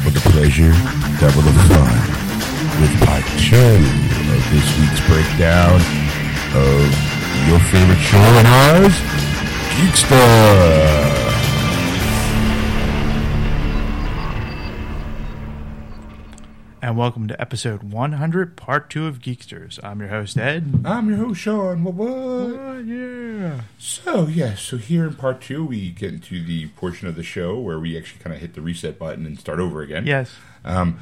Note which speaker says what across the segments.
Speaker 1: Pleasure, Double the Fun, with part two of this week's breakdown of your favorite show and ours, Geekster.
Speaker 2: and welcome to episode 100, part two of Geeksters. I'm your host, Ed.
Speaker 1: I'm your host, Sean. What, what?
Speaker 2: yeah.
Speaker 1: So, Oh, yeah, so here in part two, we get into the portion of the show where we actually kind of hit the reset button and start over again.
Speaker 2: Yes.
Speaker 1: Um,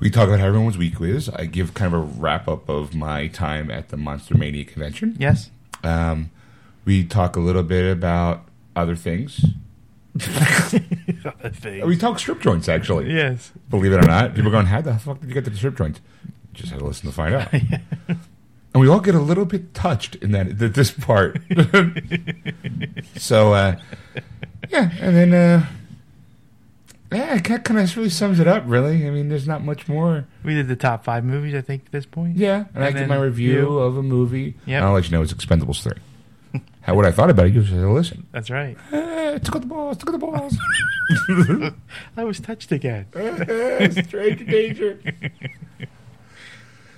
Speaker 1: we talk about how everyone's week was. I give kind of a wrap up of my time at the Monster Mania convention.
Speaker 2: Yes.
Speaker 1: Um, we talk a little bit about other things.
Speaker 2: I think.
Speaker 1: We talk strip joints, actually.
Speaker 2: yes.
Speaker 1: Believe it or not, people are going, "How the fuck did you get to the strip joints?" Just had to listen to find out. And we all get a little bit touched in that th- this part. so, uh, yeah, and then uh, yeah, that kind of really sums it up. Really, I mean, there's not much more.
Speaker 2: We did the top five movies, I think, at this point.
Speaker 1: Yeah, and, I
Speaker 2: And
Speaker 1: did my
Speaker 2: then
Speaker 1: review
Speaker 2: you-
Speaker 1: of a movie.
Speaker 2: Yep.
Speaker 1: And I'll let you know it's Expendables three. How what I thought about it, you just had to listen.
Speaker 2: That's right.
Speaker 1: Eh, tickle the balls, tickle the balls.
Speaker 2: I was touched again.
Speaker 1: Stranger danger.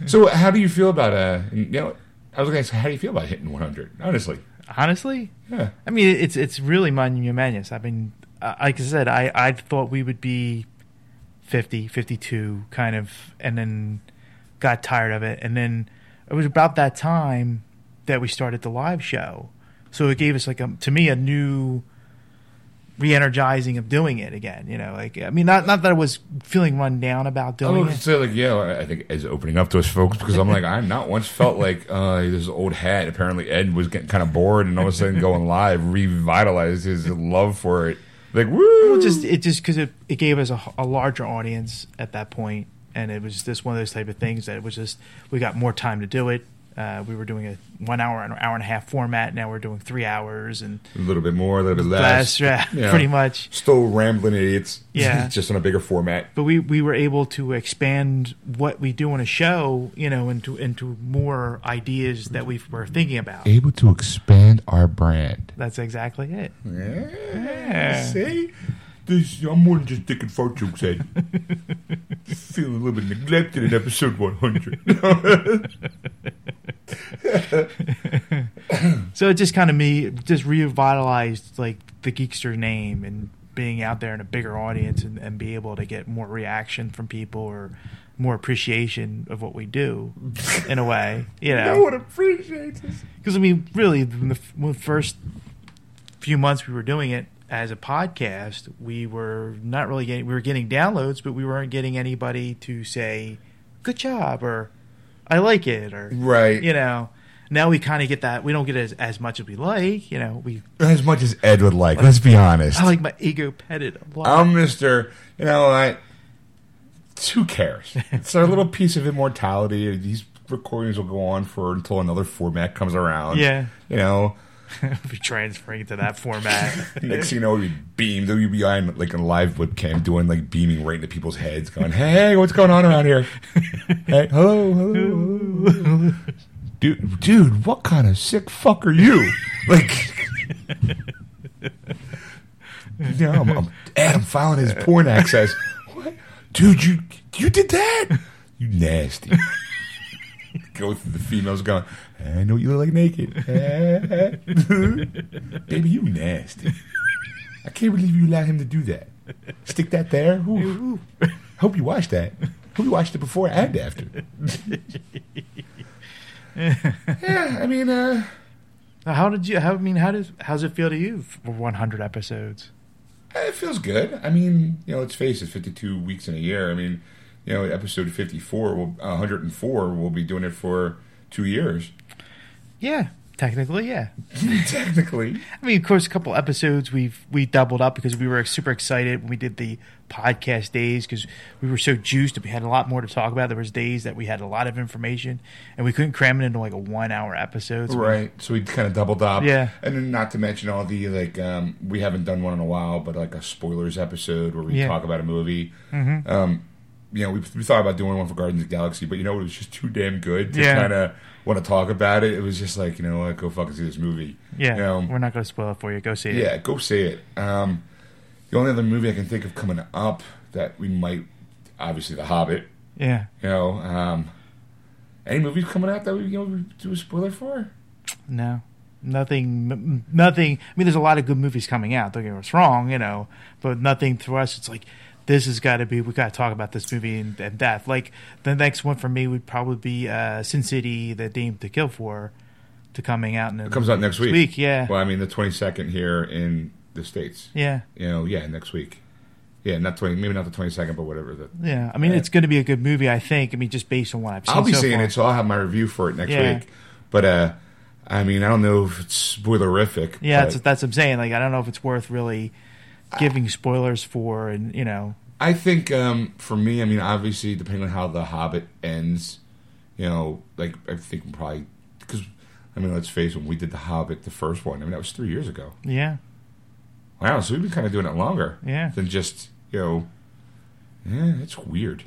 Speaker 1: So, how do you feel about uh? You know, I was gonna ask, how do you feel about hitting 100? Honestly,
Speaker 2: Honestly,
Speaker 1: yeah,
Speaker 2: I mean, it's it's really monumentous. I mean, uh, like I said, I, I thought we would be 50, 52, kind of, and then got tired of it. And then it was about that time that we started the live show. So it gave us, like, a, to me, a new re energizing of doing it again. You know, like, I mean, not, not that I was feeling run down about
Speaker 1: I
Speaker 2: doing
Speaker 1: would
Speaker 2: it.
Speaker 1: say like, yeah, I I think is opening up to us folks because I'm like, I not once felt like uh, this is old hat. Apparently, Ed was getting kind of bored, and all of a sudden, going live revitalized his love for it. Like, woo!
Speaker 2: Well, just it just because it, it gave us a, h- a larger audience at that point, and it was just one of those type of things that it was just we got more time to do it. Uh, we were doing a one hour and hour and a half format. Now we're doing three hours and
Speaker 1: a little bit more, a little bit less.
Speaker 2: less, yeah,
Speaker 1: Yeah.
Speaker 2: pretty much.
Speaker 1: Still rambling idiots.
Speaker 2: Yeah.
Speaker 1: just on a bigger format.
Speaker 2: But we, we were able to expand what we do in a show, you know, into into more ideas that we were thinking about.
Speaker 1: Able to expand our brand.
Speaker 2: That's exactly it.
Speaker 1: Yeah. See? This, I'm more than just dick and fart jokes, Ed. Feeling a little bit neglected in episode 100.
Speaker 2: So it just kind of me just revitalized like the Geekster name and being out there in a bigger audience and, and be able to get more reaction from people or more appreciation of what we do in a way, you
Speaker 1: no
Speaker 2: know.
Speaker 1: one appreciates us.
Speaker 2: Because I mean, really, when the, f- when the first few months we were doing it as a podcast, we were not really getting we were getting downloads, but we weren't getting anybody to say good job or I like it or
Speaker 1: Right.
Speaker 2: you know. Now we kind of get that. We don't get it as, as much as we like. You know, we
Speaker 1: As much as Ed would like, let's be honest.
Speaker 2: I like my ego petted a lot.
Speaker 1: I'm Mr. You know what? Who cares? It's our little piece of immortality. These recordings will go on for until another format comes around.
Speaker 2: Yeah.
Speaker 1: You know,
Speaker 2: Be transferring it to that format.
Speaker 1: Next thing you know, you beamed. You'd be on like a live webcam doing like beaming right into people's heads, going, "Hey, what's going on around here? Hey, hello, hello, hello, hello." dude, dude, what kind of sick fuck are you? Like, yeah, I'm, I'm, Ed, I'm filing his porn access. What, dude? You you did that? You nasty. Go through the females going, I know you look like naked. Baby, you nasty. I can't believe you allowed him to do that. Stick that there. Ooh. Hope you watched that. Hope you watched it before and after. yeah, I mean, uh,
Speaker 2: Now, how did you? How I mean, how does how's it feel to you for 100 episodes?
Speaker 1: Eh, it feels good. I mean, you know, let's face it, 52 weeks in a year. I mean, you know, episode 54, will, uh, 104, we'll be doing it for two years,
Speaker 2: Yeah, technically, yeah.
Speaker 1: technically.
Speaker 2: I mean, of course, a couple episodes we've we doubled up because we were super excited when we did the podcast days because we were so juiced. and We had a lot more to talk about. There was days that we had a lot of information and we couldn't cram it into like a one hour episode. So we-
Speaker 1: Right. So we kind of doubled up.
Speaker 2: Yeah.
Speaker 1: And then not to mention all the like um, we haven't done one in a while, but like a spoilers episode where we
Speaker 2: Yeah.
Speaker 1: talk about a movie. Mm-hmm. Um, you know, we, we thought about doing one for Guardians of the Galaxy, but you know, it was just too damn good to
Speaker 2: Yeah.
Speaker 1: kind of want to talk about it. It was just like you know, what, go fucking see this movie.
Speaker 2: yeah,
Speaker 1: You know,
Speaker 2: we're not going to spoil it for you. Go see it.
Speaker 1: yeah, go see it. Um, the only other movie I can think of coming up that we might obviously The Hobbit.
Speaker 2: Yeah.
Speaker 1: You know, um, any movies coming out that we you know we do a spoiler for?
Speaker 2: No. Nothing. m- Nothing. I mean, there's a lot of good movies coming out. Don't get us wrong, you know, but nothing to us. It's like this has got to be. We got to talk about this movie and, and that. Like the next one for me would probably be uh, Sin City, The Dame to Kill For, to coming out. In
Speaker 1: It comes out next week.
Speaker 2: yeah.
Speaker 1: Well, I mean the twenty second here in the states.
Speaker 2: Yeah.
Speaker 1: You know, yeah, next week. Yeah, not twenty, maybe not the twenty second, but whatever. The,
Speaker 2: Yeah. I mean,
Speaker 1: Yeah.
Speaker 2: it's going to be a good movie, I think. I mean, just based on what I've seen.
Speaker 1: I'll be
Speaker 2: so
Speaker 1: seeing
Speaker 2: far.
Speaker 1: it, so I'll have my review for it next
Speaker 2: Yeah.
Speaker 1: week. But uh, I mean, I don't know if it's spoilerific.
Speaker 2: Yeah,
Speaker 1: but
Speaker 2: that's, that's what I'm saying. Like, I don't know if it's worth really giving spoilers for, and you know,
Speaker 1: I think um, for me, I mean, obviously, depending on how The Hobbit ends, you know, like I think probably because I mean, let's face it, when we did The Hobbit, the first one, I mean, that was three years ago.
Speaker 2: yeah,
Speaker 1: Wow, so we've been kind of doing it longer
Speaker 2: yeah,
Speaker 1: than just you know, yeah, it's weird.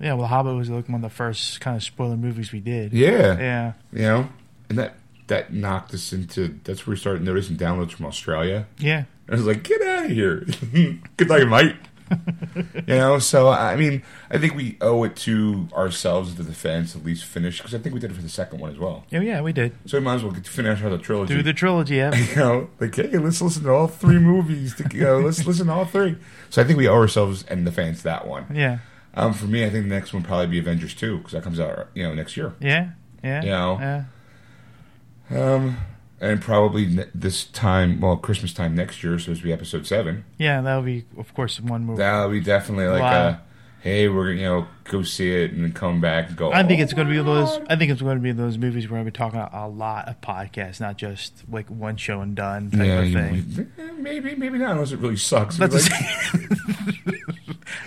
Speaker 2: yeah. Well, Hobbit was like one of the first kind of spoiler movies we did.
Speaker 1: Yeah,
Speaker 2: yeah,
Speaker 1: you know, and that that knocked us into that's where we started noticing downloads from Australia.
Speaker 2: yeah.
Speaker 1: I was like, get out of here. Good night, mate. you know, so I mean, I think we owe it to ourselves to the fans to at least finish because I think we did it for the second one as well.
Speaker 2: Oh, yeah, we did
Speaker 1: So we might as well get to finish out the trilogy.
Speaker 2: through the trilogy. Yeah,
Speaker 1: you know, like hey, let's listen to all three movies. To, you know, let's listen to all three. So I think we owe ourselves and the fans that one.
Speaker 2: yeah,
Speaker 1: Um, for me, I think the next one probably be Avengers two because that comes out you know next year.
Speaker 2: yeah, yeah,
Speaker 1: You know.
Speaker 2: yeah.
Speaker 1: Um, and probably ne- this time, well, Christmas time next year, so it's be episode seven.
Speaker 2: Yeah, that'll be, of course, one movie.
Speaker 1: That'll be definitely like
Speaker 2: Wow.
Speaker 1: a hey, we're gonna you know go see it and then come back and go.
Speaker 2: I think
Speaker 1: "Oh
Speaker 2: it's going to be
Speaker 1: my
Speaker 2: those.
Speaker 1: God."
Speaker 2: I think it's going to be those movies where we're talking a lot of podcasts, not just like one show and done type
Speaker 1: Yeah,
Speaker 2: of
Speaker 1: you-
Speaker 2: thing.
Speaker 1: eh, maybe maybe not unless it really sucks.
Speaker 2: That's
Speaker 1: Like-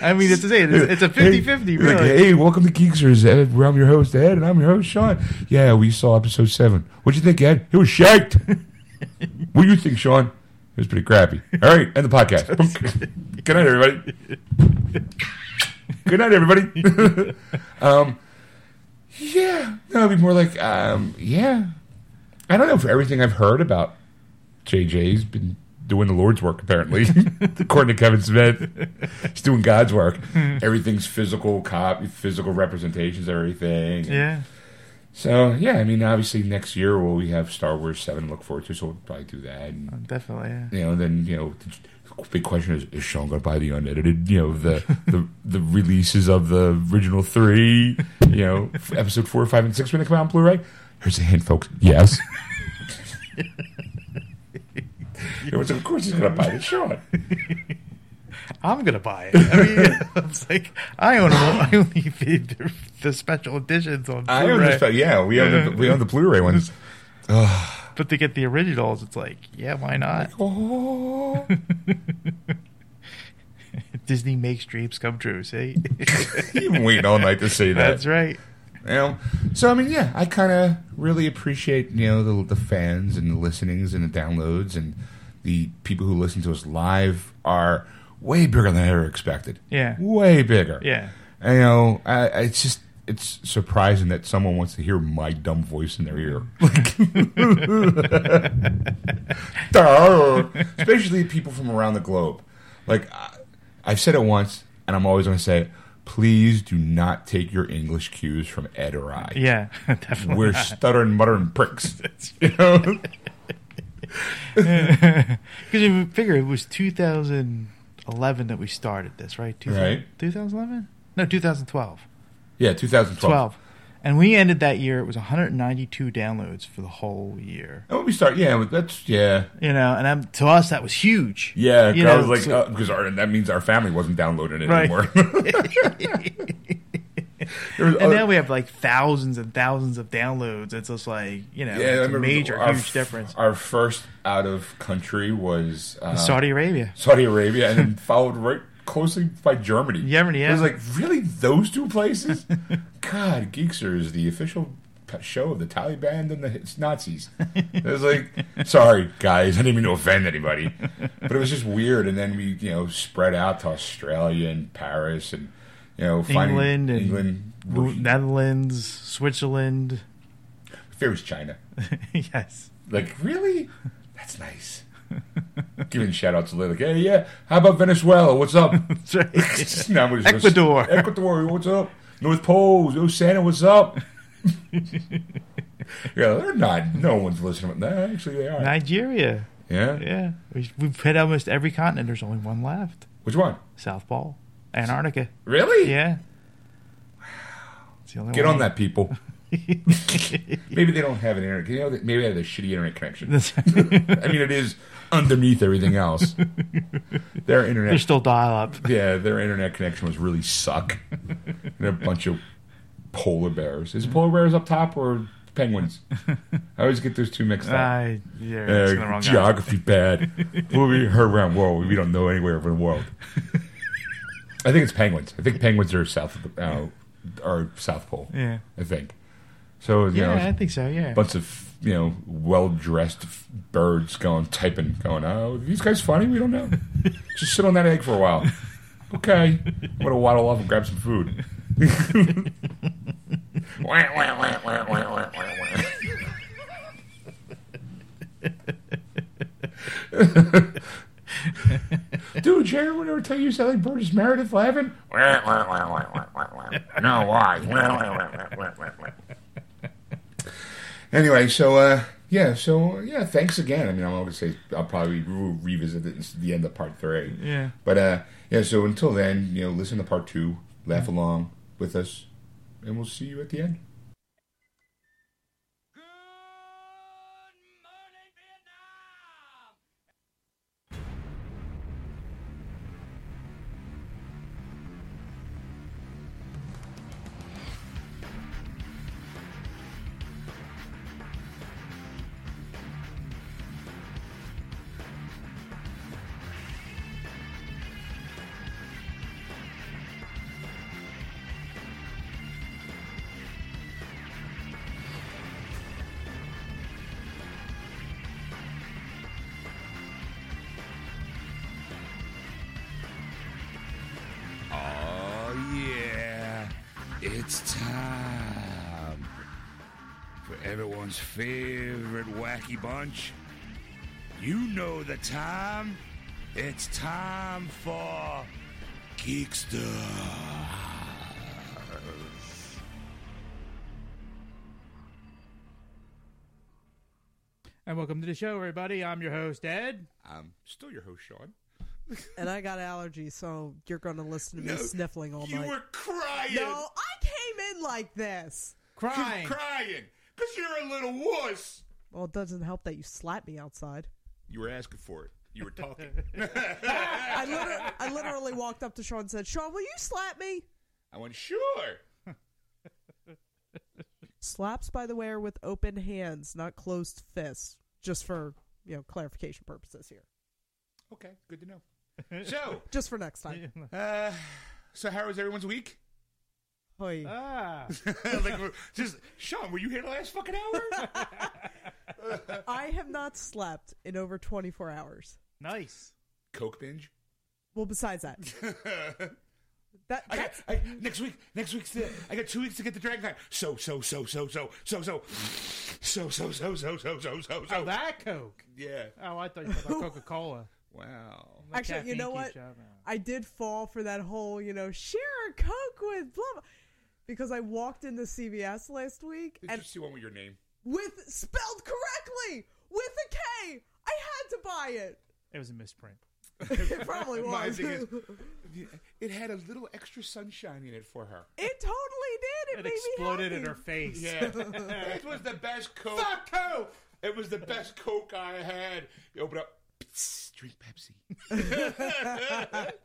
Speaker 2: I mean, it's, it's, it's a
Speaker 1: Hey,
Speaker 2: 50 50,
Speaker 1: you're
Speaker 2: really.
Speaker 1: Like, hey, welcome to Geeksters, Ed. Where I'm your host, Ed, and I'm your host, Sean. Yeah, we saw episode seven. What'd you think, Ed? It was shite. what do you think, Sean? It was pretty crappy. All right, end the podcast. Good night, everybody. Good night, everybody. um, yeah, no, it'd be more like, um, yeah. I don't know if everything I've heard about JJ's been doing the Lord's work, apparently, according to Kevin Smith. He's doing God's work. Everything's physical cop, physical representations, of everything.
Speaker 2: Yeah.
Speaker 1: So yeah, I mean, obviously next year will we have Star Wars Seven to look forward to, so we'll probably do that. And,
Speaker 2: Definitely, yeah.
Speaker 1: you know, then you know, the big question is: Is Sean going to buy the unedited? You know, the the the releases of the original three. You know, f- episode four, five, and six when they come out on Blu-ray. Here's a hint, folks. Yes. Everyone's like, of course he's going to buy it, Sean.
Speaker 2: I'm gonna buy it. I mean, it's like I own all, I only the, the special editions on
Speaker 1: I own
Speaker 2: Blu-ray,
Speaker 1: this, but yeah, we own the, we own the Blu-ray ones.
Speaker 2: but to get the originals, it's like, yeah, why not?
Speaker 1: Oh.
Speaker 2: Disney makes dreams come true. See,
Speaker 1: You've been waiting all night to say that.
Speaker 2: that's right.
Speaker 1: You know, so I mean, yeah, I kind of really appreciate you know the the fans and the listenings and the downloads and the people who listen to us live are way bigger than I ever expected.
Speaker 2: Yeah,
Speaker 1: Way bigger.
Speaker 2: yeah,
Speaker 1: And, you know, I, I- it's just it's surprising that someone wants to hear my dumb voice in their ear. Like, Duh. especially people from around the globe. Like I, I've said it once, and I'm always going to say it. Please do not take your English cues from Ed or I.
Speaker 2: yeah. Definitely.
Speaker 1: We're
Speaker 2: not.
Speaker 1: stuttering, muttering pricks. You know?
Speaker 2: Because you figure it was 2011 that we started this, right? 2000
Speaker 1: Right.
Speaker 2: 2011? No, 2012.
Speaker 1: Yeah, 2012.
Speaker 2: 12. And we ended that year. It was 192 downloads for the whole year.
Speaker 1: And when we start, yeah, that's yeah,
Speaker 2: You know, and I'm, to us that was huge.
Speaker 1: yeah. 'cause
Speaker 2: You
Speaker 1: I
Speaker 2: know,
Speaker 1: was like,
Speaker 2: so-
Speaker 1: uh, because our that means our family wasn't downloading it
Speaker 2: Right.
Speaker 1: anymore. uh, There was
Speaker 2: and
Speaker 1: other-
Speaker 2: now we have like thousands and thousands of downloads. It's just like you know,
Speaker 1: I
Speaker 2: it's a
Speaker 1: remember
Speaker 2: major
Speaker 1: our
Speaker 2: huge
Speaker 1: f-
Speaker 2: difference.
Speaker 1: Our first out of country was uh, Saudi-,
Speaker 2: Saudi Arabia.
Speaker 1: Arabia, and then followed right closely by Germany.
Speaker 2: Germany,
Speaker 1: It
Speaker 2: yeah.
Speaker 1: was like really those two places. God, Geekster is the official p- show of the Taliban and the Hits- Nazis. It was like, sorry guys, I didn't mean to offend anybody, but it was just weird. And then we, you know, spread out to Australia and Paris and you know, finding
Speaker 2: England and-
Speaker 1: England.
Speaker 2: Netherlands, Switzerland.
Speaker 1: Fear was China.
Speaker 2: yes.
Speaker 1: Like really, that's nice. Giving shout outs to like, hey, yeah, how about Venezuela? What's up?
Speaker 2: That's right.
Speaker 1: No, I'm just gonna-
Speaker 2: Ecuador.
Speaker 1: Ecuador, what's up? North Pole, yo, Santa, what's up? yeah, they're not. No one's listening. No, actually, they are.
Speaker 2: Nigeria.
Speaker 1: Yeah?
Speaker 2: Yeah. We- We've hit almost every continent. There's only one left
Speaker 1: Which one?
Speaker 2: South Pole, Antarctica.
Speaker 1: Really?
Speaker 2: Yeah. It's the only
Speaker 1: Get
Speaker 2: one.
Speaker 1: on that, people. maybe they don't have an internet. You know, maybe they have a shitty internet connection.
Speaker 2: That's right.
Speaker 1: I mean, it is underneath everything else. Their internet
Speaker 2: They're still dial up.
Speaker 3: Uh,
Speaker 1: Yeah, their internet connection was really suck. and a bunch of polar bears. Is it polar bears up top or penguins? I always get those two mixed up.
Speaker 2: I yeah,
Speaker 1: Uh,
Speaker 2: it's in the wrong guy.
Speaker 1: geography bad. we'll be heard around the world. We don't know anywhere over the world. I think it's penguins. I think penguins are south of the, uh, are South Pole.
Speaker 2: Yeah.
Speaker 1: I think. So you
Speaker 2: Yeah,
Speaker 1: know,
Speaker 2: I
Speaker 1: it's
Speaker 2: think so. Yeah.
Speaker 1: a bunch of you know well dressed birds going typing, going, "Oh, are these guys funny? We don't know. Just sit on that egg for a while." Okay, I'm gonna waddle off and grab some food. Wah, wah, wah, wah, wah, wah, wah, wah. Dude, Jerry would ever tell you you sound like Burgess Meredith laughing? Wah, wah, wah, wah, wah, wah, wah. no, why? Wah, wah, wah, wah, wah, wah, wah. anyway, so uh, yeah, so yeah, thanks again. I mean, I'm gonna say I'll probably re- revisit it at the end of part three.
Speaker 2: Yeah.
Speaker 1: But uh, yeah, so until then, you know, listen to part two, laugh along with us, and we'll see you at the end.
Speaker 4: Good morning, Vietnam!
Speaker 5: Oh, yeah. It's time for everyone's favorite wacky bunch. You know the time. It's time for Geeksters.
Speaker 2: and welcome to the show, everybody. I'm your host, Ed.
Speaker 1: I'm still your host, Sean.
Speaker 6: and I got allergies, so you're going to listen to me
Speaker 1: No,
Speaker 6: sniffling all
Speaker 1: you
Speaker 6: night.
Speaker 1: were crying.
Speaker 6: no, I came in like this.
Speaker 1: crying. Crying. Because you're a little wuss.
Speaker 6: Well, it doesn't help that you slapped me outside.
Speaker 1: You were asking for it. You were talking.
Speaker 6: I, liter- I literally walked up to Sean and said, Sean, will you slap me?
Speaker 1: I went, sure.
Speaker 6: Slaps, by the way, are with open hands, not closed fists, just for, you know, clarification purposes here.
Speaker 1: Okay, good to know. So,
Speaker 6: Just for next time.
Speaker 1: uh, so how was everyone's week?
Speaker 6: Hoy.
Speaker 2: Ah,
Speaker 1: like, we're- just Sean, were you here the last fucking hour?
Speaker 6: I have not slept in over 24 hours.
Speaker 2: nice.
Speaker 1: Coke binge.
Speaker 6: Well, besides that, that
Speaker 1: I got
Speaker 6: that's,
Speaker 1: I, next week. Next week's the. I got two weeks to get the Dragon Con. So so so so so so so so so so so so so so so.
Speaker 2: that Coke.
Speaker 1: Yeah.
Speaker 2: Oh, I thought you were about Coca Cola.
Speaker 1: Wow.
Speaker 6: Actually, you know what? I did fall for that whole, you know, share a Coke with blah blah. Because I walked into CVS last week
Speaker 1: Did
Speaker 6: and
Speaker 1: you see one with your name?
Speaker 6: with spelled correctly with a K, I had to buy it.
Speaker 2: It was a misprint.
Speaker 6: It probably
Speaker 1: My
Speaker 6: was.
Speaker 1: thing is-
Speaker 6: it
Speaker 1: It had a little extra sunshine in it for her.
Speaker 6: totally did. It,
Speaker 2: It
Speaker 6: made
Speaker 2: exploded
Speaker 6: me
Speaker 2: in
Speaker 6: happy.
Speaker 2: her face.
Speaker 1: Yeah. it was the best Coke. Fuck Coke. It was the best Coke I had. You open up. psst, Drink Pepsi.
Speaker 6: But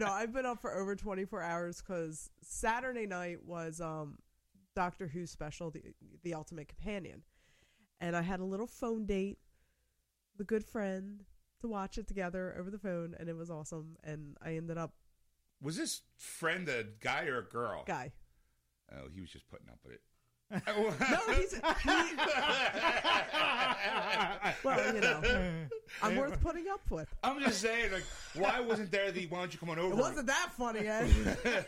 Speaker 6: no, I've been up for over 24 hours because Saturday night was um, Doctor Who special, the, the Ultimate Companion. And I had a little phone date with a good friend to watch it together over the phone, and it was awesome. And I ended up
Speaker 1: Was this friend a guy or a girl?
Speaker 6: guy.
Speaker 1: Oh, he was just putting up with it.
Speaker 6: No, he's. he- well, you know, I'm worth putting up with.
Speaker 1: I'm just saying, like, why wasn't there the why don't you come on over?
Speaker 6: It wasn't that funny, Ed.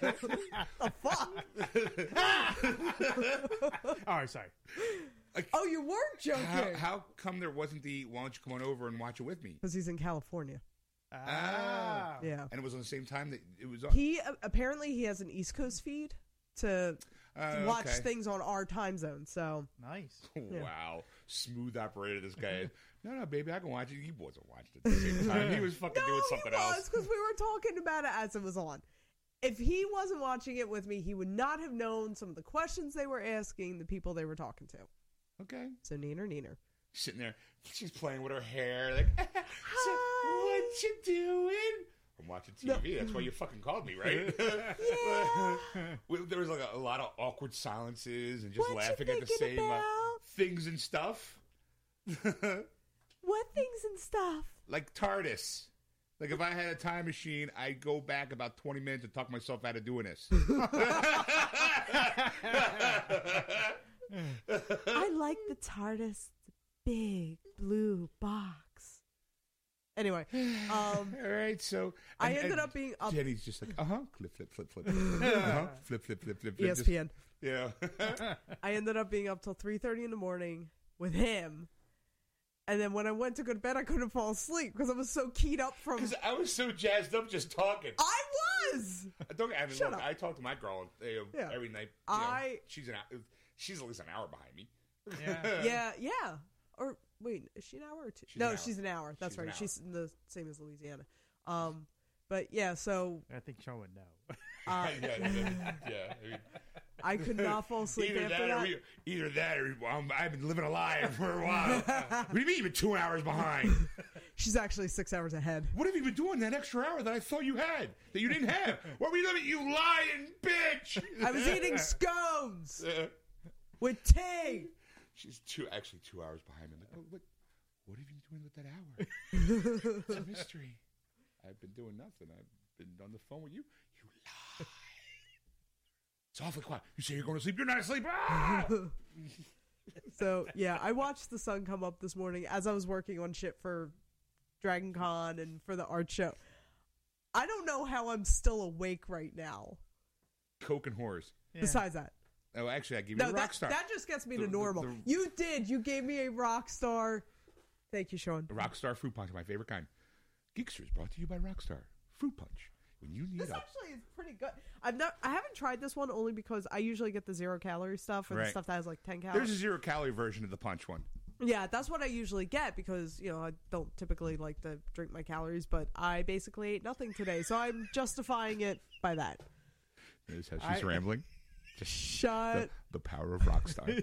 Speaker 6: the fuck?
Speaker 2: All right, sorry.
Speaker 1: Like,
Speaker 6: Oh, you weren't
Speaker 1: how,
Speaker 6: joking.
Speaker 1: how come there wasn't the why don't you come on over and watch it with me?
Speaker 6: Because he's in California.
Speaker 1: Ah.
Speaker 6: Yeah.
Speaker 1: And it was on the same time that it was on.
Speaker 6: He uh, apparently he has an East Coast feed to
Speaker 1: Uh,
Speaker 6: watch
Speaker 1: okay.
Speaker 6: things on our time zone. So
Speaker 3: Nice.
Speaker 1: Wow, smooth operator this guy is. No, no, baby, I can watch it. He wasn't watching it at the same time. He was fucking doing something
Speaker 6: he was
Speaker 1: else.
Speaker 6: because we were talking about it as it was on. If he wasn't watching it with me, he would not have known some of the questions they were asking the people they were talking to.
Speaker 1: Okay,
Speaker 6: So neener neener.
Speaker 1: sitting there, she's playing with her hair. Like, so, what you doing? I'm watching TV. That's why you fucking called me, right? Well, there was like a, a lot of awkward silences and just
Speaker 6: What you
Speaker 1: laughing at the
Speaker 6: thinking
Speaker 1: same uh,
Speaker 6: about?
Speaker 1: things and stuff.
Speaker 6: What things and stuff?
Speaker 1: like TARDIS. Like if I had a time machine, I'd go back about twenty minutes and talk myself out of doing this.
Speaker 6: I like the TARDIS, the big blue box. Anyway, um,
Speaker 1: All right, so
Speaker 6: I ended up being up-
Speaker 1: Jenny's just like, uh huh, flip, flip, flip, flip, uh-huh, flip, flip, flip, flip,
Speaker 6: E
Speaker 1: flip. just-
Speaker 6: ESPN.
Speaker 1: yeah.
Speaker 6: I ended up being up till three thirty in the morning with him, and then when I went to go to bed, I couldn't fall asleep because I was so keyed up from.
Speaker 1: Because I was so jazzed up just talking.
Speaker 6: I was.
Speaker 1: Don't, I mean,
Speaker 6: Uh, Shut
Speaker 1: look,
Speaker 6: up.
Speaker 1: I talk to my girl uh,
Speaker 6: Yeah.
Speaker 1: every night. you know,
Speaker 6: I-
Speaker 1: she's an hou- she's at least an hour behind me.
Speaker 3: Yeah.
Speaker 6: yeah, yeah. Or wait, is she an hour or two?
Speaker 1: She's
Speaker 6: no,
Speaker 1: an hour.
Speaker 6: she's an hour. That's
Speaker 1: She's an
Speaker 6: right.
Speaker 1: hour.
Speaker 6: She's in the same as Louisiana. Um, but yeah, so
Speaker 3: I think Sean would know.
Speaker 6: Uh,
Speaker 1: yeah, yeah, yeah. I mean,
Speaker 6: I could not fall asleep
Speaker 1: either
Speaker 6: after
Speaker 1: that, or
Speaker 6: that.
Speaker 1: we, either that, or um, I've been living a lie for a while. what do you mean you've been two hours behind?
Speaker 6: She's actually six hours ahead.
Speaker 1: What have you been doing that extra hour that I thought you had that you didn't have? What were you doing? You lying bitch!
Speaker 6: I was eating scones
Speaker 1: Uh,
Speaker 6: with tea.
Speaker 1: she's two, actually two hours behind me. I'm like, oh, what, what have you been doing with that hour? it's a mystery. I've been doing nothing. I've been on the phone with you. You lie. It's awfully quiet. You say you're going to sleep. You're not asleep. Ah!
Speaker 6: So yeah, I watched the sun come up this morning as I was working on shit for Dragon Con and for the art show. I don't know how I'm still awake right now.
Speaker 1: Coke and whores.
Speaker 6: Besides that,
Speaker 1: Oh, actually, I give you
Speaker 6: no,
Speaker 1: a rock
Speaker 6: that,
Speaker 1: star.
Speaker 6: that just gets me
Speaker 1: The-
Speaker 6: to
Speaker 1: the-
Speaker 6: normal.
Speaker 1: the-
Speaker 6: you did. You gave me a rock star. Thank you, Sean.
Speaker 1: The Rockstar Fruit Punch, my favorite kind. Geekster is brought to you by Rockstar Fruit Punch. When you need
Speaker 6: This
Speaker 1: us.
Speaker 6: actually is pretty good. I've not, I haven't tried this one only because I usually get the zero calorie stuff or
Speaker 1: Right.
Speaker 6: the stuff that has like ten
Speaker 1: There's a
Speaker 6: calories.
Speaker 1: zero calorie version of the punch one.
Speaker 6: yeah, that's what I usually get because you know I don't typically like to drink my calories, but I basically ate nothing today, so I'm justifying it by that.
Speaker 1: Notice how she's rambling.
Speaker 6: Shut.
Speaker 1: The, the power of Rockstar.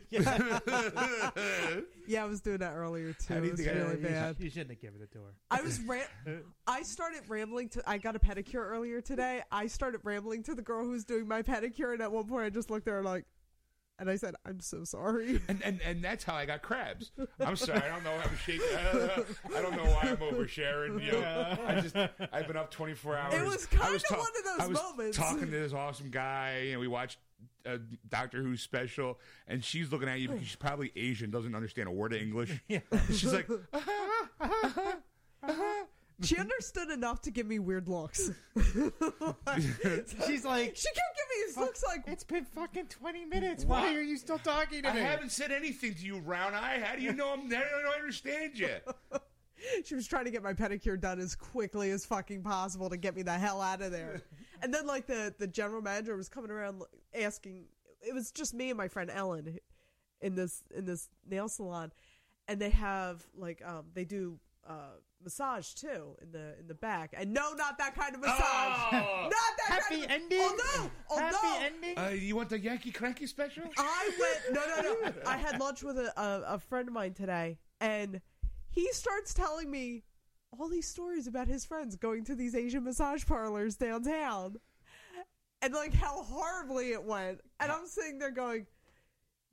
Speaker 6: Yeah, I was doing that earlier too.
Speaker 1: How do you
Speaker 6: It was
Speaker 1: think I-
Speaker 6: really
Speaker 1: you-
Speaker 6: bad.
Speaker 3: You shouldn't have given it to her.
Speaker 6: I was ram- I started rambling to. I got a pedicure earlier today. I started rambling to the girl who was doing my pedicure, and at one point I just looked at her like, and I said, "I'm so sorry."
Speaker 1: and, and and that's how I got crabs. I'm sorry, I don't know how I'm shaking. I don't know why I'm oversharing. You know, I just I've been up 24 hours.
Speaker 6: was
Speaker 1: I was
Speaker 6: kinda one of those
Speaker 1: I was
Speaker 6: moments.
Speaker 1: Talking to this awesome guy, and we watched a Doctor Who special, and she's looking at you because she's probably Asian, doesn't understand a word of English. She's like,
Speaker 6: She understood enough to give me weird looks.
Speaker 3: She's like,
Speaker 6: She kept giving us looks like
Speaker 3: it's been fucking 20 minutes.
Speaker 1: Why
Speaker 3: Why
Speaker 1: Why?
Speaker 3: are
Speaker 1: are
Speaker 3: you still talking to
Speaker 1: I
Speaker 3: me?
Speaker 1: haven't said anything to you, round eye. How do you know I'm? I don't understand you.
Speaker 6: she was trying to get my pedicure done as quickly as fucking possible to get me the hell out of there. And then like the the general manager was coming around asking. It was just me and my friend Ellen in this in this nail salon, and they have like um they do. Uh, massage too in the in the back, and no, not that kind of massage.
Speaker 1: Oh!
Speaker 6: Not that
Speaker 3: Happy
Speaker 6: kind of,
Speaker 3: ending?
Speaker 6: Although, although
Speaker 3: Happy ending?
Speaker 1: Uh, you want the Yankee Cranky special?
Speaker 6: I went. No, no, no. I had lunch with a, a, a friend of mine today, and he starts telling me all these stories about his friends going to these Asian massage parlors downtown, and like how horribly it went. And I'm sitting there going,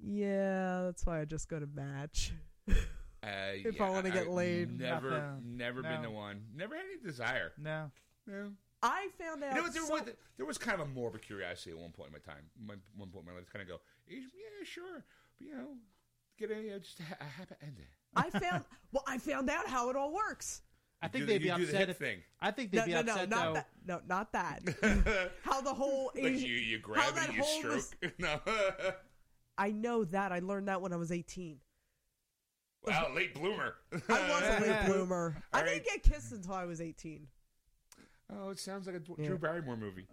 Speaker 6: "Yeah, that's why I just go to match."
Speaker 1: Uh,
Speaker 6: If I wanna get laid.
Speaker 1: Never,
Speaker 3: Nothing.
Speaker 1: never been
Speaker 3: No.
Speaker 1: the one. Never had any desire.
Speaker 3: no.
Speaker 1: No.
Speaker 6: I found out.
Speaker 1: You know, what, there,
Speaker 6: so-
Speaker 1: was, there was kind of a morbid curiosity at one point in my time. My, one point in my life, kind of go, "Eh, yeah, sure, but, you know, get a you know, just a, ha- a happy ending.
Speaker 6: I found. Well, I found out how it all works.
Speaker 3: I think
Speaker 1: do the-
Speaker 3: they'd be
Speaker 1: you do the
Speaker 3: upset
Speaker 1: hip
Speaker 3: if.
Speaker 1: thing.
Speaker 3: I think they'd
Speaker 6: No,
Speaker 3: be
Speaker 6: no, no,
Speaker 3: upset
Speaker 6: not
Speaker 3: though.
Speaker 6: that. No, not that. how the whole Asian,
Speaker 1: Like you, you
Speaker 6: how
Speaker 1: grab
Speaker 6: that
Speaker 1: it, you
Speaker 6: whole mas-
Speaker 1: stroke. no,
Speaker 6: I know that. I learned that when I was 18.
Speaker 7: Wow, late bloomer.
Speaker 6: I was a late
Speaker 3: Yeah.
Speaker 6: bloomer. I
Speaker 7: All
Speaker 6: didn't get kissed until I was 18.
Speaker 1: Oh, it sounds like a Dw-
Speaker 3: Yeah.
Speaker 1: Drew Barrymore movie.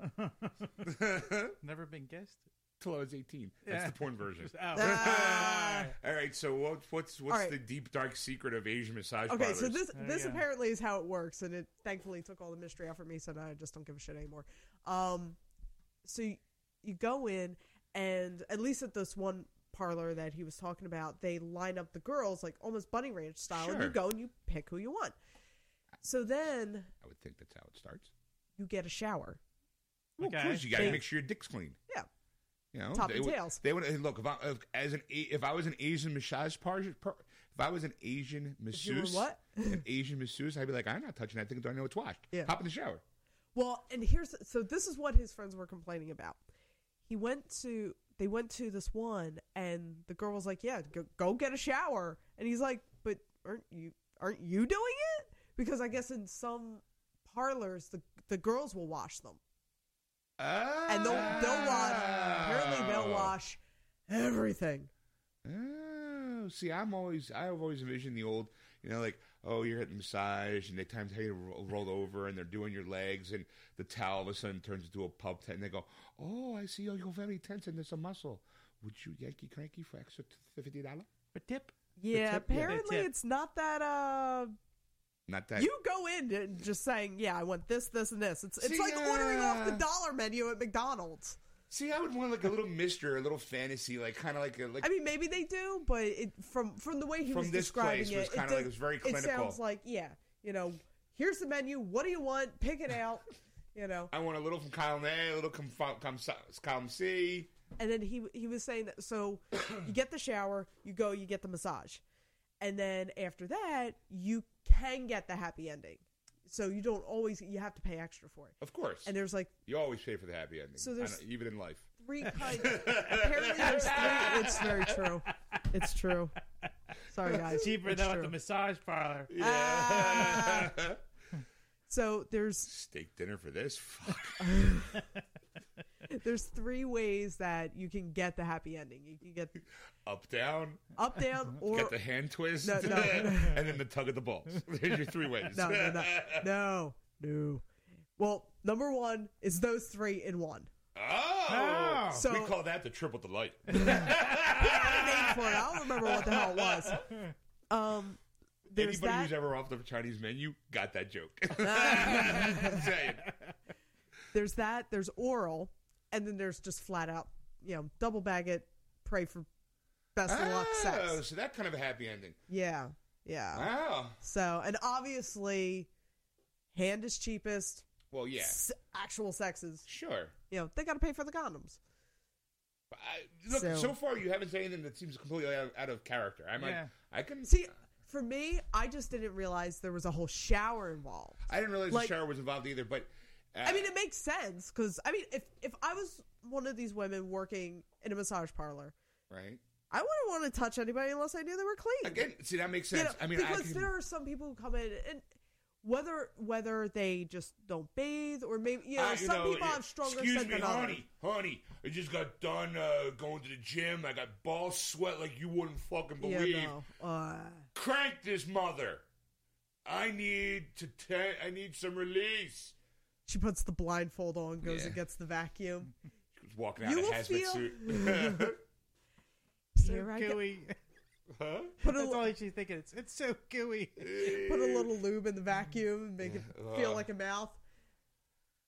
Speaker 3: Never been guessed.
Speaker 1: Till I was 18.
Speaker 3: Yeah.
Speaker 1: That's the porn version.
Speaker 3: Oh.
Speaker 6: Ah.
Speaker 1: All right, so what, what's what's
Speaker 6: right.
Speaker 1: the deep dark secret of Asian massage
Speaker 6: Okay,
Speaker 1: parlors?
Speaker 6: so this
Speaker 3: There you
Speaker 6: this
Speaker 3: go.
Speaker 6: apparently is how it works, and it thankfully took all the mystery out from me, so now I just don't give a shit anymore. Um, so you, you go in, and at least at this one parlor that he was talking about, they line up the girls like almost bunny ranch style, and you
Speaker 1: Sure.
Speaker 6: go and you pick who you want. So then
Speaker 1: I would think that's how it starts.
Speaker 6: you get a shower.
Speaker 1: Well,
Speaker 3: Okay.
Speaker 1: of course, you got to
Speaker 6: Yeah.
Speaker 1: make sure your dick's clean.
Speaker 6: Yeah,
Speaker 1: You know,
Speaker 6: Top
Speaker 1: they
Speaker 6: and
Speaker 1: would-
Speaker 6: tails.
Speaker 1: They would and look if I if, as an A- if I was an Asian massage par, par- if I was an Asian masseuse,
Speaker 6: you were what?
Speaker 1: an Asian masseuse, I'd be like, I'm not touching that thing until I know it's washed.
Speaker 6: Yeah.
Speaker 1: Hop in the shower.
Speaker 6: Well, and here's so this is what his friends were complaining about. He went to they went to this one, and the girl was like, "Yeah, go, go get a shower," and he's like, "But aren't you aren't you doing it?" Because I guess in some parlors, the the girls will wash them, and they'll they'll wash. Apparently,
Speaker 1: Oh.
Speaker 6: they'll wash everything.
Speaker 1: Oh, see, I'm always, I've always envisioned the old, you know, like, oh, you're getting massage, and they time tell you to roll, roll over, and they're doing your legs, and the towel all of a sudden turns into a pub tent, and they go, oh, I see, oh, you're very tense, and there's a muscle. Would you Yankee cranky for extra t- fifty dollar?
Speaker 3: But tip.
Speaker 6: Yeah,
Speaker 1: tip, yeah.
Speaker 6: apparently
Speaker 3: tip.
Speaker 6: it's not that. Uh,
Speaker 1: Not that.
Speaker 6: you go in and just saying, "Yeah, I want this, this, and this." It's it's
Speaker 1: See,
Speaker 6: like ordering off the
Speaker 1: yeah.
Speaker 6: dollar menu at McDonald's.
Speaker 1: see, I would want like a little mystery, a little fantasy, like kind of like a, like.
Speaker 6: I mean, maybe they do, but it, from from the way he
Speaker 1: From
Speaker 6: was
Speaker 1: this
Speaker 6: describing
Speaker 1: place
Speaker 6: it,
Speaker 1: was kinda
Speaker 6: did-
Speaker 1: like it was very clinical.
Speaker 6: sounds like yeah, you know, here's the menu. What do you want? Pick it out. You know,
Speaker 1: I want a little from column A, a little from fo- com- so- column C.
Speaker 6: and then he he was saying that. So you get the shower, you go, you get the massage, and then after that, you can get the happy ending. So you don't always you have to pay extra for it.
Speaker 1: Of course,
Speaker 6: And there's like
Speaker 1: you always pay for the happy ending,
Speaker 6: So
Speaker 1: I
Speaker 6: there's-
Speaker 1: know, even in life.
Speaker 6: three kinds. apparently, there's three. It's very true. It's true. Sorry, guys.
Speaker 3: Cheaper
Speaker 6: It's
Speaker 3: though at
Speaker 6: true.
Speaker 3: the massage parlor.
Speaker 1: Uh,
Speaker 6: Ah. so there's
Speaker 1: Steak dinner for this? Fuck.
Speaker 6: there's three ways that you can get the happy ending. You can get
Speaker 1: Up down.
Speaker 6: up, down, or
Speaker 1: Got the hand twist,
Speaker 6: No, no.
Speaker 1: and then the tug of the balls. There's your three ways.
Speaker 6: no, no, no, no, no. Well, number one is those three in one.
Speaker 1: Oh,
Speaker 3: Oh.
Speaker 6: So-
Speaker 1: we call that the triple delight.
Speaker 6: I had a name for it. I don't remember what the hell it was. Um, there's
Speaker 1: Anybody
Speaker 6: that.
Speaker 1: who's ever off the Chinese menu got that joke.
Speaker 6: Ah.
Speaker 1: Just saying.
Speaker 6: there's that. There's oral, and then there's just flat out, you know, double bag it. Pray for best of luck
Speaker 1: Oh,
Speaker 6: sex.
Speaker 1: so that kind of a happy ending. Oh.
Speaker 6: Yeah, yeah.
Speaker 1: Wow.
Speaker 6: So, and obviously, hand is cheapest.
Speaker 1: Well, yeah,
Speaker 6: S- actual sex is,
Speaker 1: sure.
Speaker 6: you know, they got to pay for the condoms.
Speaker 1: But I, look,
Speaker 6: So-
Speaker 1: so, far you haven't said anything that seems completely out, out of character. I might,
Speaker 3: Yeah.
Speaker 1: I can.
Speaker 6: See, for me, I just didn't realize there was a whole shower involved.
Speaker 1: I didn't realize
Speaker 6: like-
Speaker 1: the shower was involved either, but uh,
Speaker 6: I mean, it makes sense because I mean, if if I was one of these women working in a massage parlor,
Speaker 1: right
Speaker 6: I wouldn't want to touch anybody unless I knew they were clean.
Speaker 1: again. See, that makes
Speaker 6: You
Speaker 1: sense.
Speaker 6: know,
Speaker 1: I mean, I
Speaker 6: because
Speaker 1: can,
Speaker 6: there are some people who come in and whether whether they just don't bathe or maybe you know
Speaker 1: Uh, you
Speaker 6: some
Speaker 1: know,
Speaker 6: people
Speaker 1: yeah,
Speaker 6: have stronger
Speaker 1: Excuse
Speaker 6: sense
Speaker 1: me,
Speaker 6: than others.
Speaker 1: honey, honey. I just got done uh, going to the gym. I got ball sweat like you wouldn't fucking
Speaker 6: Yeah,
Speaker 1: believe.
Speaker 6: no. Uh,
Speaker 1: Crank this mother. I need to. Te- I need some release.
Speaker 6: she puts the blindfold on, goes
Speaker 1: Yeah.
Speaker 6: and gets the vacuum.
Speaker 1: She was walking out
Speaker 6: You
Speaker 1: in a
Speaker 6: will
Speaker 1: hazmat
Speaker 6: feel-
Speaker 1: suit. Oh,
Speaker 6: Here I go.
Speaker 3: gooey.
Speaker 1: huh?
Speaker 6: Put a,
Speaker 3: That's all she's thinking. It's it's so gooey.
Speaker 6: put a little lube in the vacuum and make it feel like a mouth.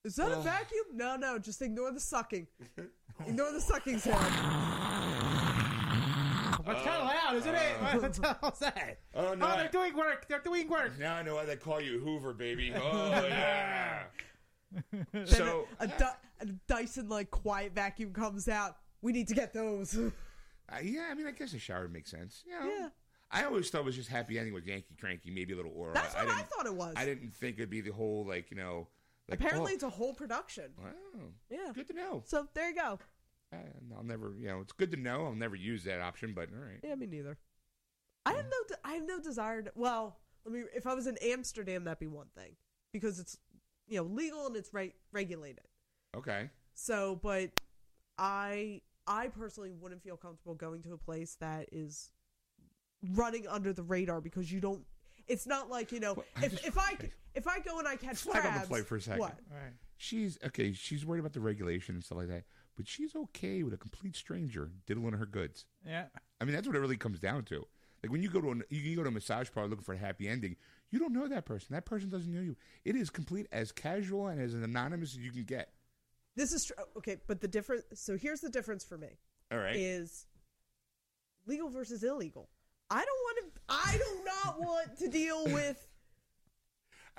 Speaker 6: Is that a vacuum? No, no, just ignore the sucking. Ignore the sucking sound.
Speaker 3: That's kind of loud, isn't it? What the hell's that?
Speaker 1: Oh, no,
Speaker 3: they're
Speaker 1: I-
Speaker 3: doing work. They're doing work.
Speaker 1: Now I know why they call you Hoover, baby. Oh yeah.
Speaker 6: Then
Speaker 1: so
Speaker 6: a, a, Dy- a Dyson like quiet vacuum comes out. We need to get those.
Speaker 1: Uh, yeah, I mean, I guess a shower makes sense. You know?
Speaker 6: Yeah.
Speaker 1: I always thought it was just happy ending with Yankee Cranky, maybe a little aura.
Speaker 6: That's what I
Speaker 1: didn't-
Speaker 6: thought it was.
Speaker 1: I didn't think it'd be the whole like you know. Like,
Speaker 6: Apparently,
Speaker 1: oh,
Speaker 6: it's a whole production.
Speaker 1: wow,
Speaker 6: Yeah.
Speaker 1: good to know.
Speaker 6: So there you go.
Speaker 1: Uh, I'll never, you know, it's good to know. I'll never use that option, but all right.
Speaker 6: Yeah, me neither. I have no, de- I have no desire. To, well, let me. If I was in Amsterdam, that'd be one thing because it's, you know, legal and it's right regulated.
Speaker 1: Okay.
Speaker 6: So, but I I personally wouldn't feel comfortable going to a place that is running under the radar because you don't. It's not like you know if, if I if I go and I catch
Speaker 1: Flag on the
Speaker 6: crabs.
Speaker 1: plate for a second.
Speaker 6: What?
Speaker 3: All right.
Speaker 1: She's okay. She's worried about the regulation and stuff like that, but she's okay with a complete stranger diddling her goods.
Speaker 3: Yeah.
Speaker 1: I mean, that's what it really comes down to. Like when you go to an, you go to a massage parlor looking for a happy ending, you don't know that person. That person doesn't know you. It is complete as casual and as anonymous as you can get.
Speaker 6: This is tr- okay, but the difference. So here's the difference for me
Speaker 1: All right.
Speaker 6: is legal versus illegal. I don't want to. I do not want to deal with.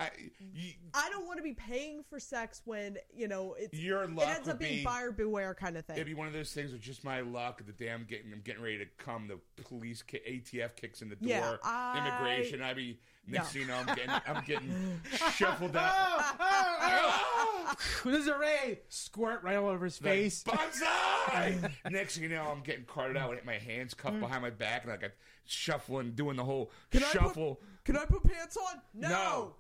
Speaker 1: I, you,
Speaker 6: I don't want to be paying for sex when you know it's
Speaker 1: Your
Speaker 6: it
Speaker 1: luck
Speaker 6: ends up
Speaker 1: would
Speaker 6: being
Speaker 1: be-
Speaker 6: buyer beware kind of thing.
Speaker 1: it'd be one of those things with just my luck. The damn getting, I'm getting ready to come. The police, ki- ATF kicks in the door.
Speaker 6: Yeah, I-
Speaker 1: Immigration. I be next
Speaker 6: No.
Speaker 1: thing you know, I'm getting, I'm getting shuffled Ah! out.
Speaker 3: Oh,
Speaker 6: Oh,
Speaker 3: This is a ray. Squirt right all over his face.
Speaker 1: Bonsai! Next thing you know, I'm getting carted out with my hands cuffed behind my back, and I got shuffling, doing the whole
Speaker 6: Can I put-
Speaker 1: shuffle.
Speaker 6: Can I put pants on? No.
Speaker 1: No.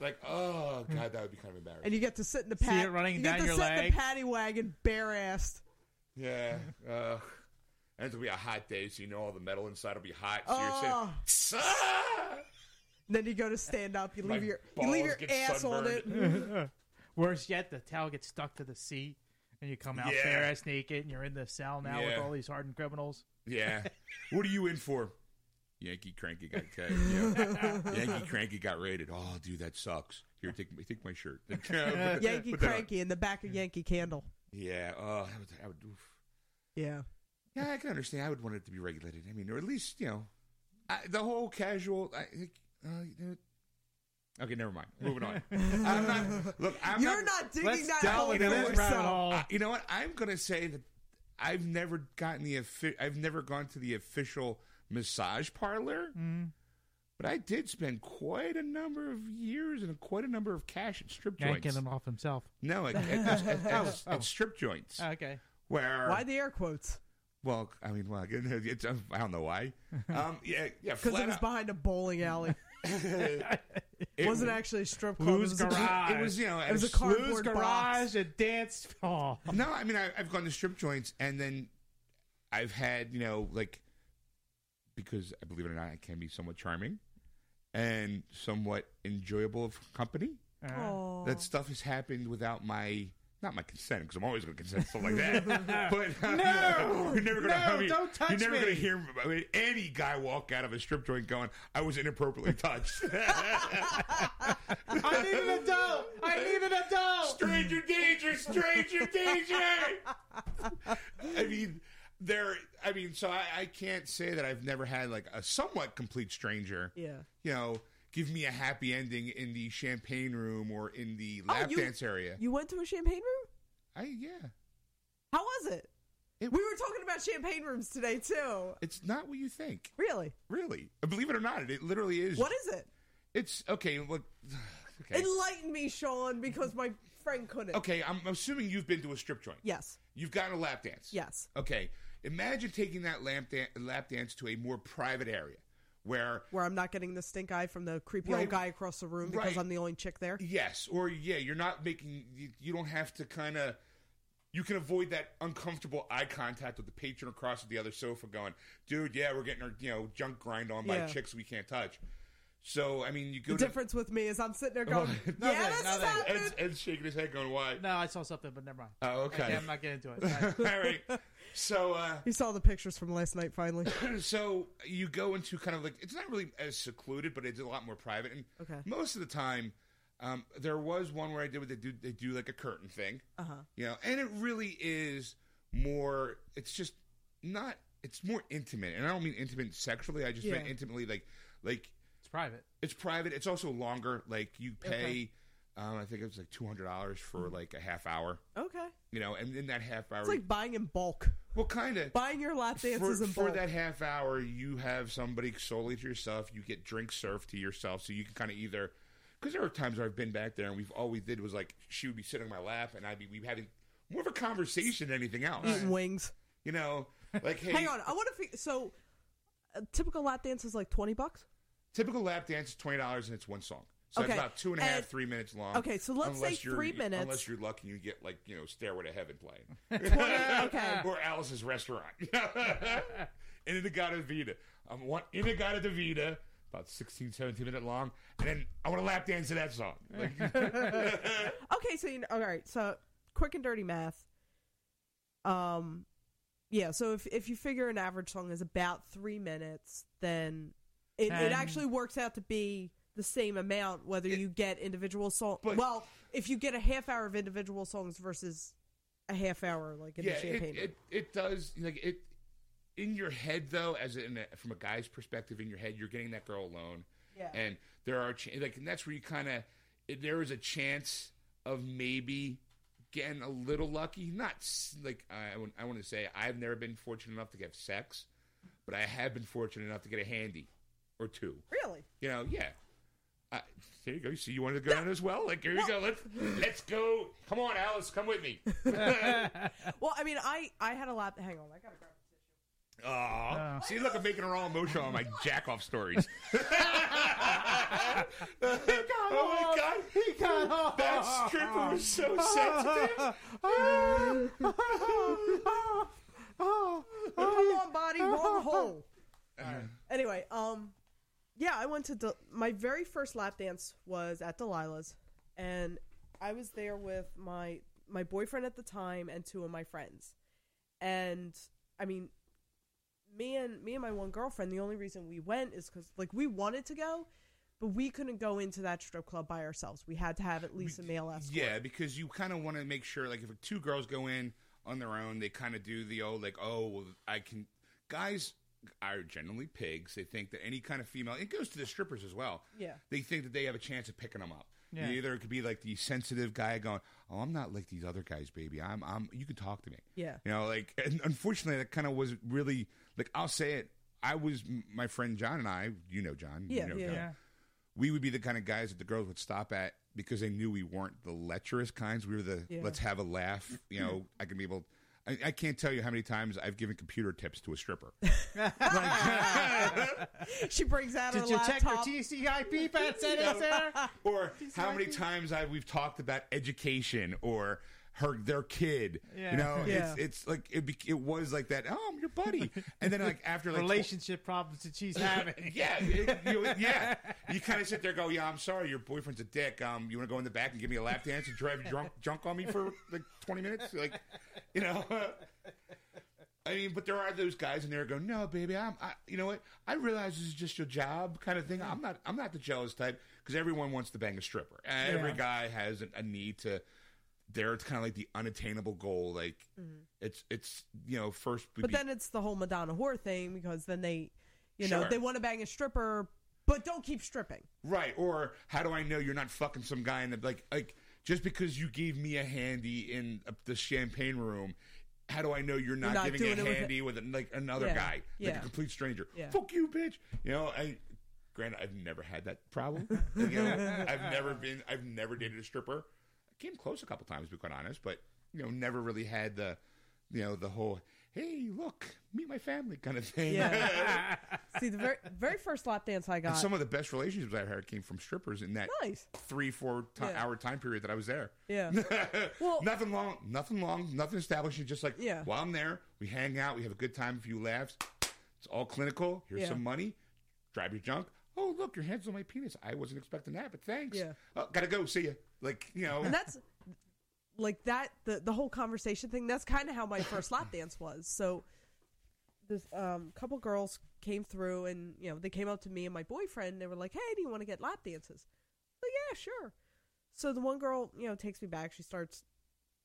Speaker 1: Like, oh god, that would be kind of embarrassing.
Speaker 6: And you get to sit in the
Speaker 3: it
Speaker 6: pat-
Speaker 3: running
Speaker 6: you
Speaker 3: down
Speaker 6: get to
Speaker 3: your
Speaker 6: sit in
Speaker 3: leg?
Speaker 6: the paddy wagon bare assed.
Speaker 1: yeah. Uh, and it'll be a hot day, so you know all the metal inside will be hot. So
Speaker 6: Oh.
Speaker 1: you're sitting. Ah!
Speaker 6: Then you go to stand up. You
Speaker 1: My
Speaker 6: leave your you leave
Speaker 1: balls
Speaker 6: your
Speaker 1: get
Speaker 6: ass on it.
Speaker 3: Worse yet, the towel gets stuck to the seat, and you come out
Speaker 1: Yeah.
Speaker 3: bare ass naked, and you're in the cell now with
Speaker 1: Yeah.
Speaker 3: all these hardened criminals.
Speaker 1: Yeah. What are you in for? Yankee Cranky got tagged. Yeah. Yankee Cranky got raided. Oh, dude, that sucks. Here, take my, take my shirt.
Speaker 6: Mm, Yankee
Speaker 1: Yankee
Speaker 6: cranky in the back of Yankee Candle.
Speaker 1: Yeah. Oh, that would, that would, oof.
Speaker 6: Yeah.
Speaker 1: Yeah, I can understand. I would want it to be regulated. I mean, or at least you know, I, the whole casual. I, think, uh, you know, okay, never mind. Moving on. I'm not. Look, I'm
Speaker 6: You're not digging
Speaker 3: Let's
Speaker 6: that
Speaker 3: delve
Speaker 6: hole
Speaker 3: into
Speaker 6: for
Speaker 3: this rabbit
Speaker 6: yourself.
Speaker 3: hole.
Speaker 1: I- you know what? I'm gonna say that I've never gotten the. offi- I've never gone to the official massage parlor.
Speaker 3: Mm-hmm.
Speaker 1: But I did spend quite a number of years and quite a number of cash at strip joints.
Speaker 3: Yanking them Oh. off himself.
Speaker 1: No, at, at, at, at- at strip joints.
Speaker 3: Okay.
Speaker 1: where
Speaker 6: Why the air quotes?
Speaker 1: well, I mean, well, it's, uh, I don't know why. Um, yeah, yeah,
Speaker 6: Because
Speaker 1: flat
Speaker 6: it was
Speaker 1: out-
Speaker 6: behind a bowling alley. it wasn't actually a strip club.
Speaker 3: Lou's
Speaker 6: it was a-
Speaker 3: garage.
Speaker 1: It was, you know,
Speaker 6: It was a
Speaker 1: car.
Speaker 6: cardboard
Speaker 3: Lou's
Speaker 6: box.
Speaker 3: garage, a dance hall.
Speaker 1: No, I mean, I, I've gone to strip joints, and then I've had, you know, like because I believe it or not, I can be somewhat charming and somewhat enjoyable of company.
Speaker 6: Aw.
Speaker 1: That stuff has happened without my. Not my consent, because I'm always going to consent to stuff like that. but uh,
Speaker 3: No!
Speaker 1: you're never going to
Speaker 3: No,
Speaker 1: have me-
Speaker 3: don't touch
Speaker 1: You're never
Speaker 3: me.
Speaker 1: going to hear I mean, any guy walk out of a strip joint going, "I was inappropriately touched."
Speaker 3: I need an adult. I need an adult.
Speaker 1: Stranger danger, stranger danger. I mean, there. I mean, so I, I can't say that I've never had like a somewhat complete stranger.
Speaker 6: Yeah.
Speaker 1: You know, give me a happy ending in the champagne room or in the
Speaker 6: Oh,
Speaker 1: lap
Speaker 6: you-
Speaker 1: dance area.
Speaker 6: You went to a champagne room?
Speaker 1: I yeah.
Speaker 6: How was it?
Speaker 1: It-
Speaker 6: we were talking about champagne rooms today too.
Speaker 1: It's not what you think,
Speaker 6: Really?
Speaker 1: really. Uh, Believe it or not, it literally is.
Speaker 6: What is it?
Speaker 1: It's okay. Look. Okay.
Speaker 6: Enlighten me, Sean, because my friend couldn't.
Speaker 1: Okay, I'm assuming you've been to a strip joint.
Speaker 6: Yes.
Speaker 1: You've gotten a lap dance.
Speaker 6: Yes.
Speaker 1: Okay. Imagine taking that lamp dan- lap dance to a more private area where,
Speaker 6: Where I'm not getting the stink eye from the creepy
Speaker 1: Right.
Speaker 6: old guy across the room because
Speaker 1: Right.
Speaker 6: I'm the only chick there.
Speaker 1: yes, or yeah, you're not making, you, you don't have to kind of, you can avoid that uncomfortable eye contact with the patron across the other sofa going, dude, yeah, we're getting our, you know, junk grind on by
Speaker 6: Yeah.
Speaker 1: chicks we can't touch. So, I mean, you go
Speaker 6: The
Speaker 1: to.
Speaker 6: difference with me is I'm sitting there
Speaker 1: Oh,
Speaker 6: going,
Speaker 1: No,
Speaker 6: "Yeah,
Speaker 1: no,
Speaker 6: this
Speaker 3: no,
Speaker 6: is
Speaker 3: no.
Speaker 6: happening."
Speaker 1: Ed's, Ed's shaking his head going, why?
Speaker 3: No, I saw something, but never mind.
Speaker 1: Oh, okay.
Speaker 6: um,
Speaker 3: I'm not getting into it. All right.
Speaker 1: All right. So, uh,
Speaker 6: You saw the pictures from last night. Finally,
Speaker 1: so you go into kind of like it's not really as secluded, but it's a lot more private. And
Speaker 6: Okay.
Speaker 1: most of the time, um, there was one where I did what they do. They do like a curtain thing, uh-huh. you know, and it really is more. It's just not. It's more intimate, and I don't mean intimate sexually. I just mean
Speaker 6: Yeah.
Speaker 1: intimately like like
Speaker 3: It's private.
Speaker 1: it's private. It's also longer. Like you pay. Um, I think it was like two hundred dollars for like a half hour,
Speaker 6: okay.
Speaker 1: you know, and in that half hour,
Speaker 6: Mm-hmm. It's like buying in bulk,
Speaker 1: well, kind of
Speaker 6: buying your lap
Speaker 1: for,
Speaker 6: dances in
Speaker 1: for
Speaker 6: bulk.
Speaker 1: that half hour, you have somebody solely to yourself. You get drink served to yourself, so you can kind of either. Because there are times where I've been back there, and we've all we did was like she would be sitting on my lap, and I'd be we would having more of a conversation than anything else.
Speaker 6: Eating wings.
Speaker 1: You know, like hey,
Speaker 6: Hang on, I want to. Fi- so, a typical lap dance is like twenty bucks.
Speaker 1: typical lap dance is twenty dollars, and it's one song. So
Speaker 6: Okay,
Speaker 1: it's about two and a half,
Speaker 6: and-
Speaker 1: three minutes long.
Speaker 6: okay, so let's say
Speaker 1: unless you're-
Speaker 6: three minutes.
Speaker 1: Unless you're lucky, you get like you know Stairway to Heaven playing,
Speaker 6: okay.
Speaker 1: or Alice's Restaurant, and then the God of Vita. Um, I want Inagata Davida, about 16, 17 minute long, and then I want to lap dance to that song. Like,
Speaker 6: Okay, so you know, all right, so quick and dirty math. Um, yeah. So if if you figure an average song is about three minutes, then it, it
Speaker 3: Ten.
Speaker 6: actually works out to be the same amount whether you get individual song.
Speaker 1: But-
Speaker 6: well, if you get a half hour of individual songs versus a half hour like in
Speaker 1: yeah,
Speaker 6: the champagne.
Speaker 1: it, it it does like it in your head though, as in a, from a guy's perspective, in your head, you're getting that girl alone.
Speaker 6: Yeah.
Speaker 1: And there are cha- like, and that's where you kind of there is a chance of maybe getting a little lucky. Not s- like I I want to say I've never been fortunate enough to have sex, but I have been fortunate enough to get a handy or two.
Speaker 6: really?
Speaker 1: You know, yeah. I, there you go. You see, you wanted to go down as well. Like here you go. Let's let's go. Come on, Alice. Come with me.
Speaker 6: Well, I mean, I I had a lot. Hang on, I gotta grab.
Speaker 1: Aw. See, look, I'm making her all emotional on my jack off stories. oh my god, he got off. That stripper was so sensitive.
Speaker 6: Come on, body, one hole. Anyway, um, yeah, I went to Del- my very first lap dance was at Delilah's, and I was there with my my boyfriend at the time and two of my friends, and I mean, me and me and my one girlfriend. The only reason we went is because like we wanted to go. But we couldn't go into that strip club by ourselves. We had to have at least a male escort.
Speaker 1: Yeah, because you kind of want to make sure, like, if two girls go in on their own, they kind of do the old, like, oh, well, I can. Guys are generally pigs. They think that any kind of female, it goes to the strippers as well.
Speaker 6: Yeah.
Speaker 1: They think that they have a chance of picking them up.
Speaker 3: Yeah.
Speaker 1: You Either it could be like the sensitive guy going, "Oh, I'm not like these other guys, baby. I'm, I'm. You can talk to me."
Speaker 6: Yeah.
Speaker 1: You know, like, and unfortunately, that kind of was really like. I'll say it. I was my friend John and I. You know John. you
Speaker 6: Yeah,
Speaker 1: know
Speaker 6: yeah,
Speaker 1: John
Speaker 3: Yeah.
Speaker 1: we would be the kind of guys that the girls would stop at because they knew we weren't the lecherous kinds. We were the
Speaker 6: Yeah.
Speaker 1: let's have a laugh. You know, I can be able. I, I can't tell you how many times I've given computer tips to a stripper.
Speaker 6: She brings out her
Speaker 2: Did you check your
Speaker 6: laptop.
Speaker 2: TCP settings there?
Speaker 1: or how many times I we've talked about education or her their kid.
Speaker 3: Yeah.
Speaker 1: You know,
Speaker 6: Yeah.
Speaker 1: it's it's like it be, it was like that. Oh, I'm your buddy. And then like after like tw-
Speaker 2: Relationship problems that she's having.
Speaker 1: Yeah, it- you, yeah. You kind of sit there, and go, yeah. I'm sorry, your boyfriend's a dick. Um, you want to go in the back and give me a lap dance and drive drunk junk on me for like 20 minutes, like, you know. I mean, but there are those guys in there who go, no, baby, I'm, I, you know what? I realize this is just your job, kind of thing. I'm not, I'm not the jealous type because everyone wants to bang a stripper. Every guy has a, a need to. There, it's kind of like the unattainable goal. Like, it's, it's, you know, first. would
Speaker 6: But
Speaker 1: be-
Speaker 6: then it's the whole Madonna whore thing because then they, you know,
Speaker 1: Sure.
Speaker 6: they want to bang a stripper, but don't keep stripping.
Speaker 1: Right. Or how do I know you're not fucking some guy in the like like just because you gave me a handy in uh, the champagne room, how do I know you're not,
Speaker 6: not
Speaker 1: giving
Speaker 6: doing
Speaker 1: a
Speaker 6: it with-
Speaker 1: handy with, an- like another
Speaker 6: Yeah.
Speaker 1: guy, like
Speaker 6: Yeah.
Speaker 1: a complete stranger?
Speaker 6: Yeah.
Speaker 1: Fuck you, bitch. You know, I granted I've never had that problem. you know, I've never been I've never dated a stripper. I came close a couple times, to be quite honest, but you know, never really had the you know, the whole hey, look, meet my family kind of thing.
Speaker 6: Yeah. See, the very very first lap dance I got.
Speaker 1: And some of the best relationships I've had came from strippers in that
Speaker 6: Nice.
Speaker 1: three, four ti
Speaker 6: Yeah.
Speaker 1: hour time period that I was there.
Speaker 6: yeah. Well,
Speaker 1: nothing long, nothing long, nothing establishing. Just like
Speaker 6: Yeah.
Speaker 1: while I'm there, we hang out, we have a good time, a few laughs. It's all clinical. Here's
Speaker 6: Yeah.
Speaker 1: some money. Drive your junk. Oh, look, your hand's on my penis. I wasn't expecting that, but thanks.
Speaker 6: Yeah.
Speaker 1: Oh, gotta go. See ya. Like you know.
Speaker 6: and that's like that the the whole conversation thing. That's kind of how my first lap dance was. So this um couple girls came through and you know they came up to me and my boyfriend. And they were like, "Hey, do you want to get lap dances?" Like, yeah, sure. So the one girl, you know, takes me back. She starts.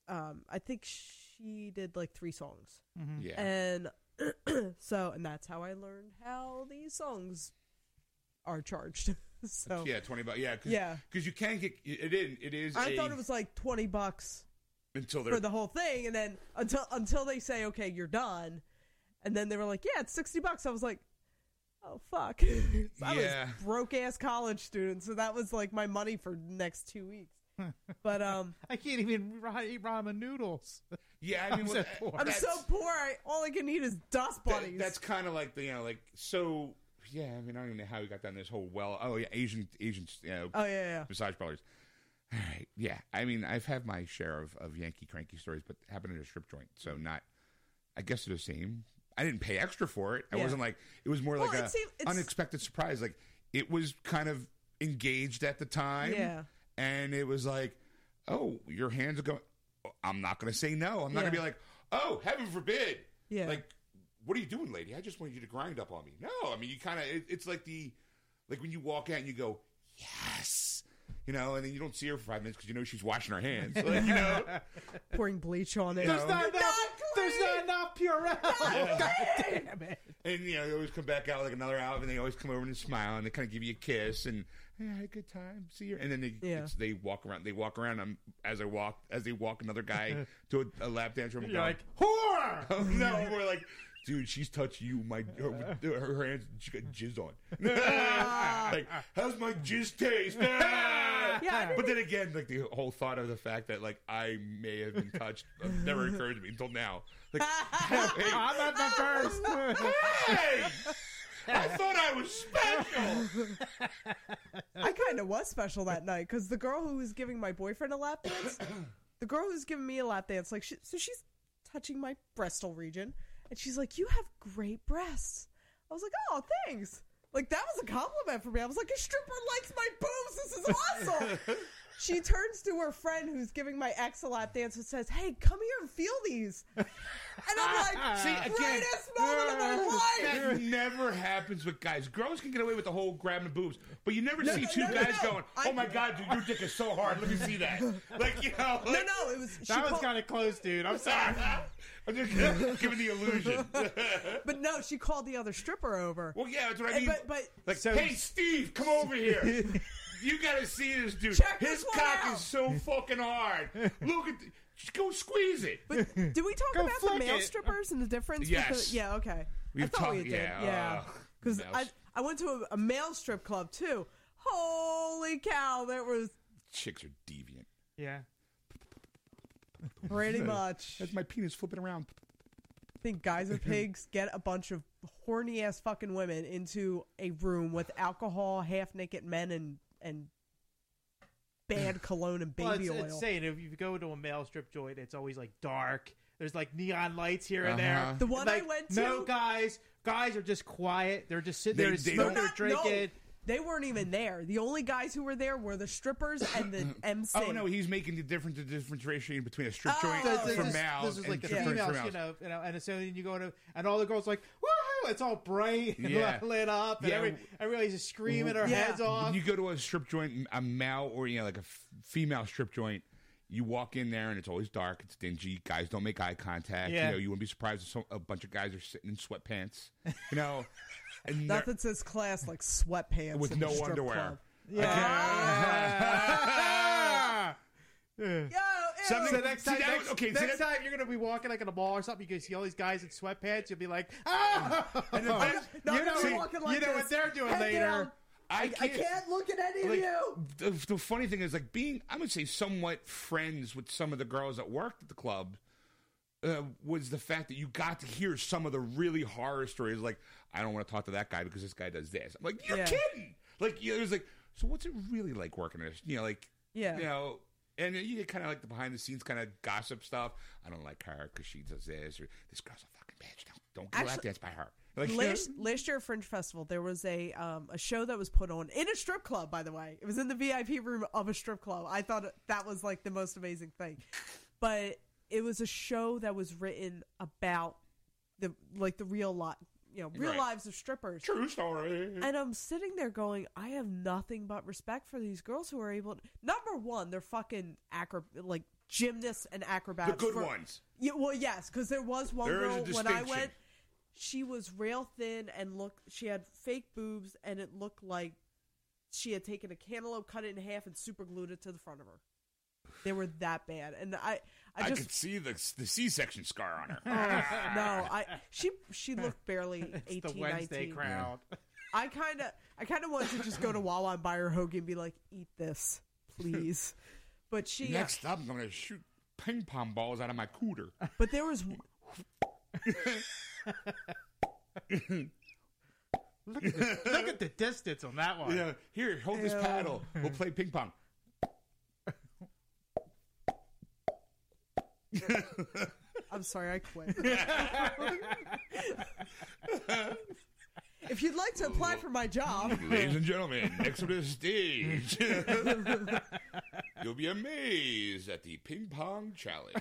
Speaker 6: Um, I think she did like three songs.
Speaker 1: Mm-hmm. yeah.
Speaker 6: And so, and that's how I learned how these songs are charged. so,
Speaker 1: yeah, twenty bucks. Yeah, cause,
Speaker 6: Yeah.
Speaker 1: Because you can get it in. It is.
Speaker 6: I
Speaker 1: a-
Speaker 6: thought it was like 20 bucks
Speaker 1: until they're
Speaker 6: for the whole thing. And then until, until they say, okay, you're done. And then they were like, yeah, it's 60 bucks. I was like, oh, fuck. So I
Speaker 1: Yeah.
Speaker 6: was broke ass college student. So that was like my money for next two weeks. but, um,
Speaker 2: I can't even ra- eat ramen noodles.
Speaker 1: Yeah, I mean,
Speaker 2: I'm
Speaker 1: well,
Speaker 2: so poor.
Speaker 6: I'm so
Speaker 1: that's-
Speaker 6: poor. I, all I can eat is dust
Speaker 1: That-
Speaker 6: bunnies.
Speaker 1: that's kind of like the you know like so yeah. I mean I don't even know how we got down this whole well. Oh yeah, Asian Asian you know,
Speaker 6: oh, yeah, yeah.
Speaker 1: massage parlors. All right, yeah. I mean I've had
Speaker 6: Mm-hmm.
Speaker 1: my share of, of Yankee cranky stories, but happened at a strip joint, so not. I guess they're the same. I didn't pay extra for it. I
Speaker 6: Yeah.
Speaker 1: wasn't like it was more
Speaker 6: Well,
Speaker 1: like
Speaker 6: it
Speaker 1: a
Speaker 6: seem- it's-
Speaker 1: unexpected surprise. Like it was kind of engaged at the time.
Speaker 6: Yeah.
Speaker 1: And it was like, oh, your hands are going. I'm not going to say no. I'm not going to
Speaker 6: Yeah.
Speaker 1: be like, oh, heaven forbid.
Speaker 6: Yeah.
Speaker 1: Like, what are you doing, lady? I just wanted you to grind up on me. No, I mean, you kind of. It, it's like the, like when you walk out and you go, yes. You know, and then you don't see her for five minutes because you know she's washing her hands. Like, you know,
Speaker 6: pouring bleach on it.
Speaker 2: There's not enough. There's not enough Purell. God damn it.
Speaker 1: And you know, they always come back out like another hour, and they always come over and smile, and they kind of give you a kiss, and hey, I had a good time. See you. And then they
Speaker 6: Yeah.
Speaker 1: it's, they walk around. They walk around. I'm as I walk as they walk another guy to a, a lap dance. room.
Speaker 2: You're like whore.
Speaker 1: oh, no, we're like, dude, she's touched you. My her, her hands, she got jizz on. like, how's my jizz taste?
Speaker 6: Yeah, I
Speaker 1: But then again, like the whole thought of the fact that like I may have been touched uh, never encouraged me until now. Like, hey,
Speaker 2: I'm at the first.
Speaker 1: Hey! I thought I was special.
Speaker 6: I kind of was special that night because the girl who was giving my boyfriend a lap dance, the girl who's giving me a lap dance, like, she, so she's touching my breastal region, and she's like, "You have great breasts." I was like, "Oh, thanks." Like that was a compliment for me. I was like, "A stripper likes my boobs. This is awesome." she turns to her friend who's giving my ex a lap dance and says, "Hey, come here and feel these." And I'm like,
Speaker 1: See, again-
Speaker 6: greatest moment of my life."
Speaker 1: That never happens with guys. Girls can get away with the whole grabbing boobs, but you never see
Speaker 6: no,
Speaker 1: two
Speaker 6: no, no,
Speaker 1: guys
Speaker 6: no.
Speaker 1: going,
Speaker 6: I-
Speaker 1: "Oh my god, dude, your dick is so hard. Let me see that." Like you know,
Speaker 6: No,
Speaker 1: like,
Speaker 6: no, it was. She
Speaker 2: That was
Speaker 6: called-
Speaker 2: kind of close, dude. I'm sorry.
Speaker 1: I'm just giving the illusion.
Speaker 6: But no, she called the other stripper over.
Speaker 1: well, yeah, that's what I
Speaker 6: And
Speaker 1: mean.
Speaker 6: but but
Speaker 1: like,
Speaker 2: So-
Speaker 1: hey, Steve, come over here. You gotta see this dude.
Speaker 6: Check
Speaker 1: His
Speaker 6: this one
Speaker 1: cock
Speaker 6: out.
Speaker 1: is so fucking hard. Look at, th- just go squeeze it.
Speaker 6: but did we talk
Speaker 2: Go
Speaker 6: about the
Speaker 2: flick
Speaker 6: male
Speaker 2: it.
Speaker 6: strippers and the difference?
Speaker 1: Yes.
Speaker 6: Because- yeah. Okay. I
Speaker 1: We've
Speaker 6: thought we
Speaker 1: talked-
Speaker 6: did.
Speaker 1: yeah,
Speaker 6: Yeah.
Speaker 1: uh,
Speaker 6: Because
Speaker 1: male
Speaker 6: I
Speaker 1: strip-
Speaker 6: I went to a, a male strip club too. Holy cow! That was
Speaker 1: Chicks are deviant.
Speaker 2: Yeah.
Speaker 6: pretty much. I
Speaker 1: That's my penis flipping around.
Speaker 6: think guys are pigs. Get a bunch of horny ass fucking women into a room with alcohol, half naked men, and and bad cologne and
Speaker 2: Well,
Speaker 6: baby
Speaker 2: it's
Speaker 6: oil.
Speaker 2: insane. If you go to a male strip joint, it's always like dark. There's like neon lights here and
Speaker 1: Uh-huh.
Speaker 2: there.
Speaker 6: The one
Speaker 2: Like,
Speaker 6: I went
Speaker 2: No
Speaker 6: to-
Speaker 2: guys. Guys are just quiet. They're just sitting
Speaker 1: They-
Speaker 2: there and
Speaker 1: they
Speaker 2: smoking
Speaker 1: don't-
Speaker 2: or drinking.
Speaker 6: No, they weren't even there. The only guys who were there were the strippers and the MC.
Speaker 1: Oh no, he's making the difference the differentiation between a strip
Speaker 6: Oh.
Speaker 1: joint
Speaker 6: This-
Speaker 2: This
Speaker 6: this
Speaker 1: for
Speaker 2: is-
Speaker 1: males
Speaker 2: this is like
Speaker 1: and
Speaker 2: the
Speaker 1: strip joints for
Speaker 2: females, you
Speaker 1: males.
Speaker 2: know, you know, and so then you go to, and all the girls like, woohoo! It's all bright and
Speaker 1: Yeah.
Speaker 2: lit up, and
Speaker 1: Yeah. Mm-hmm.
Speaker 2: every, everybody's just screaming her
Speaker 6: Yeah.
Speaker 2: heads off.
Speaker 1: When you go to a strip joint, a male or you know like a f- female strip joint, you walk in there and it's always dark, it's dingy. Guys don't make eye contact.
Speaker 2: Yeah.
Speaker 1: You know, you wouldn't be surprised if some, a bunch of guys are sitting in sweatpants. You know, and they're-
Speaker 6: Nothing says class like sweatpants
Speaker 1: with
Speaker 6: in the
Speaker 1: no
Speaker 6: strip
Speaker 1: underwear.
Speaker 6: club.
Speaker 2: Yeah.
Speaker 6: Yo, ew.
Speaker 1: Something-
Speaker 2: So next
Speaker 1: See,
Speaker 2: time,
Speaker 1: that
Speaker 2: next,
Speaker 1: was- okay, see,
Speaker 2: next
Speaker 1: that-
Speaker 2: time you're gonna be walking like in a mall or something, you can see all these guys in sweatpants. You'll be like, "Oh, you
Speaker 6: no, I'm
Speaker 2: know,
Speaker 6: not
Speaker 2: what-
Speaker 6: walking like
Speaker 2: you know
Speaker 6: this.
Speaker 2: what they're doing
Speaker 6: Head
Speaker 2: later."
Speaker 6: down.
Speaker 1: I
Speaker 6: I can't look at any
Speaker 1: Like,
Speaker 6: of you.
Speaker 1: the, the funny thing is, like being, I would say, somewhat friends with some of the girls that worked at the club uh, was the fact that you got to hear some of the really horror stories. Like, I don't want to talk to that guy because this guy does this. I'm like, you're
Speaker 6: Yeah.
Speaker 1: kidding. Like, you know, it was like, so what's it really like working at this? You know, like,
Speaker 6: Yeah.
Speaker 1: you know. And you get kind of like the behind the scenes kind of gossip stuff. I don't like her because she does this or this girl's a fucking bitch. Don't don't get
Speaker 6: Actually-
Speaker 1: lap dance by her. Like, you know,
Speaker 6: Last, last year at Fringe Festival, there was a um, a show that was put on in a strip club. By the way, it was in the VIP room of a strip club. I thought that was like the most amazing thing, but it was a show that was written about the like the real lot, you know, real
Speaker 1: Right.
Speaker 6: lives of strippers.
Speaker 1: true story.
Speaker 6: And I'm sitting there going, I have nothing but respect for these girls who are able. number one, they're fucking acro like gymnasts and acrobats.
Speaker 1: The good
Speaker 6: for-
Speaker 1: ones.
Speaker 6: Yeah, well, yes, because there was one
Speaker 1: There is a
Speaker 6: girl when I
Speaker 1: distinction.
Speaker 6: went. She was rail thin and looked. She had fake boobs, and it looked like she had taken a cantaloupe, cut it in half, and super glued it to the front of her. They were that bad, and I, I
Speaker 1: I
Speaker 6: just
Speaker 1: could see the the C-section scar on her.
Speaker 6: no, I she she looked barely
Speaker 2: It's the
Speaker 6: eighteen,
Speaker 2: Wednesday
Speaker 6: nineteen.
Speaker 2: crowd.
Speaker 6: I kind of, I kind of wanted to just go to Wawa and buy her hoagie and be like, "Eat this, please." But she,
Speaker 1: Next up, I'm gonna shoot ping pong balls out of my cooter.
Speaker 6: but there was,
Speaker 2: Look at the distance on that one.
Speaker 1: Yeah, here, hold this
Speaker 6: Ew.
Speaker 1: paddle. We'll play ping pong.
Speaker 6: I'm sorry, I quit. if you'd like to apply for my job,
Speaker 1: Ladies and gentlemen, next to the stage, you'll be amazed at the ping pong challenge.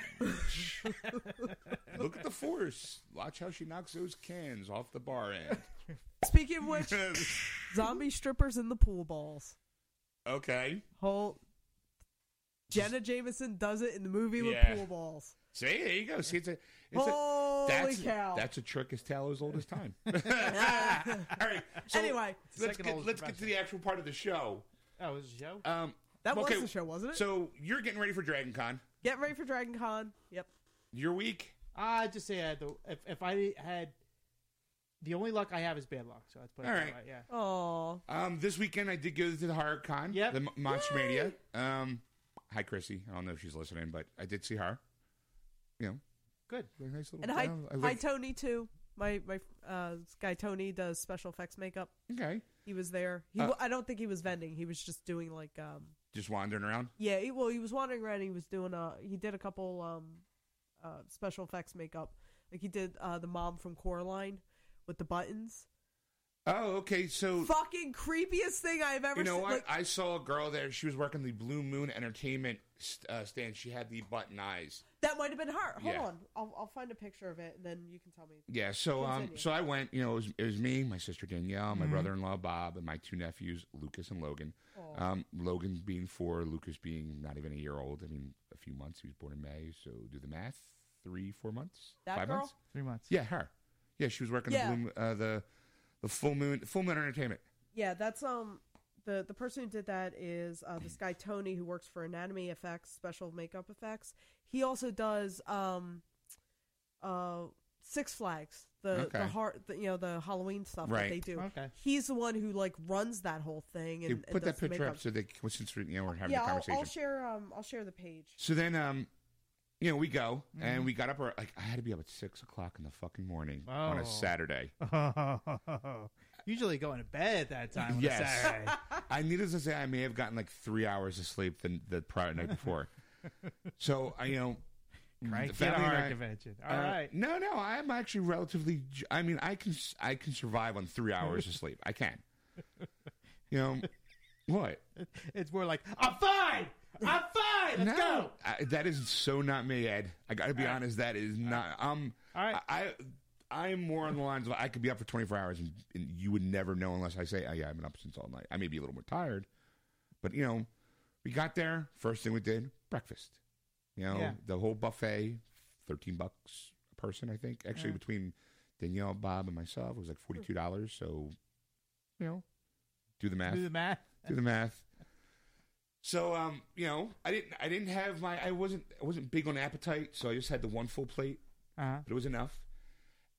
Speaker 1: Look at the force. Watch how she knocks those cans off the bar end.
Speaker 6: speaking of which, zombie strippers in the pool balls.
Speaker 1: okay.
Speaker 6: Whole Jenna Jameson does it in the movie with
Speaker 1: Yeah.
Speaker 6: pool balls.
Speaker 1: See, there you go. See, it's a. It's a
Speaker 6: Holy
Speaker 1: that's,
Speaker 6: cow!
Speaker 1: that's a trick as tall as old as time. All right. So
Speaker 6: anyway,
Speaker 1: let's
Speaker 3: Second
Speaker 1: get,
Speaker 3: oldest
Speaker 1: let's get to the actual part of the show.
Speaker 3: Oh, is it Joe?
Speaker 1: Um,
Speaker 6: that
Speaker 1: okay,
Speaker 6: was the show, wasn't it?
Speaker 1: So you're getting ready for Dragon Con.
Speaker 6: Get ready for Dragon Con. Yep.
Speaker 1: Your week.
Speaker 2: I just say I had the if, if I had the only luck I have is bad luck, so let's put it
Speaker 1: All
Speaker 2: that
Speaker 1: right.
Speaker 2: way. Yeah.
Speaker 6: Oh,
Speaker 1: Um, this weekend I did go to the horror con.
Speaker 2: Yep.
Speaker 1: The M- Monster Mania. Um, hi Chrissy. I don't know if she's listening, but I did see her. You know,
Speaker 2: Good.
Speaker 1: like nice little.
Speaker 6: and hi,
Speaker 1: yeah, I
Speaker 6: hi
Speaker 1: like-
Speaker 6: Tony too. My my uh, guy Tony does special effects makeup.
Speaker 1: okay.
Speaker 6: He was there. He,
Speaker 1: Uh,
Speaker 6: wa- I don't think he was vending. He was just doing like um
Speaker 1: Just wandering around.
Speaker 6: yeah. He, well, he was wandering around. He was doing uh he did a couple um uh special effects makeup. Like he did uh the mom from Coraline with the buttons.
Speaker 1: Oh, okay. So
Speaker 6: Fucking creepiest thing I've ever
Speaker 1: you know
Speaker 6: seen.
Speaker 1: what?
Speaker 6: Like,
Speaker 1: I saw a girl there. She was working the Blue Moon Entertainment st- uh, stand. She had the button eyes.
Speaker 6: that might have been her. Hold
Speaker 1: Yeah.
Speaker 6: on, I'll I'll find a picture of it and then you can tell me.
Speaker 1: Yeah. So um,
Speaker 6: Continue. Mm-hmm.
Speaker 1: so I went. You know, it was, it was me, my sister Danielle, my brother-in-law Bob, and my two nephews Lucas and Logan. Um, Logan being four, Lucas being not even a year old. I mean, a few months. He was born in May, so do the math: three, four months,
Speaker 6: That
Speaker 1: five
Speaker 6: girl?
Speaker 1: months.
Speaker 3: Three months.
Speaker 1: Yeah, her. Yeah, she was working
Speaker 6: Yeah.
Speaker 1: the, blue, uh, the the full moon, full moon entertainment.
Speaker 6: Yeah, that's um the the person who did that is uh, this guy Tony who works for Anatomy Effects Special Makeup Effects. He also does um uh Six Flags the
Speaker 1: Okay.
Speaker 6: the heart the, you know the Halloween stuff that
Speaker 1: Right.
Speaker 6: they do.
Speaker 2: Okay.
Speaker 6: He's the one who like runs that whole thing and,
Speaker 1: Dude,
Speaker 6: and
Speaker 1: put
Speaker 6: does
Speaker 1: that
Speaker 6: the
Speaker 1: picture up
Speaker 6: makeup.
Speaker 1: so they can- since we're, you know, we're having
Speaker 6: yeah,
Speaker 1: a
Speaker 6: I'll,
Speaker 1: conversation.
Speaker 6: I'll share um I'll share the page.
Speaker 1: So then, um, you know, we go
Speaker 6: Mm-hmm.
Speaker 1: and we got up. ear- Like I had to be up at six o'clock in the fucking morning on
Speaker 2: Oh.
Speaker 1: a Saturday.
Speaker 2: Usually going to bed at that time on
Speaker 1: Yes.
Speaker 2: a Saturday.
Speaker 1: I needless to say, I may have gotten like three hours of sleep the the prior night before. so I, you know,
Speaker 2: Right.
Speaker 1: the
Speaker 2: Get a
Speaker 1: family and
Speaker 2: horror
Speaker 1: I-
Speaker 2: convention.
Speaker 1: uh,
Speaker 2: All right.
Speaker 1: No, no, I'm actually relatively. j- I mean, I can s- I can survive on three hours of sleep. I can. You know, what?
Speaker 2: It's more like I'm fine. I'm fine.
Speaker 1: no,
Speaker 2: Let's go. Uh,
Speaker 1: I, that is so not me, Ed. I got to be honest. That is not. Um,
Speaker 2: All right.
Speaker 1: I. I I'm more on the lines of I could be up for 24 hours and, and you would never know unless I say, oh, yeah, I've been up since all night. I may be a little more tired, but you know, we got there. First thing we did, breakfast. You know,
Speaker 2: Yeah.
Speaker 1: the whole buffet, 13 bucks a person, I think. Actually, between Danielle, Bob, and myself, it was like $42. So, you know, do the math
Speaker 2: Do the math.
Speaker 1: do the math. So um, you know, I didn't I didn't have my I wasn't I wasn't big on appetite, so I just had the one full plate,
Speaker 2: Uh-huh.
Speaker 1: but it was enough.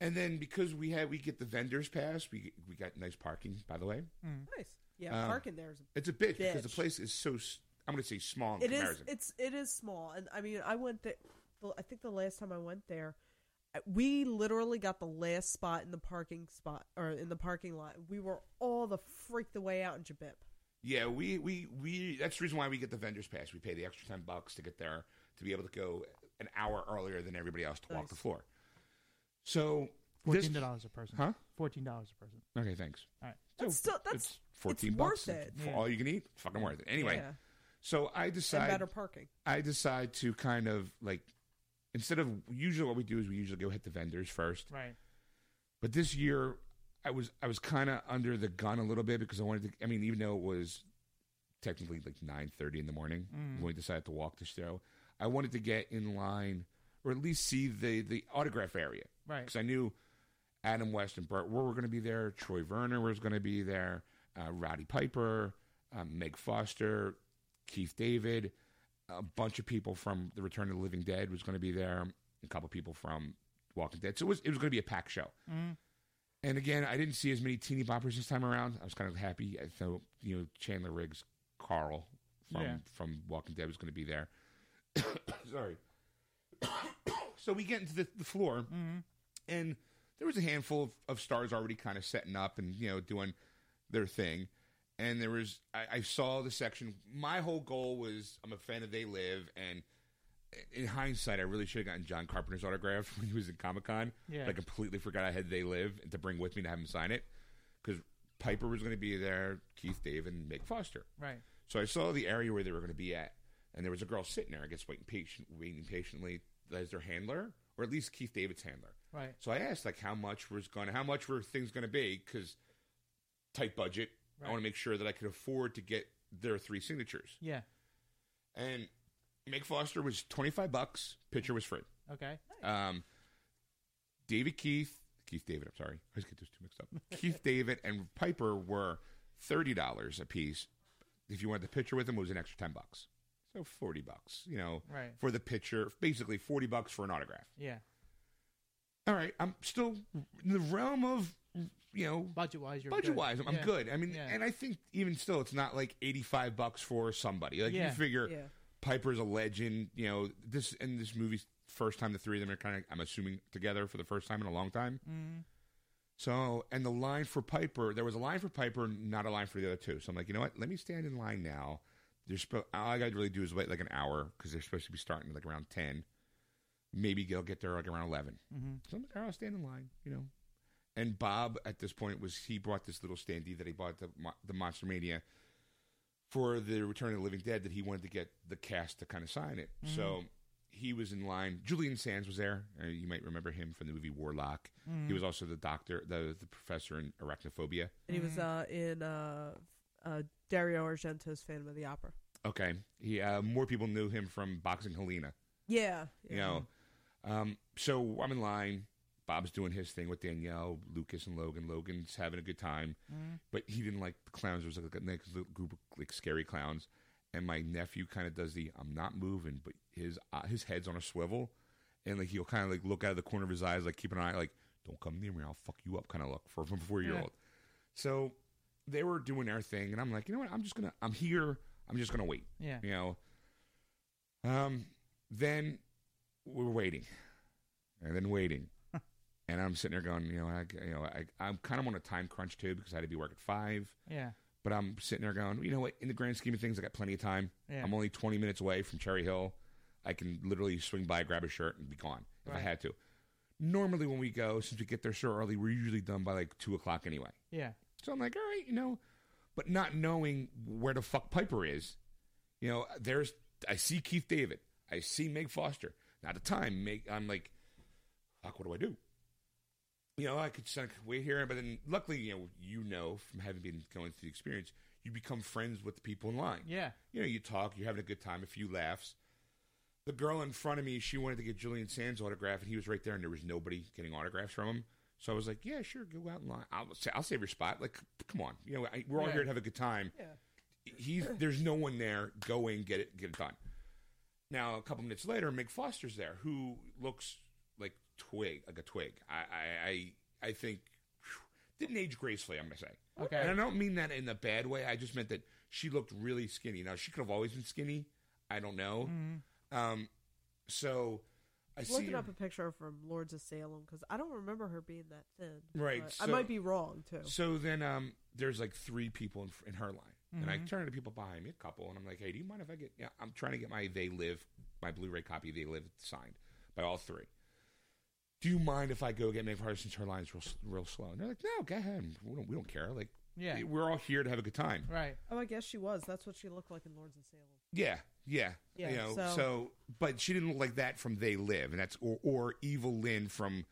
Speaker 1: And then because we had we get the vendors pass, we get- we got nice parking. By the way,
Speaker 6: Nice. Yeah,
Speaker 1: Um,
Speaker 6: parking there is
Speaker 1: it's a bitch, because the
Speaker 6: Bitch.
Speaker 1: place is so s- I'm going to say small in
Speaker 6: it is
Speaker 1: comparison.
Speaker 6: it's it is small and i mean i went there i think the last time i went there I- we literally got the last spot in the parking spot or in the parking lot we were all the freak the way out in jabip
Speaker 1: yeah, we we we that's the reason why we get the vendors pass. We pay the extra ten bucks to get there to be able to go an hour earlier than everybody else to walk
Speaker 6: Nice.
Speaker 1: the floor. So this-
Speaker 2: Fourteen dollars a person.
Speaker 1: Huh?
Speaker 2: Fourteen dollars a person.
Speaker 1: Okay, thanks.
Speaker 2: All right.
Speaker 6: that's still that's
Speaker 1: it's 14
Speaker 6: it's
Speaker 1: bucks
Speaker 6: worth it.
Speaker 1: for
Speaker 2: Yeah.
Speaker 1: all you can eat. Fucking worth it. Anyway,
Speaker 6: yeah
Speaker 1: so I
Speaker 6: and
Speaker 1: decide
Speaker 6: better parking
Speaker 1: I decide to kind of like instead of usually what we do is we usually go hit the vendors first.
Speaker 2: Right.
Speaker 1: But this year I was I was kind of under the gun a little bit because I wanted to I mean even though it was technically like 9:30 in the morning
Speaker 6: Mm.
Speaker 1: when we decided to walk the show, I wanted to get in line or at least see the the autograph area
Speaker 2: Right.
Speaker 1: because I knew Adam West and Burt Ward were going to be there. Troy Verner was going to be there. Uh, Roddy Piper, um, Meg Foster, Keith David, a bunch of people from The Return of the Living Dead was going to be there. A couple people from Walking Dead. So it was it was going to be a packed show.
Speaker 2: Mm-hmm.
Speaker 1: And again, I didn't see as many teeny boppers this time around. I was kind of happy. I thought you know Chandler Riggs, Carl from
Speaker 2: Yeah.
Speaker 1: from Walking Dead was going to be there. Sorry. so we get into the, the floor
Speaker 2: Mm-hmm.
Speaker 1: and there was a handful of, of stars already kind of setting up and you know doing their thing and there was I, I saw the section my whole goal was i'm a fan of they live and in hindsight, I really should have gotten John Carpenter's autograph when he was in Comic Con.
Speaker 2: Yeah.
Speaker 1: But I completely forgot I had They Live to bring with me to have him sign it because Piper was going to be there, Keith, Dave, and Mick Foster.
Speaker 2: Right.
Speaker 1: So I saw the area where they were going to be at, and there was a girl sitting there, I guess, waiting, patient, waiting patiently as their handler, or at least Keith David's handler.
Speaker 2: Right.
Speaker 1: So I asked, like, how much was going, to how much were things going to be? Because tight budget, I
Speaker 2: Right.
Speaker 1: want to make sure that I could afford to get their three signatures.
Speaker 2: Yeah.
Speaker 1: And Mick Foster was twenty five bucks. Picture was free.
Speaker 2: Okay.
Speaker 1: Um, David Keith, Keith David. I'm sorry, I just get those two mixed up. Keith David and Piper were thirty dollars a piece. If you wanted the picture with them, it was an extra ten bucks. So forty bucks, you know,
Speaker 2: Right.
Speaker 1: for the picture. Basically, forty bucks for an autograph.
Speaker 2: Yeah.
Speaker 1: All right, I'm still in the realm of you know
Speaker 2: Budget wise, you're
Speaker 1: budget
Speaker 2: good.
Speaker 1: wise. I'm, I'm
Speaker 2: Yeah.
Speaker 1: good. I mean,
Speaker 2: Yeah.
Speaker 1: and I think even still, it's not like eighty five bucks for somebody. Like you
Speaker 2: Yeah.
Speaker 1: figure,
Speaker 6: Yeah.
Speaker 1: Piper's a legend. You know, this and this movie's first time the three of them are kind of, I'm assuming, together for the first time in a long time.
Speaker 2: Mm-hmm.
Speaker 1: So, and the line for Piper, there was a line for Piper, not a line for the other two. So I'm like, you know what? Let me stand in line now. They're spo- all I got to really do is wait like an hour because they're supposed to be starting like around 10. Maybe they'll get there like around 11.
Speaker 2: Mm-hmm.
Speaker 1: So I'm like, all right, I'll stand in line, you know. And Bob, at this point, was he brought this little standee that he bought at the, Mo- the Monster Mania for the Return of the Living Dead that he wanted to get the cast to kind of sign it. So he was in line. Julian Sands was there. Uh, you might remember him from the movie Warlock.
Speaker 2: Mm-hmm.
Speaker 1: He was also the doctor, the, the professor in arachnophobia.
Speaker 6: And he was
Speaker 1: Mm.
Speaker 6: uh, in uh, uh, Dario Argento's Phantom of the Opera.
Speaker 1: Okay, he uh, more people knew him from Boxing Helena.
Speaker 6: Yeah.
Speaker 1: You know, um, so I'm in line. Bob's doing his thing with Danielle, Lucas, and Logan. Logan's having a good time,
Speaker 2: Mm-hmm.
Speaker 1: but he didn't like the clowns. There was like a next little group of like scary clowns, and my nephew kind of does the "I'm not moving," but his uh, his head's on a swivel, and like he'll kind of like look out of the corner of his eyes, like keep an eye, like "Don't come near me, I'll fuck you up," kind of look for a four year old. So they were doing their thing, and I'm like, you know what? I'm just gonna, I'm here. I'm just gonna wait.
Speaker 2: Yeah.
Speaker 1: You know. Um. Then we were waiting, and then waiting, and I'm sitting there going, you know, I, you know, I, I'm kind of on a time crunch too because I had to be work at five.
Speaker 2: Yeah.
Speaker 1: But I'm sitting there going, you know what? In the grand scheme of things, I got plenty of time.
Speaker 2: Yeah.
Speaker 1: I'm only 20 minutes away from Cherry Hill. I can literally swing by, grab a shirt, and be gone if I
Speaker 2: Right.
Speaker 1: had to. Normally, when we go, since we get there so early, we're usually done by like two o'clock anyway.
Speaker 2: Yeah.
Speaker 1: So I'm like, all right, you know, but not knowing where the fuck Piper is, you know, there's I see Keith David, I see Meg Foster. Now at the time, Meg, I'm like, fuck, what do I do? You know, I could just like, wait here, but then luckily, you know, you know from having been going through the experience, you become friends with the people in line.
Speaker 2: Yeah.
Speaker 1: You know, you talk, you're having a good time, a few laughs. The girl in front of me, she wanted to get Julian Sands' autograph, and he was right there, and there was nobody getting autographs from him. So I was like, "Yeah, sure, go out in line. I'll, sa- I'll save your spot. Like, c- come on, you know, I, we're all
Speaker 2: Yeah.
Speaker 1: here to have a good time. He's there's no one there. Go in, get it, get it done." Now, a couple minutes later, Mick Foster's there, who looks like twig, like a twig. I, I, I, I think phew, didn't age gracefully. I'm gonna say.
Speaker 2: Okay.
Speaker 1: And I don't mean that in a bad way. I just meant that she looked really skinny. Now she could have always been skinny. I don't know.
Speaker 2: Mm-hmm.
Speaker 1: Um, so I see.
Speaker 6: Looking
Speaker 1: her-
Speaker 6: up a picture from Lords of Salem because I don't remember her being that thin.
Speaker 1: Right,
Speaker 6: but I
Speaker 1: so-
Speaker 6: might be wrong too.
Speaker 1: So then um, there's like three people in, in her line, and I turn to people behind me, a couple, and I'm like, "Hey, do you mind if I get? Yeah, I'm trying to get my They Live, my Blu-ray copy of They Live signed by all three. Do you mind if I go get Meg Hardison? Her line's real, s- real slow." And they're like, "No, go ahead. We don't, we don't care. Like,
Speaker 2: Yeah.
Speaker 1: we're all here to have a good time.
Speaker 2: Right.
Speaker 6: Oh, I guess she was. That's what she looked like in Lords of Salem.
Speaker 1: Yeah, yeah,
Speaker 6: Yeah,
Speaker 1: You know, so,
Speaker 6: so-
Speaker 1: but she didn't look like that from They Live, and that's or, or Evil Lynn from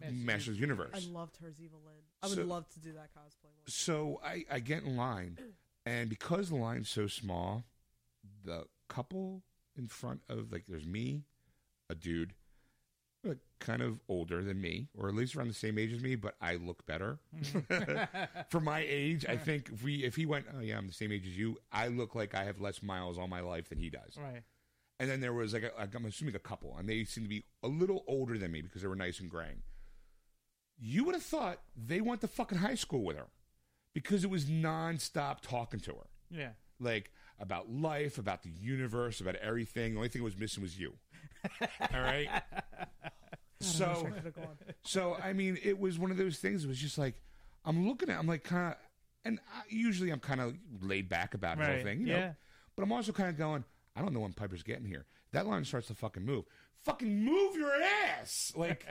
Speaker 2: Masters
Speaker 1: Masters of Universe.
Speaker 6: I loved her as Evil Lynn. I would
Speaker 1: So-
Speaker 6: love to do that cosplay one.
Speaker 1: so I, I get in line, and because the line's so small, the couple in front of like there's me, a dude, like kind of older than me, or at least around the same age as me, but I look better. For my age, I think if we if he went, oh yeah, I'm the same age as you, I look like I have less miles on my life than he does.
Speaker 2: Right.
Speaker 1: And then there was like, a, like I'm assuming a couple, and they seemed to be a little older than me because they were nice and graying. You would have thought they went to fucking high school with her because it was nonstop talking to her,
Speaker 2: Yeah.
Speaker 1: like about life, about the universe, about everything. The only thing that was missing was you. All right. so
Speaker 6: Could have gone.
Speaker 1: so I mean, it was one of those things. It was just like I'm looking at. I'm like kind of, and I, usually I'm kind of laid back about the whole
Speaker 2: Right,
Speaker 1: thing, you know.
Speaker 2: yeah.
Speaker 1: But I'm also kind of going. I don't know when Piper's getting here. That line starts to fucking move. Fucking move your ass! Like,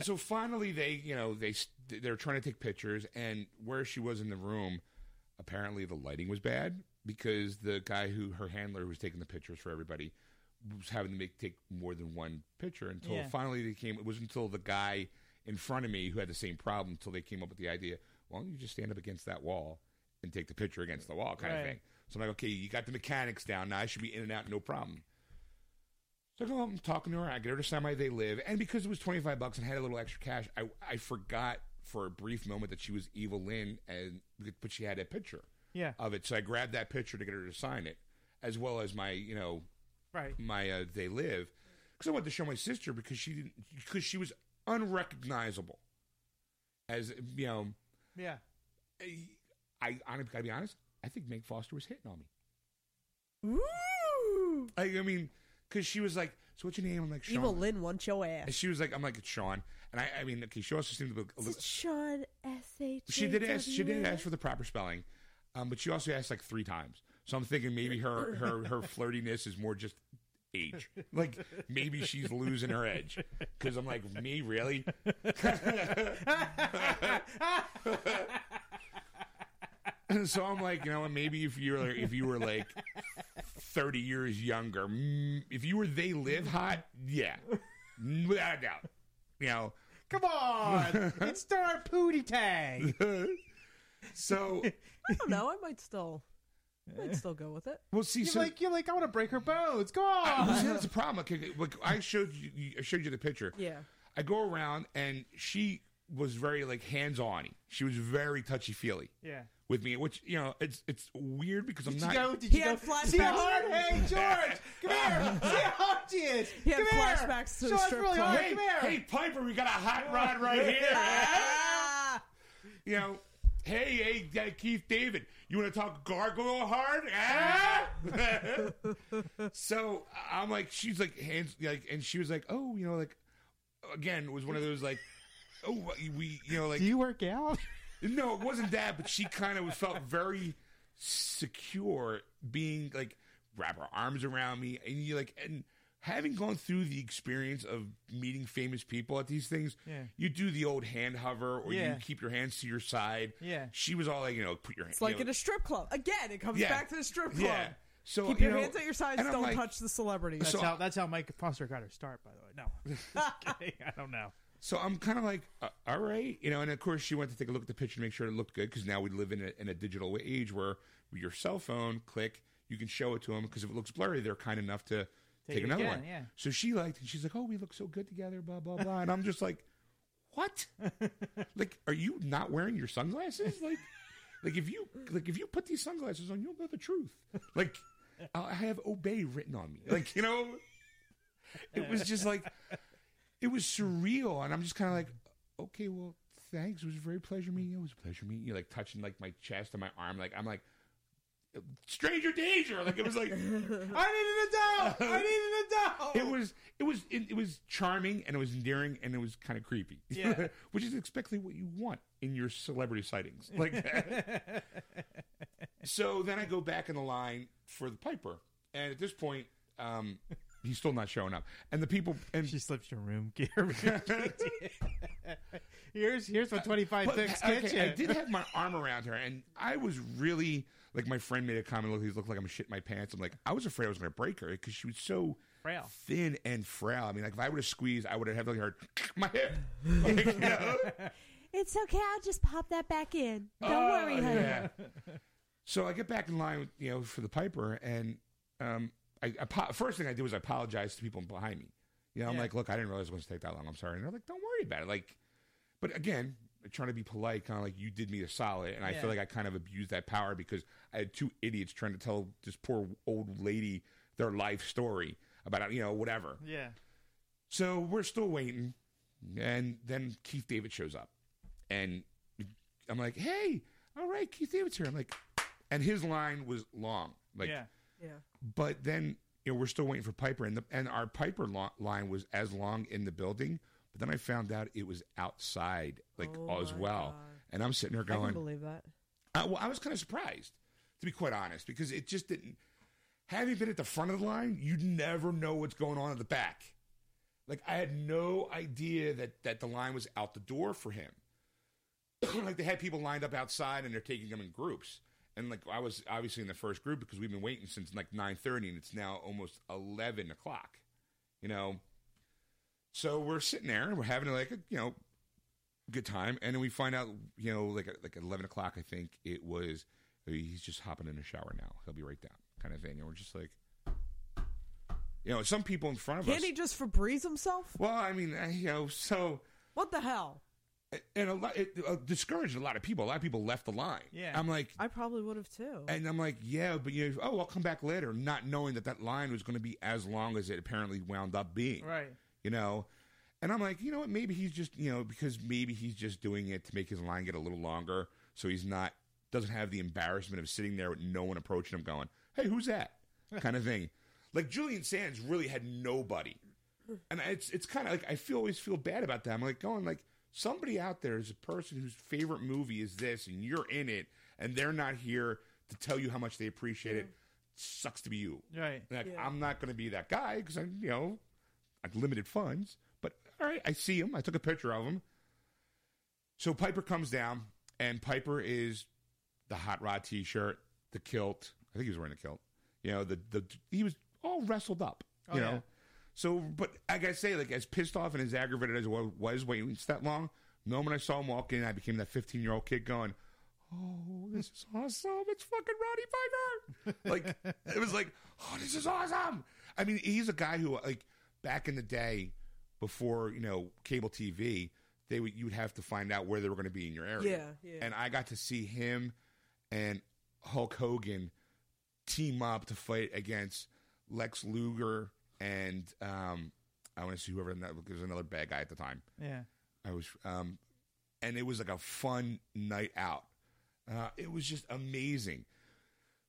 Speaker 1: so finally they, you know, they s- they're trying to take pictures, and where she was in the room, apparently the lighting was bad because the guy who her handler who was taking the pictures for everybody was having to make take more than one picture until
Speaker 2: Yeah.
Speaker 1: finally they came. It was until the guy in front of me who had the same problem until they came up with the idea. Why don't you just stand up against that wall and take the picture against the wall, kind
Speaker 2: Right.
Speaker 1: of thing. So I'm like, okay, you got the mechanics down. Now I should be in and out, no problem. So I go home, I'm talking to her. I get her to sign my They Live. And because it was 25 bucks and I had a little extra cash, I, I forgot for a brief moment that she was Evil Lynn, and, but she had a picture
Speaker 2: Yeah.
Speaker 1: of it. So I grabbed that picture to get her to sign it, as well as my, you know,
Speaker 2: Right.
Speaker 1: my uh, They Live. Because I wanted to show my sister because she didn't, because she was unrecognizable. As, you know,
Speaker 2: Yeah.
Speaker 1: I, I, I gotta be honest, I think Meg Foster was hitting on me.
Speaker 6: Woo!
Speaker 1: I, I mean, because she was like, "So what's your name?" I'm like, "Sean."
Speaker 6: Evil Lynn wants your
Speaker 1: And
Speaker 6: ass.
Speaker 1: she was like, "I'm like it's Sean," and I, I mean, okay, she also seemed to be. A
Speaker 6: Is
Speaker 1: little,
Speaker 6: it Sean S H?
Speaker 1: she did ask. She did ask for the proper spelling, um, but she also asked like three times. So I'm thinking maybe her her her flirtiness is more just age. Like maybe she's losing her edge. Because I'm like, me really? so I'm like, you know, maybe if you're if you were like 30 years younger, mm, if you were they live hot, yeah, without a doubt, you know.
Speaker 2: Come on. it's Star Pootie Tang.
Speaker 1: So
Speaker 6: I don't know. I might still, I might still go with it.
Speaker 1: we'll see.
Speaker 2: You're
Speaker 1: so-
Speaker 2: like, you're like, I want to break her bones. Go
Speaker 1: I- well,
Speaker 2: on.
Speaker 1: see, that's the problem. Okay, look, I showed you, you- I showed you the picture.
Speaker 6: Yeah.
Speaker 1: I go around and she was very like hands on. She was very touchy feely
Speaker 2: Yeah.
Speaker 1: with me, which you know it's it's weird because I'm
Speaker 2: Did
Speaker 1: not.
Speaker 2: you go? Did
Speaker 6: He
Speaker 2: you
Speaker 6: had
Speaker 2: go? See how
Speaker 6: flashbacks.
Speaker 2: hard? Hey, George, come here. See how hard she is.
Speaker 6: He had
Speaker 2: come
Speaker 6: flashbacks to
Speaker 2: here.
Speaker 6: the
Speaker 2: George,
Speaker 6: strip
Speaker 2: really
Speaker 6: club.
Speaker 2: hard.
Speaker 1: hey,
Speaker 2: come here.
Speaker 1: hey Piper, we got a hot rod right here.
Speaker 6: Ah!
Speaker 1: you know. Hey, hey, yeah, Keith David, you want to talk gargoyle hard? Ah? so I'm like, she's like, hands, like, and she was like, oh, you know, like, again, it was one of those like, oh, we, you know, like,
Speaker 2: Do you work out?
Speaker 1: No, it wasn't that, but she kind of felt very secure being like wrap her arms around me and you like and having gone through the experience of meeting famous people at these things,
Speaker 2: Yeah.
Speaker 1: you do the old hand hover or
Speaker 2: Yeah.
Speaker 1: you keep your hands to your side.
Speaker 2: Yeah.
Speaker 1: She was all like, you know, put your hands
Speaker 6: It's like in a strip club. Again, it comes
Speaker 1: Yeah.
Speaker 6: back to the strip club.
Speaker 1: Yeah. So
Speaker 6: Keep
Speaker 1: you
Speaker 6: your
Speaker 1: know,
Speaker 6: hands at your sides.
Speaker 1: and I'm
Speaker 6: Don't
Speaker 1: like-
Speaker 6: touch the celebrities.
Speaker 2: That's
Speaker 1: So-
Speaker 2: how that's how Mike Foster got her start, by the way. No, Just kidding. I don't know.
Speaker 1: So I'm kind of like, uh, all right, you know. And of course, she went to take a look at the picture to make sure it looked good because now we live in a, in a digital age where with your cell phone click, you can show it to them because if it looks blurry, they're kind enough to take,
Speaker 2: it
Speaker 1: another
Speaker 2: again,
Speaker 1: one.
Speaker 2: yeah.
Speaker 1: So she liked, and she's like, oh, we look so good together, blah blah blah. And I'm just like, what? like, are you not wearing your sunglasses? Like, like if you like if you put these sunglasses on, you'll know the truth. Like, I have obey written on me. Like, you know, it was just like it was surreal, and I'm just kind of like, okay, well, thanks. It was a very pleasure meeting. you. It was a pleasure meeting you. Like touching like my chest and my arm. Like I'm like stranger danger. Like it was like
Speaker 2: I need an adult. I need an
Speaker 1: it
Speaker 2: adult.
Speaker 1: was it was it, it was charming and it was endearing and it was kind of creepy.
Speaker 2: Yeah.
Speaker 1: which is exactly what you want in your celebrity sightings like that. so then I go back in the line for the Piper, and at this point, um, he's still not showing up, and the people and
Speaker 2: She slips your room gear. here's here's what twenty five
Speaker 1: But,
Speaker 2: thicks
Speaker 1: okay,
Speaker 2: get
Speaker 1: I
Speaker 2: you.
Speaker 1: did have my arm around her, and I was really like my friend made a comment. Look, he looked like I'm shitting my pants. I'm like, I was afraid I was going to break her because she was so
Speaker 2: Frail.
Speaker 1: thin and frail. I mean, like if I would have squeezed, I would have had like her my hip. Like, you know?
Speaker 8: It's okay. I'll just pop that back in. Don't worry, honey.
Speaker 1: Oh, Yeah. So I get back in line, with, you know, for the Piper, and um, I, apo- first thing I do is I apologize to people behind me. You know, I'm
Speaker 2: Yeah.
Speaker 1: like, look, I didn't realize it was going to take that long. I'm sorry. And they're like, don't worry about it. Like, but again, trying to be polite, kind of like you did me a solid, and I
Speaker 2: Yeah.
Speaker 1: feel like I kind of abused that power because I had two idiots trying to tell this poor old lady their life story about you know whatever.
Speaker 2: Yeah.
Speaker 1: So we're still waiting, and then Keith David shows up, and I'm like, "Hey, all right, Keith David's here." I'm like, and his line was long, like,
Speaker 2: yeah.
Speaker 6: Yeah.
Speaker 1: but then you know we're still waiting for Piper, and the, and our Piper lo- line was as long in the building, but then I found out it was outside, like
Speaker 6: Oh
Speaker 1: as
Speaker 6: my
Speaker 1: well,
Speaker 6: God.
Speaker 1: and I'm sitting there
Speaker 6: I can
Speaker 1: going,
Speaker 6: believe that.
Speaker 1: I, well, I was kind of surprised, to be quite honest, because it just didn't. Having been at the front of the line, you never know what's going on at the back. Like I had no idea that that the line was out the door for him. like they had people lined up outside and they're taking them in groups. And like I was obviously in the first group because we've been waiting since like nine thirty and it's now almost eleven o'clock. You know. So we're sitting there and we're having like a you know good time, and then we find out, you know, like like at eleven o'clock, I think it was. He's just hopping in the shower now. He'll be right down, kind of thing. And we're just like, you know, some people in front of
Speaker 6: Can't
Speaker 1: us.
Speaker 6: he just Febreze himself?
Speaker 1: well, I mean, I- you know, so
Speaker 6: What the hell?
Speaker 1: and a lot it uh, discouraged a lot of people. A lot of people left the line.
Speaker 2: Yeah.
Speaker 1: I'm like,
Speaker 6: I probably would have too.
Speaker 1: and I'm like, yeah, but you know, oh, I'll come back later, not knowing that that line was going to be as long as it apparently wound up being.
Speaker 2: Right.
Speaker 1: you know and i'm like you know what maybe he's just you know because maybe he's just doing it to make his line get a little longer so he's not doesn't have the embarrassment of sitting there with no one approaching him going hey who's that kind of thing like julian sands really had nobody and it's it's kind of like i feel always feel bad about that i'm like going like somebody out there is a person whose favorite movie is this and you're in it and they're not here to tell you how much they appreciate it sucks to be you
Speaker 2: Right.
Speaker 1: like
Speaker 6: Yeah.
Speaker 1: I'm not going to be that guy because I'm you know I've limited funds. But all right, I see him. I took a picture of him. So Piper comes down, and Piper is the hot rod T-shirt, the kilt. I think he was wearing a kilt. You know, the the he was all wrestled up. You
Speaker 2: Oh,
Speaker 1: know.
Speaker 2: yeah.
Speaker 1: So, but like I say, like as pissed off and as aggravated as I was waiting that long, the moment I saw him walk in, I became that 15 year old kid going, "Oh, this is awesome! It's fucking Roddy Piper!" Like it was like, "Oh, this is awesome!" I mean, he's a guy who like back in the day, before you know cable TV, they would you would have to find out where they were going to be in your area.
Speaker 6: yeah, yeah.
Speaker 1: And I got to see him and Hulk Hogan team up to fight against Lex Luger and um, I want to see whoever that was another bad guy at the time.
Speaker 2: Yeah.
Speaker 1: I was, um, and it was like a fun night out. Uh, it was just amazing.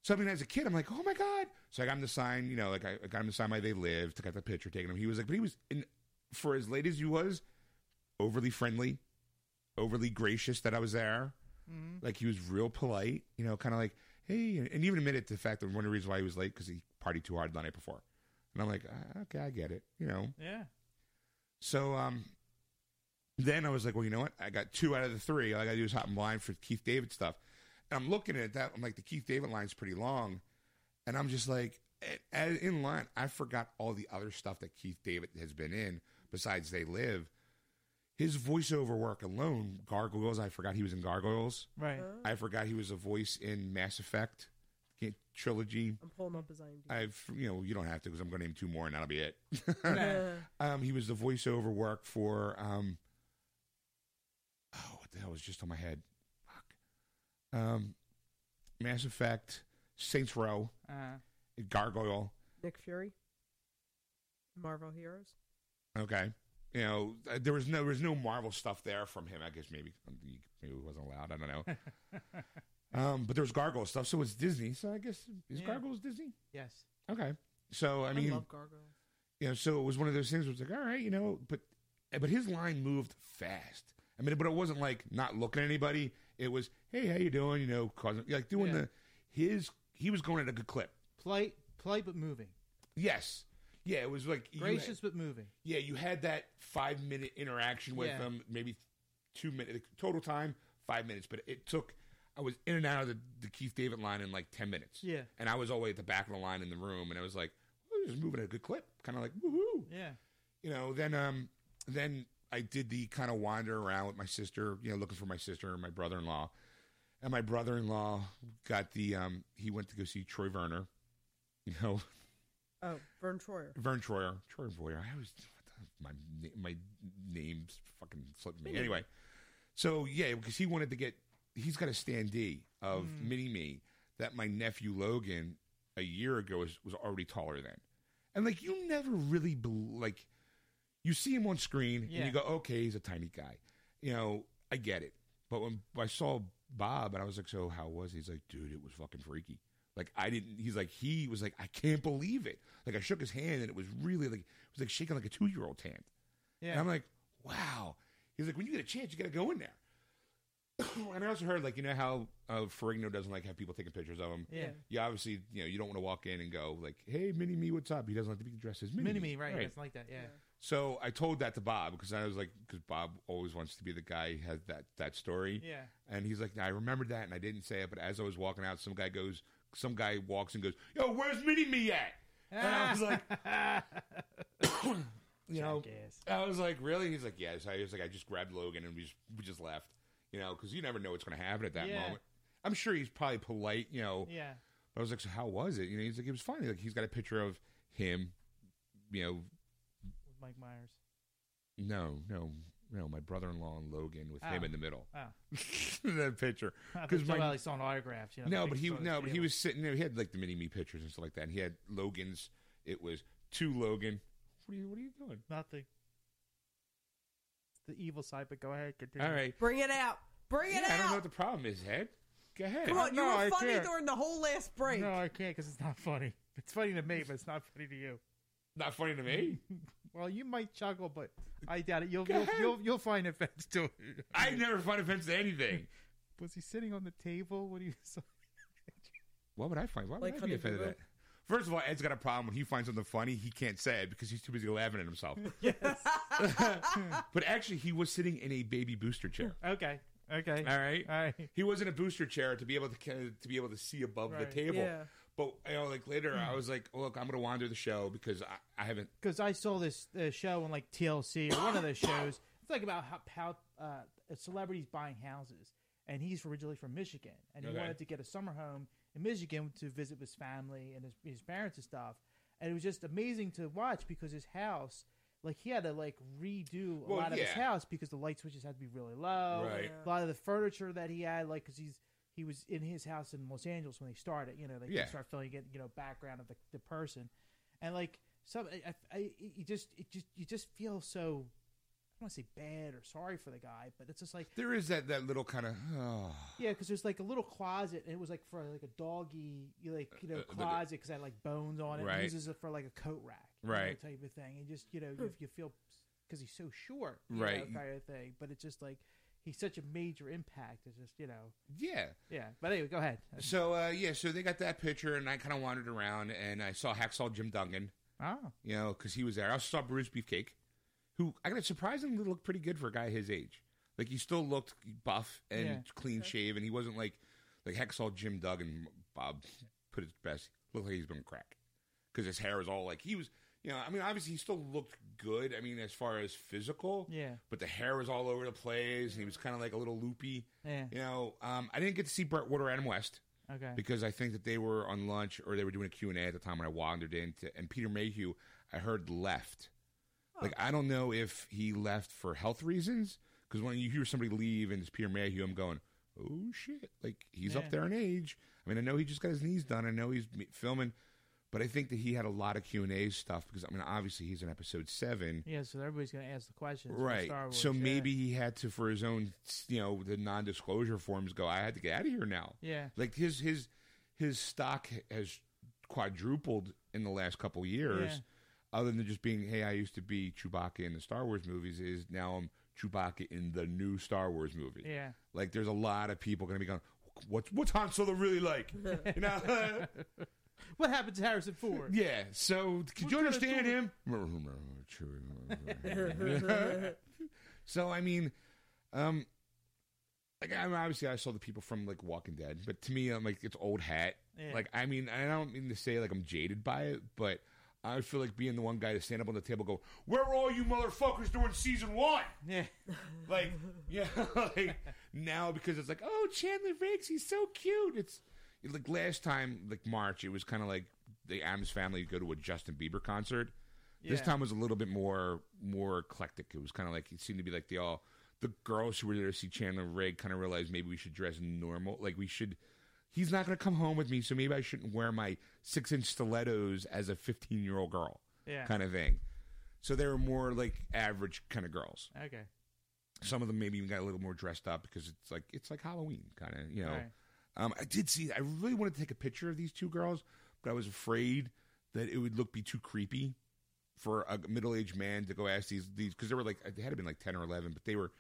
Speaker 1: So I mean, as a kid, I'm like, oh my god. So I got him to sign, you know, like I, I got him to sign my "They Lived." Got the picture taken him. He was like, but he was, in, for as late as he was, overly friendly, overly gracious that I was there.
Speaker 2: Mm-hmm,
Speaker 1: Like he was real polite, you know, kind of like, hey, and, and even admitted to the fact that one of the reasons why he was late because he partied too hard the night before. And I'm like, ah, okay, I get it, you know.
Speaker 2: Yeah.
Speaker 1: So um, then I was like, well, you know what? I got two out of the three. All I got to do is hop in line for Keith David stuff. And I'm looking at that. I'm like, the Keith David line's pretty long. And I'm just like, a- a- in line, I forgot all the other stuff that Keith David has been in besides They Live. His voiceover work alone, Gargoyles, I forgot he was in Gargoyles.
Speaker 2: Right.
Speaker 1: I forgot he was a voice in Mass Effect ga- trilogy.
Speaker 6: I'm pulling up his IMDb.
Speaker 1: I've, you know, you don't have to because I'm going to name two more and that'll be it.
Speaker 6: Uh,
Speaker 1: Um, he was the voiceover work for um, oh, what the hell was just on my head? Fuck. Um, Mass Effect, Saints Row,
Speaker 2: Uh,
Speaker 1: Gargoyle.
Speaker 6: Nick Fury, Marvel Heroes.
Speaker 1: Okay, you know uh, there was no there was no Marvel stuff there from him. I guess maybe um, maybe it wasn't allowed. I don't know. um, but there was Gargoyle stuff, so it's Disney. So I guess is
Speaker 2: Yeah.
Speaker 1: Gargoyles Disney?
Speaker 2: yes.
Speaker 1: Okay, so I mean,
Speaker 2: love gargoyle.
Speaker 1: you know, so it was one of those things where it's like, all right, you know, but but his line moved fast. I mean, but it wasn't like not looking at anybody. It was, hey, how you doing? You know, causing like doing
Speaker 2: Yeah.
Speaker 1: the his he was going at a good clip.
Speaker 2: Polite, polite but moving.
Speaker 1: Yes, yeah, it was like you had-
Speaker 2: Gracious but moving.
Speaker 1: yeah, you had that five minute interaction with
Speaker 2: Yeah.
Speaker 1: him, maybe two minutes total time, five minutes, but it took. I was in and out of the, the Keith David line in like ten minutes.
Speaker 2: Yeah.
Speaker 1: and I was all the way at the back of the line in the room, and I was like, oh, this is moving at a good clip, kind of like woohoo
Speaker 2: Yeah.
Speaker 1: you know, then um, then I did the kind of wander around with my sister, you know, looking for my sister and my brother in law, and my brother in law got the um, he went to go see Troy Verner, you know,
Speaker 6: Oh, Vern Troyer.
Speaker 1: Vern Troyer, Troy Voyer. I always what the- my na- my name's fucking slipping me. Anyway, so yeah, because he wanted to get, he's got a standee of Mini Me that my nephew Logan a year ago was, was already taller than, and like you never really bel like, you see him on screen and
Speaker 2: Yeah.
Speaker 1: you go, okay, he's a tiny guy, you know, I get it. But when I saw Bob and I was like, so how was he? He's like, dude, it was fucking freaky. Like I didn't. He's like he was like I can't believe it. Like I shook his hand and it was really like it was like shaking like a two year old's hand.
Speaker 2: Yeah.
Speaker 1: And I'm like, wow. He's like, when you get a chance, you got to go in there. and I also heard like you know how uh, Ferrigno doesn't like have people taking pictures of him.
Speaker 2: Yeah.
Speaker 1: You obviously you know you don't want to walk in and go like, "Hey, Mini Me, what's up?" He doesn't like to be dressed as Mini
Speaker 2: Mini me, right? It's like that. Yeah.
Speaker 1: So I told that to Bob because I was like, because Bob always wants to be the guy who has that that story.
Speaker 2: Yeah.
Speaker 1: And he's like, "Nah, I remembered that, and I didn't say it, but as I was walking out, some guy goes, some guy walks and goes, "Yo, where's Mini Me at?" And I was like, you know,
Speaker 2: Jackass.
Speaker 1: I was like, really? He's like, yeah. So I was like, I just grabbed Logan and we just we just left, you know, because you never know what's going to happen at that
Speaker 2: Yeah.
Speaker 1: moment. I'm sure he's probably polite, you know.
Speaker 2: yeah.
Speaker 1: But I was like, so how was it? You know, he's like, it was funny. Like he's got a picture of him, you know,
Speaker 2: With Mike Myers.
Speaker 1: no, no, no, my brother-in-law and Logan with him
Speaker 2: Oh.
Speaker 1: in the middle.
Speaker 2: Oh.
Speaker 1: that picture
Speaker 2: Because
Speaker 1: my-
Speaker 2: my he's on autographs. You know,
Speaker 1: No,
Speaker 2: the
Speaker 1: but
Speaker 2: big
Speaker 1: he
Speaker 2: photo
Speaker 1: no, but he
Speaker 2: table.
Speaker 1: was sitting there. He had like the mini me pictures and stuff like that. And he had Logan's. It was to Logan. What are you What are you doing?
Speaker 2: not the the evil side. But go ahead, continue.
Speaker 1: All right.
Speaker 6: Bring it out. Bring it
Speaker 1: yeah, I don't know
Speaker 6: out.
Speaker 1: what the problem is, Ed. Go ahead.
Speaker 6: Come on, you
Speaker 2: No,
Speaker 6: were
Speaker 2: I
Speaker 6: funny
Speaker 2: can't.
Speaker 6: during the whole last break.
Speaker 2: No, I can't because it's not funny. It's funny to me, but it's not funny to you.
Speaker 1: Not funny to me.
Speaker 2: Well, you might chuckle, but I doubt it. You'll
Speaker 1: Go
Speaker 2: you'll,
Speaker 1: ahead.
Speaker 2: you'll you'll find offense to it.
Speaker 1: I never find offense to anything.
Speaker 2: Was he sitting on the table? What do you?
Speaker 1: What would I find? Why would
Speaker 6: Like
Speaker 1: I be
Speaker 6: Honey Boo
Speaker 1: offended at
Speaker 6: Boo?
Speaker 1: that? First of all, Ed's got a problem when he finds something funny. He can't say it because he's too busy laughing at himself. but actually, he was sitting in a baby booster chair.
Speaker 2: Okay, okay,
Speaker 1: All right.
Speaker 6: Uh,
Speaker 2: all right.
Speaker 1: He was in a booster chair to be able to kind of- to be able to see above
Speaker 2: Right.
Speaker 1: the table.
Speaker 6: Yeah.
Speaker 1: But you know, like later, I was like, "Look, I'm going to wander the show because I, I haven't."
Speaker 2: because I saw this uh, show on like TLC or one of those shows. It's like about how, how uh, celebrities buying houses, and he's originally from Michigan, and he
Speaker 1: Okay.
Speaker 2: wanted to get a summer home in Michigan to visit with his family and his, his parents and stuff. And it was just amazing to watch because his house, like he had to like redo a
Speaker 1: Well,
Speaker 2: lot of his
Speaker 1: yeah.
Speaker 2: house because the light switches had to be really low.
Speaker 1: Right.
Speaker 2: A lot of the furniture that he had, like because he's he was in his house in Los Angeles when they started. You know, they
Speaker 1: Yeah.
Speaker 2: start start filling in, you know, background of the, the person, and like some, I, I, I- you just, it just, you just feel so. I don't want to say bad or sorry for the guy, but it's just like,
Speaker 1: There is that that little kind of. Oh.
Speaker 2: yeah, because there's like a little closet, and it was like for like a doggy, you like you know,
Speaker 1: Uh, uh, the-
Speaker 2: closet because I had like bones on it. and
Speaker 1: Right.
Speaker 2: He uses it for like a coat rack, you know,
Speaker 1: Right.
Speaker 2: type of thing, and just you know, if you feel because he's so short, you
Speaker 1: Right.
Speaker 2: know, kind of thing. But it's just like he's such a major impact. It's just you know,
Speaker 1: Yeah.
Speaker 2: yeah. But anyway, go ahead.
Speaker 1: So uh, yeah, so they got that picture, and I kind of wandered around, and I saw Hacksaw Jim Duncan,
Speaker 2: Oh,
Speaker 1: you know, because he was there. I also saw Bruce Beefcake, who I got surprisingly looked pretty good for a guy his age. Like he still looked buff and
Speaker 2: Yeah.
Speaker 1: clean shaven. He wasn't like like Hacksaw Jim Duncan. Bob put it best. Looked like he's been crack because his hair was all like he was. You know, I mean, obviously he still looked good. I mean, as far as physical,
Speaker 2: Yeah.
Speaker 1: But the hair was all over the place, and he was kind of like a little loopy.
Speaker 2: yeah.
Speaker 1: You know, um, I didn't get to see Brett Ward or Adam West
Speaker 2: Okay.
Speaker 1: because I think that they were on lunch or they were doing a Q&A at the time when I wandered in. To, and Peter Mayhew, I heard left. Like, I don't know if he left for health reasons because when you hear somebody leave and it's Peter Mayhew, I'm going, oh, shit. Like, he's
Speaker 2: Yeah.
Speaker 1: up there in age. I mean, I know he just got his knees done. I know he's m- filming. But I think that he had a lot of Q&A stuff because, I mean, obviously he's in episode seven.
Speaker 2: Yeah, so everybody's going to ask the questions. from
Speaker 1: Right.
Speaker 2: Star Wars,
Speaker 1: so
Speaker 2: yeah.
Speaker 1: maybe he had to, for his own, you know, the non-disclosure forms, go. I had to get out of here now.
Speaker 2: Yeah.
Speaker 1: Like his his his stock has quadrupled in the last couple years.
Speaker 2: Yeah.
Speaker 1: Other than just being, hey, I used to be Chewbacca in the Star Wars movies, is now I'm Chewbacca in the new Star Wars movie.
Speaker 2: Yeah.
Speaker 1: Like there's a lot of people going to be going, what's what's Han Solo really like? you know.
Speaker 2: What happened to Harrison Ford?
Speaker 1: yeah. So could you
Speaker 2: What kinda
Speaker 1: understand
Speaker 2: tool-
Speaker 1: him? so I mean, um, like I mean, obviously I saw the people from like Walking Dead, but to me I'm like it's old hat.
Speaker 2: Yeah.
Speaker 1: Like I mean, I don't mean to say like I'm jaded by it, but I feel like being the one guy to stand up on the table, and go, "Where were all you motherfuckers during season one?"
Speaker 2: Yeah.
Speaker 1: Like, yeah, like now because it's like, oh, Chandler Riggs, he's so cute. It's like last time, like March, it was kind of like the Adams family go to a Justin Bieber concert. This
Speaker 2: Yeah.
Speaker 1: time was a little bit more more eclectic. It was kind of like it seemed to be like they all the girls who were there to see Chandler Rigg kind of realized maybe we should dress normal. Like we should. He's not going to come home with me, so maybe I shouldn't wear my six inch stilettos as a fifteen year old girl,
Speaker 2: Yeah.
Speaker 1: kind of thing. So they were more like average kind of girls
Speaker 2: Okay.
Speaker 1: some of them maybe even got a little more dressed up because it's like it's like Halloween kind of you know.
Speaker 2: Right.
Speaker 1: Um, I did see. I really wanted to take a picture of these two girls, but I was afraid that it would look be too creepy for a middle aged man to go ask these these because they were like they had to been like ten or eleven, but they were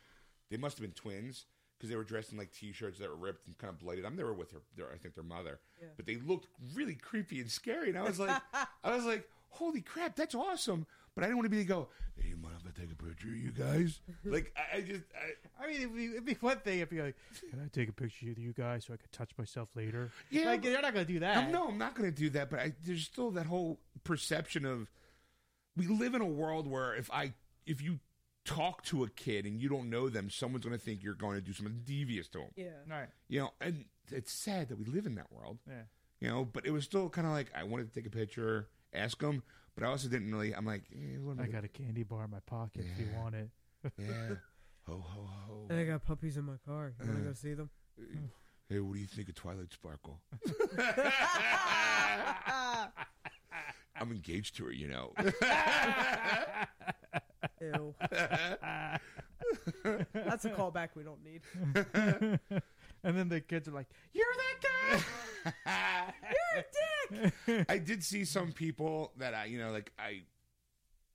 Speaker 1: they must have been twins because they were dressed in like t-shirts that were ripped and kind of bloodied. I'm there with her, their, I think their mother,
Speaker 6: Yeah.
Speaker 1: but they looked really creepy and scary. And I was like, I was like, holy crap, that's awesome. But I didn't want to be to go. Hey, you mind if I take a picture, of you guys? like I, I just, I,
Speaker 2: I mean, it'd be, it'd be one thing if you're like, "Can I take a picture with you guys so I can touch myself later?"
Speaker 1: Yeah,
Speaker 2: like
Speaker 1: but-
Speaker 2: you're not gonna do that.
Speaker 1: I'm, no, I'm not going to do that. But I, there's still that whole perception of we live in a world where if I if you talk to a kid and you don't know them, someone's going to think you're going to do something devious to them.
Speaker 6: Yeah.
Speaker 2: All right.
Speaker 1: You know, and it's sad that we live in that world.
Speaker 2: Yeah.
Speaker 1: You know, but it was still kind of like I wanted to take a picture, ask them, but I also didn't really. I'm like, eh, what am
Speaker 2: I got a candy bar in my pocket if you
Speaker 1: Yeah.
Speaker 2: want it.
Speaker 1: yeah, ho ho ho.
Speaker 6: And I got puppies in my car. You want to go see them?
Speaker 1: Hey, what do you think of Twilight Sparkle? I'm engaged to her, you know.
Speaker 6: Ew. That's a callback we don't need.
Speaker 2: And then the kids are like, "You're that guy."
Speaker 1: I did see some people that I, you know, like I.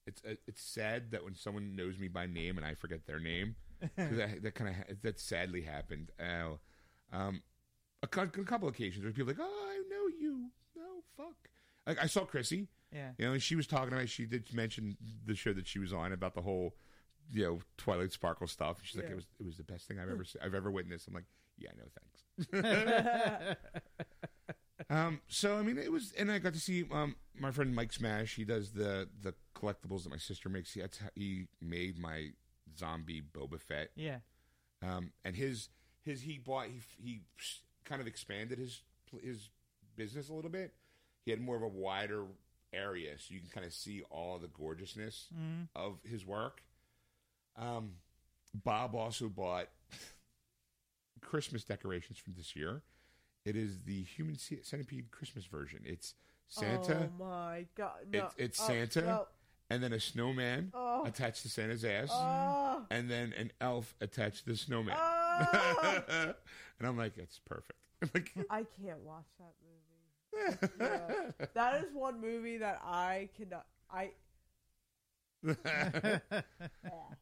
Speaker 1: It's uh, it's sad that when someone knows me by name and I forget their name, 'cause I, that kind of that sadly happened. Oh, um, a, cou- a couple occasions where people like, oh, I know you. No, fuck. Like I saw Chrissy,
Speaker 2: Yeah.
Speaker 1: you know, and she was talking about. She did mention the show that she was on about the whole, you know, Twilight Sparkle stuff. She's like,
Speaker 6: Yeah.
Speaker 1: it was it was the best thing I've ever se- I've ever witnessed. I'm like, yeah, no thanks. Um, so I mean, it was, and I got to see um, my friend Mike Smash. He does the the collectibles that my sister makes. He, that's how he made my zombie Boba Fett,
Speaker 2: Yeah.
Speaker 1: um, and his his he bought he he kind of expanded his his business a little bit. He had more of a wider area, so you can kind of see all the gorgeousness
Speaker 2: Mm-hmm.
Speaker 1: of his work. Um, Bob also bought Christmas decorations from this year. It is the human ce- centipede Christmas version. It's Santa,
Speaker 6: Oh my god. No.
Speaker 1: It's- it's
Speaker 6: Oh,
Speaker 1: Santa?
Speaker 6: no.
Speaker 1: and then a snowman
Speaker 6: Oh.
Speaker 1: attached to Santa's ass,
Speaker 6: Oh.
Speaker 1: and then an elf attached to the snowman.
Speaker 6: Oh.
Speaker 1: and I'm like, that's perfect. Like,
Speaker 6: I can't watch that movie. Yeah. That is one movie that I cannot. I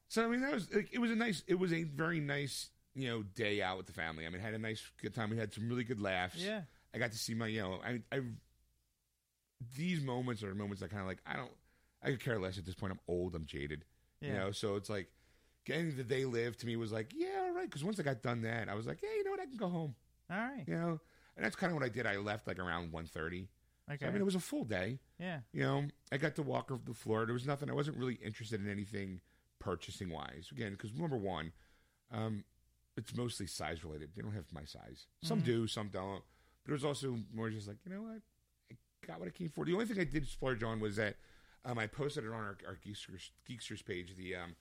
Speaker 1: so I mean, that was like, it was a nice, it was a very nice, you know, day out with the family. I mean, had a nice good time. We had some really good laughs.
Speaker 2: Yeah.
Speaker 1: I got to see my, you know, I, I, these moments are moments that kind of like I don't, I could care less at this point. I'm old. I'm jaded. You
Speaker 2: Yeah.
Speaker 1: know, so it's like getting the day live to me was like, yeah, all right. Because once I got done that, I was like, yeah, you know what, I can go home.
Speaker 2: All right.
Speaker 1: You know, and that's kind of what I did. I left like around 1.30.
Speaker 2: Okay.
Speaker 1: So, I mean, it was a full day.
Speaker 2: yeah.
Speaker 1: You know, I got to walk over the floor. There was nothing. I wasn't really interested in anything purchasing wise. Again, because number one, um, it's mostly size related. They don't have my size. Some do, some don't. But it was also more just like, you know what? I got what I came for. The only thing I did splurge on was that um, I posted it on our, our Geeksters, Geeksters page. The um,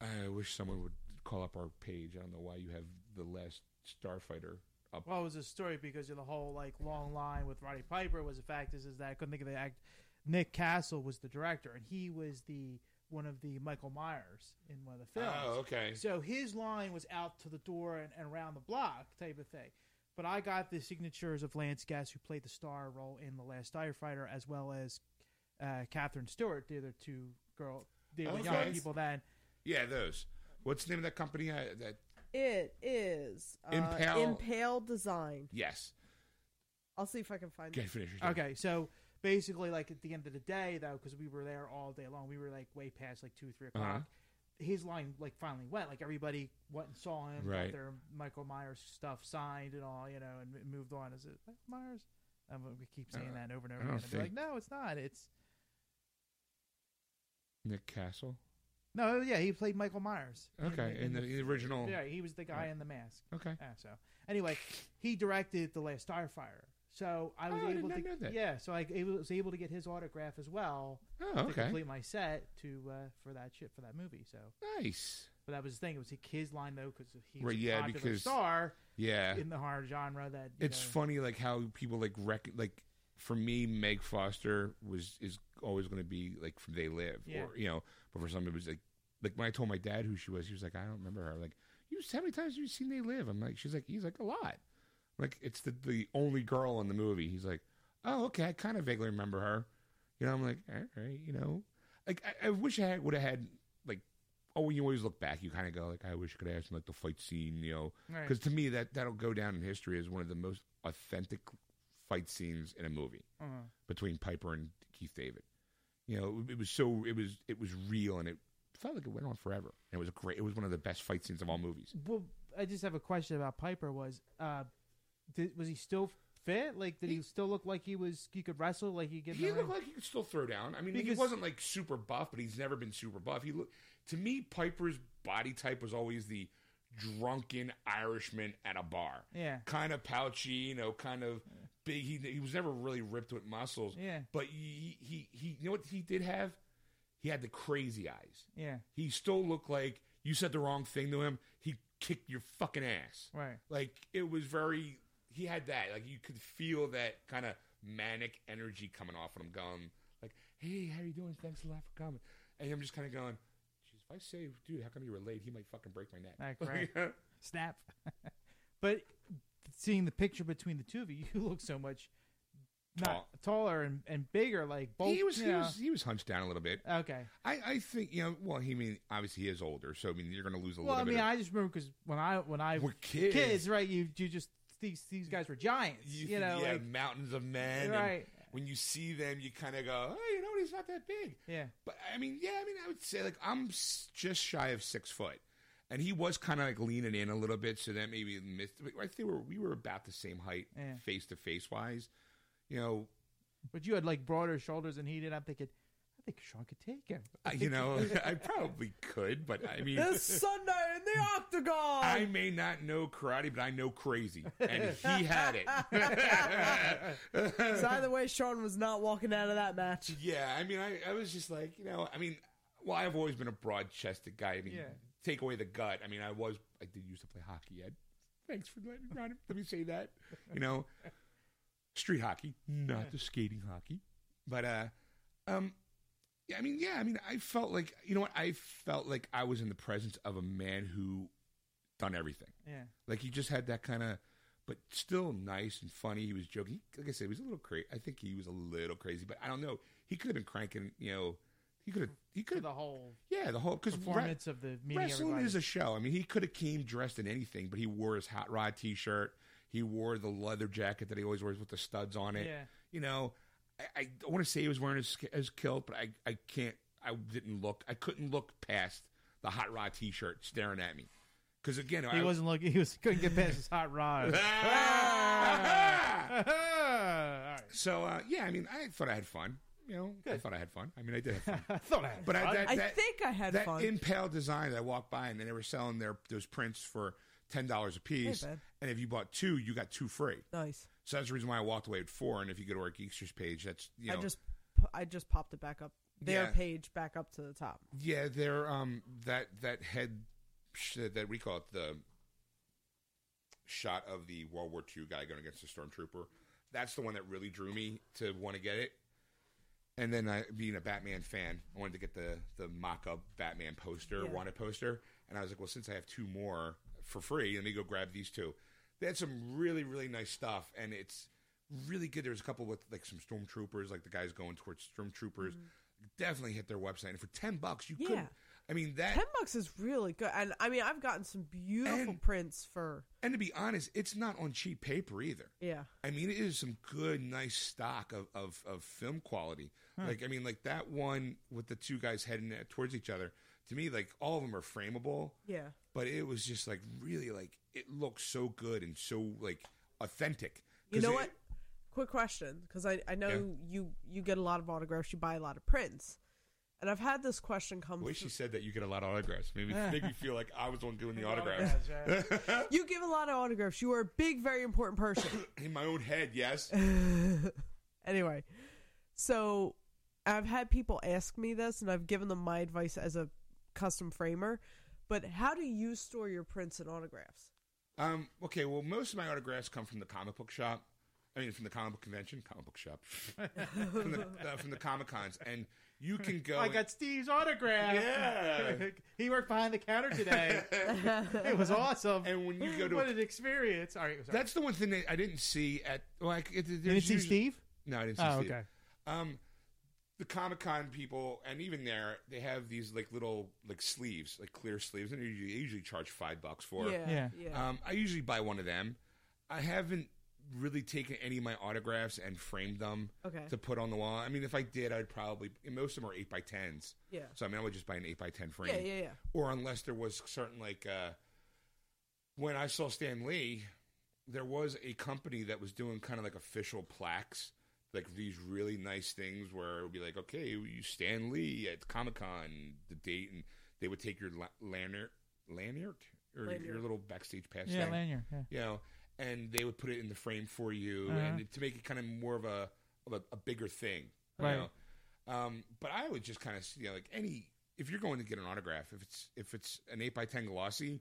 Speaker 1: I wish someone would call up our page. I don't know why you have the last Starfighter up.
Speaker 2: Well, it was a story because of the whole like long line with Roddy Piper was the fact is is that I couldn't think of the act. Nick Castle was the director, and he was the one of the Michael Myers in one of the films.
Speaker 1: Oh, okay.
Speaker 2: So his line was out to the door and, and around the block type of thing. But I got the signatures of Lance Guest, who played the star role in The Last Firefighter, as well as uh, Catherine Stewart, the other two girl, the other
Speaker 1: Okay.
Speaker 2: young people then.
Speaker 1: Yeah, those. What's the name of that company? Uh, that
Speaker 6: it is uh,
Speaker 1: Impale.
Speaker 6: Impale Design.
Speaker 1: yes,
Speaker 6: I'll see if I can find
Speaker 1: get finished.
Speaker 2: Okay, so basically, like at the end of the day, though, because we were there all day long, we were like way past like two, three o'clock.
Speaker 1: Uh-huh.
Speaker 2: His line like finally went. Like everybody went and saw him, got
Speaker 1: Right.
Speaker 2: their Michael Myers stuff signed and all, you know, and m- moved on. Is it Michael Myers? I'm gonna keep saying
Speaker 1: Uh,
Speaker 2: that over and
Speaker 1: I
Speaker 2: over again.
Speaker 1: don't
Speaker 2: And be like,
Speaker 1: think-
Speaker 2: no, it's not. It's
Speaker 1: Nick Castle.
Speaker 2: no, oh, yeah, he played Michael Myers. in
Speaker 1: Okay, in the, in the original.
Speaker 2: yeah, he was the guy in the mask.
Speaker 1: Okay.
Speaker 2: Yeah, so anyway, he directed the last Starfire. So I was
Speaker 1: Oh, I did
Speaker 2: able
Speaker 1: not
Speaker 2: to
Speaker 1: know that.
Speaker 2: yeah, so I able- was able to get his autograph as well.
Speaker 1: Oh,
Speaker 2: to
Speaker 1: okay.
Speaker 2: complete my set to uh, for that shit for that movie. So,
Speaker 1: Nice.
Speaker 2: but that was the thing. It was his line though, because he's
Speaker 1: Right,
Speaker 2: a
Speaker 1: yeah,
Speaker 2: popular
Speaker 1: because-
Speaker 2: star
Speaker 1: Yeah,
Speaker 2: in the horror genre. That you
Speaker 1: it's
Speaker 2: know-
Speaker 1: funny like how people like rec- like for me, Meg Foster was is always going to be like from They Live,
Speaker 2: Yeah.
Speaker 1: or you know, but for some it was like like when I told my dad who she was, he was like, I don't remember her. Like, you how many times have you seen They Live? I'm like, she's like, he's like a lot. Like it's the the only girl in the movie. He's like, oh okay, I kind of vaguely remember her. You know, I'm like, all right, you know, like I, I wish I would have had like oh, when you always look back, you kind of go like, I wish I could ask in like the fight scene, you know,
Speaker 2: Right.
Speaker 1: because to me that that'll go down in history as one of the most authentic fight scenes in a movie
Speaker 2: Uh-huh.
Speaker 1: between Piper and Keith David. You know, it, it was so it was it was real and it felt like it went on forever. And it was a great. It was one of the best fight scenes of all movies.
Speaker 2: Well, I just have a question about Piper. Was uh, did, was he still fit? Like, did he, still look like he was? He could wrestle? Like he could?
Speaker 1: He looked like he could still throw down. I mean, he
Speaker 2: Because-
Speaker 1: wasn't like super buff, but he's never been super buff. He look to me, Piper's body type was always the drunken Irishman at a bar.
Speaker 2: yeah,
Speaker 1: kind of pouchy, you know, kind of big. He, he was never really ripped with muscles,
Speaker 2: yeah,
Speaker 1: but he, he he you know what he did have? He had the crazy eyes.
Speaker 2: yeah.
Speaker 1: He still looked like you said the wrong thing to him. He kicked your fucking ass.
Speaker 2: Right.
Speaker 1: Like it was very. He had that. Like you could feel that kind of manic energy coming off of him, going like, "Hey, how you doing? Thanks a lot for coming." And I'm just kind of going, "Jeez, if I say, dude, how come you were late? He might fucking break my neck."
Speaker 2: Like, right. Snap. but seeing the picture between the two of you, you look so much not taller and, and bigger. Like both.
Speaker 1: he was
Speaker 2: You
Speaker 1: he
Speaker 2: know.
Speaker 1: was he was hunched down a little bit.
Speaker 2: okay.
Speaker 1: I, I think you know. Well, he mean obviously he is older, so I mean you're going to lose a
Speaker 2: Well,
Speaker 1: little
Speaker 2: I mean,
Speaker 1: bit.
Speaker 2: I just remember because when I when I
Speaker 1: of, we're kids,
Speaker 2: kids, right? You you just these these guys were giants.
Speaker 1: You,
Speaker 2: You, know,
Speaker 1: yeah,
Speaker 2: like,
Speaker 1: mountains of men. and
Speaker 2: right?
Speaker 1: when you see them, you kind of go, oh, you know, what, he's not that big.
Speaker 2: Yeah.
Speaker 1: But I mean, yeah, I mean, I would say like I'm s- just shy of six foot, and he was kind of like leaning in a little bit, so that maybe missed. I think we were we were about the same height,
Speaker 2: Yeah.
Speaker 1: face to face wise. You know,
Speaker 2: But you had like broader shoulders than he did. I'm thinking, I think Sean could take him.
Speaker 1: I, you know, I probably could, but I mean,
Speaker 6: This Sunday in the Octagon.
Speaker 1: I may not know karate, but I know crazy, and he had it.
Speaker 6: 'Cause either way, Sean was not walking out of that match.
Speaker 1: yeah, I mean, I, I was just like, you know, I mean, well, I've always been a broad-chested guy. I mean,
Speaker 2: Yeah.
Speaker 1: take away the gut. I mean, I was, I did used to play hockey. Ed. Thanks for letting Ron, let me say that. You know, street hockey, not the skating hockey, but uh, um, yeah, I mean, yeah, I mean, I felt like, you know what, I felt like I was in the presence of a man who done everything.
Speaker 2: Yeah.
Speaker 1: Like he just had that kind of, but still nice and funny. He was joking. He, like I said, he was a little crazy. I think he was a little crazy, but I don't know. He could have been cranking. You know, he could have. He
Speaker 2: For
Speaker 1: could
Speaker 2: the
Speaker 1: have.
Speaker 2: whole
Speaker 1: Yeah, the whole because
Speaker 2: performance of the meeting.
Speaker 1: wrestling
Speaker 2: everybody.
Speaker 1: is a show. I mean, he could have came dressed in anything, but he wore his hot rod T-shirt. He wore the leather jacket that he always wears with the studs on it.
Speaker 2: Yeah.
Speaker 1: You know, I, I want to say he was wearing his, his kilt, but I, I can't. I didn't look. I couldn't look past the hot rod T-shirt staring at me. Because again,
Speaker 2: He
Speaker 1: I,
Speaker 2: wasn't looking. He was couldn't get past his hot rod.
Speaker 1: Ah!
Speaker 2: Ah! All
Speaker 1: so uh, yeah, I mean, I thought I had fun. You know, I thought I had fun. I mean, I did have fun.
Speaker 2: right. I thought I had
Speaker 1: But I, that,
Speaker 6: I
Speaker 1: that,
Speaker 6: think I had
Speaker 1: that
Speaker 6: fun.
Speaker 1: impale design that I walked by and they were selling their those prints for ten dollars a piece.
Speaker 6: bad.
Speaker 1: and if you bought two, you got two free.
Speaker 6: nice.
Speaker 1: So that's the reason why I walked away with four. And if you go to our Geeksters page, that's you know,
Speaker 6: I just p- I just popped it back up. Their
Speaker 1: Yeah.
Speaker 6: page back up to the top.
Speaker 1: yeah, they're um that that head sh- that we call it the shot of the World War II guy going against the stormtrooper. That's the one that really drew me to want to get it. And then I, being a Batman fan, I wanted to get the the mock up Batman poster,
Speaker 6: Yeah.
Speaker 1: wanted poster, and I was like, well, since I have two more for free, let me go grab these two. They had some really really nice stuff, and it's really good. There's a couple with like some stormtroopers, like the guys going towards stormtroopers. Definitely hit their website, and for ten bucks, you
Speaker 6: Yeah.
Speaker 1: couldn't. I mean that.
Speaker 6: Ten bucks is really good, and I mean I've gotten some beautiful
Speaker 1: And-
Speaker 6: prints for
Speaker 1: And to be honest, it's not on cheap paper either.
Speaker 6: yeah.
Speaker 1: I mean, it is some good, nice stock of, of, of film quality.
Speaker 6: Hmm.
Speaker 1: Like, I mean, like that one with the two guys heading at- towards each other. To me, like all of them are frameable,
Speaker 6: Yeah.
Speaker 1: but it was just like really like it looks so good and so like authentic.
Speaker 6: You
Speaker 1: 'Cause
Speaker 6: know
Speaker 1: it-
Speaker 6: what? Quick question, because I, I know
Speaker 1: Yeah.
Speaker 6: you you get a lot of autographs, you buy a lot of prints, and I've had this question
Speaker 1: I
Speaker 6: come.
Speaker 1: wish
Speaker 6: through-
Speaker 1: you said that you get a lot of autographs. Maybe make me feel like I was the one doing the autographs.
Speaker 2: Autographs, yeah.
Speaker 6: You give a lot of autographs. You are a big, very important person.
Speaker 1: In my own head, yes.
Speaker 6: anyway, so I've had people ask me this, and I've given them my advice as a custom framer. But how do you store your prints and autographs?
Speaker 1: Um, okay, well, most of my autographs come from the comic book shop. I mean, from the comic book convention, comic book shop, from the, uh, from the comic cons, and you can go.
Speaker 2: I
Speaker 1: and-
Speaker 2: got Steve's autograph.
Speaker 1: Yeah.
Speaker 2: he worked behind the counter today. it was awesome.
Speaker 1: And when you go to-
Speaker 2: what an experience! All right, sorry.
Speaker 1: That's the one thing that I didn't see at. Well, I, it,
Speaker 2: you didn't see Steve.
Speaker 1: No, I didn't see
Speaker 2: Oh,
Speaker 1: Steve.
Speaker 2: okay.
Speaker 1: Um, the Comic Con people, and even there, they have these like little like sleeves, like clear sleeves, and they usually, they usually charge five bucks for.
Speaker 6: yeah,
Speaker 3: Yeah.
Speaker 6: yeah.
Speaker 1: Um, I usually buy one of them. I haven't really taken any of my autographs and framed them
Speaker 6: okay.
Speaker 1: Uh, to put on the wall. I mean, if I did, I'd probably and most of them are eight by tens,
Speaker 6: yeah.
Speaker 1: so I mean, I would just buy an eight by ten frame
Speaker 6: Yeah, yeah, yeah.
Speaker 1: or unless there was certain like uh, when I saw Stan Lee, there was a company that was doing kind of like official plaques, like these really nice things where it would be like, okay, you Stan Lee at Comic Con the date, and they would take your la- lanyard, lanyard, or your
Speaker 6: Lanyard.
Speaker 1: little backstage pass,
Speaker 3: Yeah,
Speaker 1: thing,
Speaker 3: lanyard. Yeah.
Speaker 1: you know, and they would put it in the frame for you,
Speaker 3: Uh-huh.
Speaker 1: and to make it kind of more of a of a, a bigger thing, you
Speaker 3: Right.
Speaker 1: know? Um, but I would just kind of you know like any if you're going to get an autograph if it's if it's an eight by ten glossy,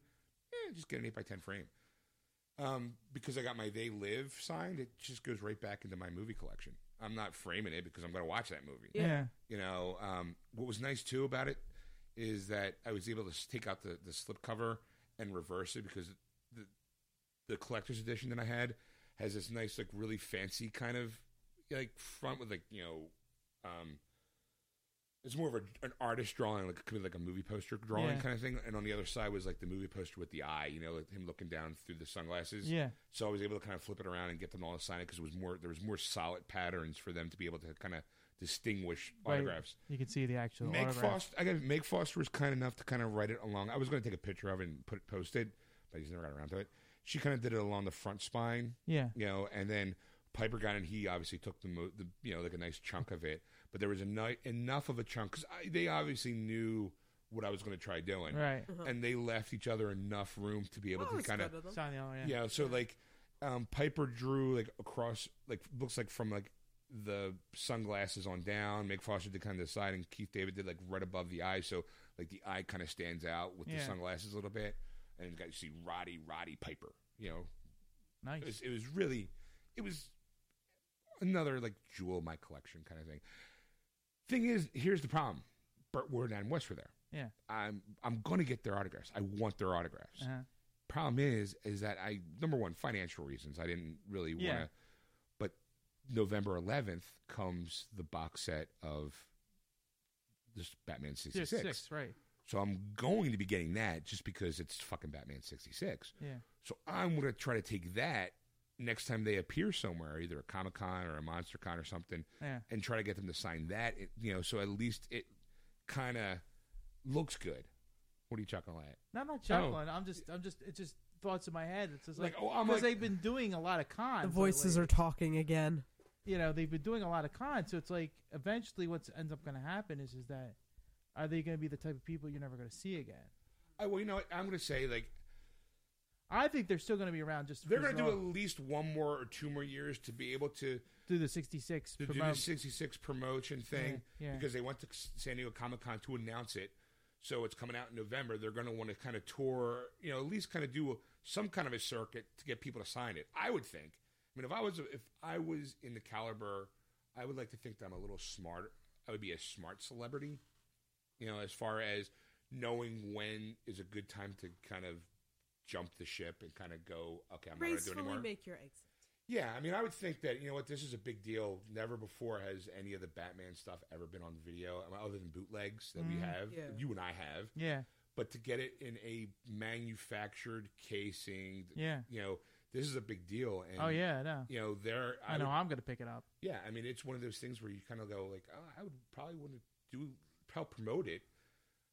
Speaker 1: eh, just get an eight by ten frame. Um, because I got my They Live signed, it just goes right back into my movie collection. I'm not framing it because I'm going to watch that movie.
Speaker 6: Yeah.
Speaker 3: Yeah.
Speaker 1: You know, um, what was nice too about it is that I was able to s- take out the the slipcover and reverse it because the the collector's edition that I had has this nice like really fancy kind of like front with like you know um it's more of a, an artist drawing like could be like a movie poster drawing
Speaker 3: Yeah.
Speaker 1: kind of thing and on the other side was like the movie poster with the eye you know like him looking down through the sunglasses
Speaker 3: Yeah.
Speaker 1: so I was able to kind of flip it around and get them all to sign it because it was more there was more solid patterns for them to be able to kind of distinguish
Speaker 3: Right.
Speaker 1: autographs.
Speaker 3: You can see the actual
Speaker 1: Meg
Speaker 3: autograph.
Speaker 1: Foster, I got Meg Foster was kind enough to kind of write it along. I was going to take a picture of it and put it posted, but he's never got around to it. She kind of did it along the front spine,
Speaker 3: Yeah.
Speaker 1: you know, and then Piper got in. He obviously took the, mo- the you know like a nice chunk of it, but there was a ni- enough of a chunk because they obviously knew what I was going to try doing,
Speaker 3: Right.
Speaker 2: Uh-huh.
Speaker 1: and they left each other enough room to be able
Speaker 6: Uh-huh. Well,
Speaker 1: to
Speaker 6: it's
Speaker 1: kind of
Speaker 6: good of them.
Speaker 3: Sign the other, yeah.
Speaker 1: yeah. so like um, Piper drew like across like looks like from like the sunglasses on down. Mick Foster did kind of the side, and Keith David did like right above the eye, so like the eye kind of stands out with the
Speaker 3: Yeah.
Speaker 1: sunglasses a little bit, and you got you see Roddy Roddy Piper. You know, it
Speaker 3: Nice.
Speaker 1: was, it was really it was another like jewel in my collection kind of thing. Thing is, here's the problem: Burt Ward and Adam West were there.
Speaker 3: Yeah.
Speaker 1: I'm I'm gonna get their autographs. I want their autographs
Speaker 3: Uh-huh.
Speaker 1: problem is is that I number one financial reasons I didn't really want to.
Speaker 3: Yeah.
Speaker 1: But November 11th comes the box set of this Batman
Speaker 3: Yeah,
Speaker 1: 66.
Speaker 3: six, right.
Speaker 1: So I'm going to be getting that just because it's fucking Batman 66.
Speaker 3: Yeah.
Speaker 1: So I'm gonna try to take that next time they appear somewhere, either a Comic Con or a Monster Con or something,
Speaker 3: Yeah.
Speaker 1: and try to get them to sign that. It, you know, so at least it kind of looks good. What are you chuckling at?
Speaker 3: No, I'm
Speaker 2: Oh.
Speaker 3: not chuckling. I'm just, I'm just, it's just thoughts in my head. It's just like,
Speaker 1: Like, oh, I'm
Speaker 3: because
Speaker 1: like-
Speaker 3: they've been doing a lot of cons.
Speaker 6: The voices are
Speaker 3: lately.
Speaker 6: talking again.
Speaker 3: you know, they've been doing a lot of cons. So it's like, eventually, what ends up going to happen is, is that are they going to be the type of people you're never going to see again?
Speaker 1: Oh, well, you know what? I'm gonna say like
Speaker 3: I think they're still going to be around. Just
Speaker 1: They're
Speaker 3: for
Speaker 1: going
Speaker 3: as
Speaker 1: to do
Speaker 3: long-
Speaker 1: at least one more or two more years to be able to,
Speaker 3: do the '66
Speaker 1: to do the 66 promotion thing
Speaker 3: Yeah, yeah.
Speaker 1: because they went to San Diego Comic Con to announce it. So it's coming out in November. They're going to want to kind of tour, you know, at least kind of do some kind of a circuit to get people to sign it. I would think. I mean, if I was if I was in the caliber, I would like to think that I'm a little smart. I would be a smart celebrity, you know, as far as knowing when is a good time to kind of jump the ship and kind of go. Okay, I'm not going to do it
Speaker 6: Gracefully
Speaker 1: anymore.
Speaker 6: make your exit.
Speaker 1: Yeah, I mean, I would think that you know what this is a big deal. Never before has any of the Batman stuff ever been on video, I mean, other than bootlegs that we
Speaker 3: Mm,
Speaker 1: have,
Speaker 6: yeah.
Speaker 1: you and I have.
Speaker 3: Yeah,
Speaker 1: But to get it in a manufactured casing,
Speaker 3: yeah.
Speaker 1: you know, this is a big deal. And,
Speaker 3: Oh yeah, I know.
Speaker 1: you know, there.
Speaker 3: I know. I'm going to pick it up.
Speaker 1: Yeah, I mean, it's one of those things where you kind of go like, oh, I would probably want to do help promote it,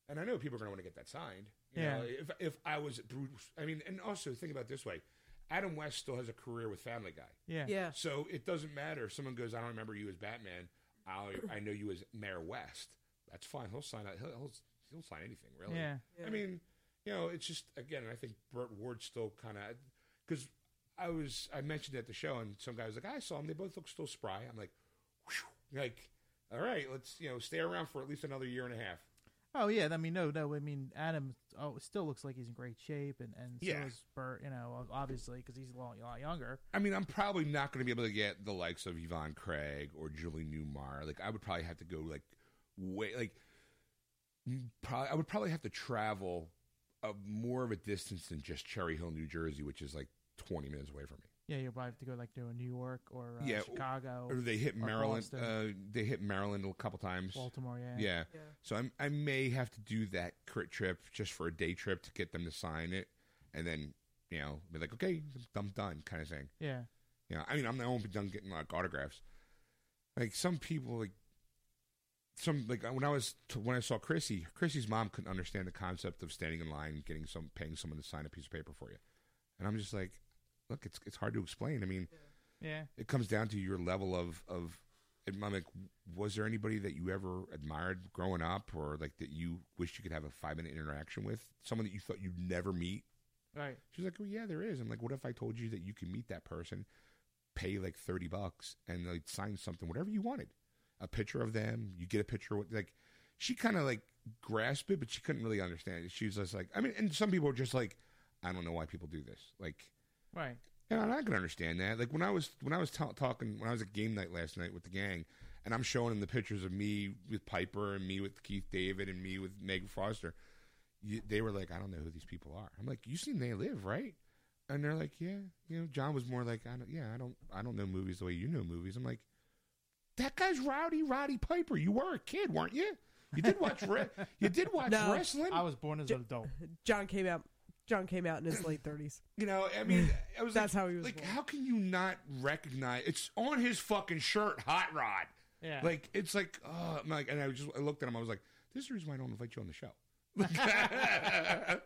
Speaker 1: and I know people are going to want to get that signed. You
Speaker 3: Yeah.
Speaker 1: Know, if if I was Bruce, I mean, and also think about it this way, Adam West still has a career with Family Guy.
Speaker 3: Yeah,
Speaker 6: Yeah.
Speaker 1: So it doesn't matter if someone goes, I don't remember you as Batman. I I know you as Mayor West. That's fine. He'll sign out. He'll, he'll, he'll sign anything, really.
Speaker 3: yeah.
Speaker 6: Yeah.
Speaker 1: I mean, you know, it's just again. I think Burt Ward still kind of because I was I mentioned at the show and some guy was like, I saw him. They both look still spry. I'm like, whew, like, all right, let's you know stay around for at least another year and a half.
Speaker 3: Oh yeah. I mean, no, no. I mean, Adam oh, still looks like he's in great shape, and and so
Speaker 1: Yeah.
Speaker 3: is Bert. You know, obviously because he's a lot, a lot younger.
Speaker 1: I mean, I'm probably not going to be able to get the likes of Yvonne Craig or Julie Newmar. Like, I would probably have to go like way like probably I would probably have to travel a more of a distance than just Cherry Hill, New Jersey, which is like 20 minutes away from me.
Speaker 2: Yeah, you'll probably have to go like to New York or uh,
Speaker 1: Yeah, or-
Speaker 2: Chicago,
Speaker 1: Or they hit
Speaker 2: Or
Speaker 1: Maryland. Uh,
Speaker 2: Boston.
Speaker 1: they hit Maryland a couple times.
Speaker 2: Baltimore. Yeah.
Speaker 1: Yeah.
Speaker 6: Yeah.
Speaker 1: So I'm, I may have to do that crit trip just for a day trip to get them to sign it, and then you know be like, okay, I'm done, kind of thing.
Speaker 2: Yeah.
Speaker 1: Yeah, I mean, I'm not only done getting like autographs. Like some people, like some like when I was when I saw Chrissy, Chrissy's mom couldn't understand the concept of standing in line, and getting some, paying someone to sign a piece of paper for you, and I'm just like, look, it's it's hard to explain. I mean,
Speaker 2: Yeah.
Speaker 1: it comes down to your level of of. I'm like, was there anybody that you ever admired growing up, or like that you wish you could have a five minute interaction with? Someone that you thought you'd never meet,
Speaker 2: Right.
Speaker 1: She's like, well, yeah, there is. I'm like, what if I told you that you can meet that person, pay like 30 bucks, and like sign something, whatever you wanted? A picture of them, you get a picture with, like, she kind of like grasped it, but she couldn't really understand it. She was just like, I mean, and some people are just like, I don't know why people do this. Like,
Speaker 2: Right.
Speaker 1: and I'm not gonna understand that. Like when I was when I was ta- talking when I was at game night last night with the gang, and I'm showing them the pictures of me with Piper and me with Keith David and me with Meg Foster. You, they were like, I don't know who these people are. I'm like, you seen They Live, right? And they're like, yeah. You know, John was more like, I don't, yeah, I don't, I don't know movies the way you know movies. I'm like, that guy's Rowdy Roddy Piper. You were a kid, weren't you? You did watch re- you did watch
Speaker 6: No.
Speaker 1: wrestling.
Speaker 2: I was born as an adult.
Speaker 6: John came out. John came out in his late thirties.
Speaker 1: You know, I mean, I was
Speaker 6: That's
Speaker 1: like,
Speaker 6: how he was
Speaker 1: Like,
Speaker 6: born.
Speaker 1: how can you not recognize? It's on his fucking shirt, Hot Rod.
Speaker 2: Yeah.
Speaker 1: Like, it's like, oh, I'm like, and I just I looked at him. I was like, this is the reason why I don't invite you on the show. like,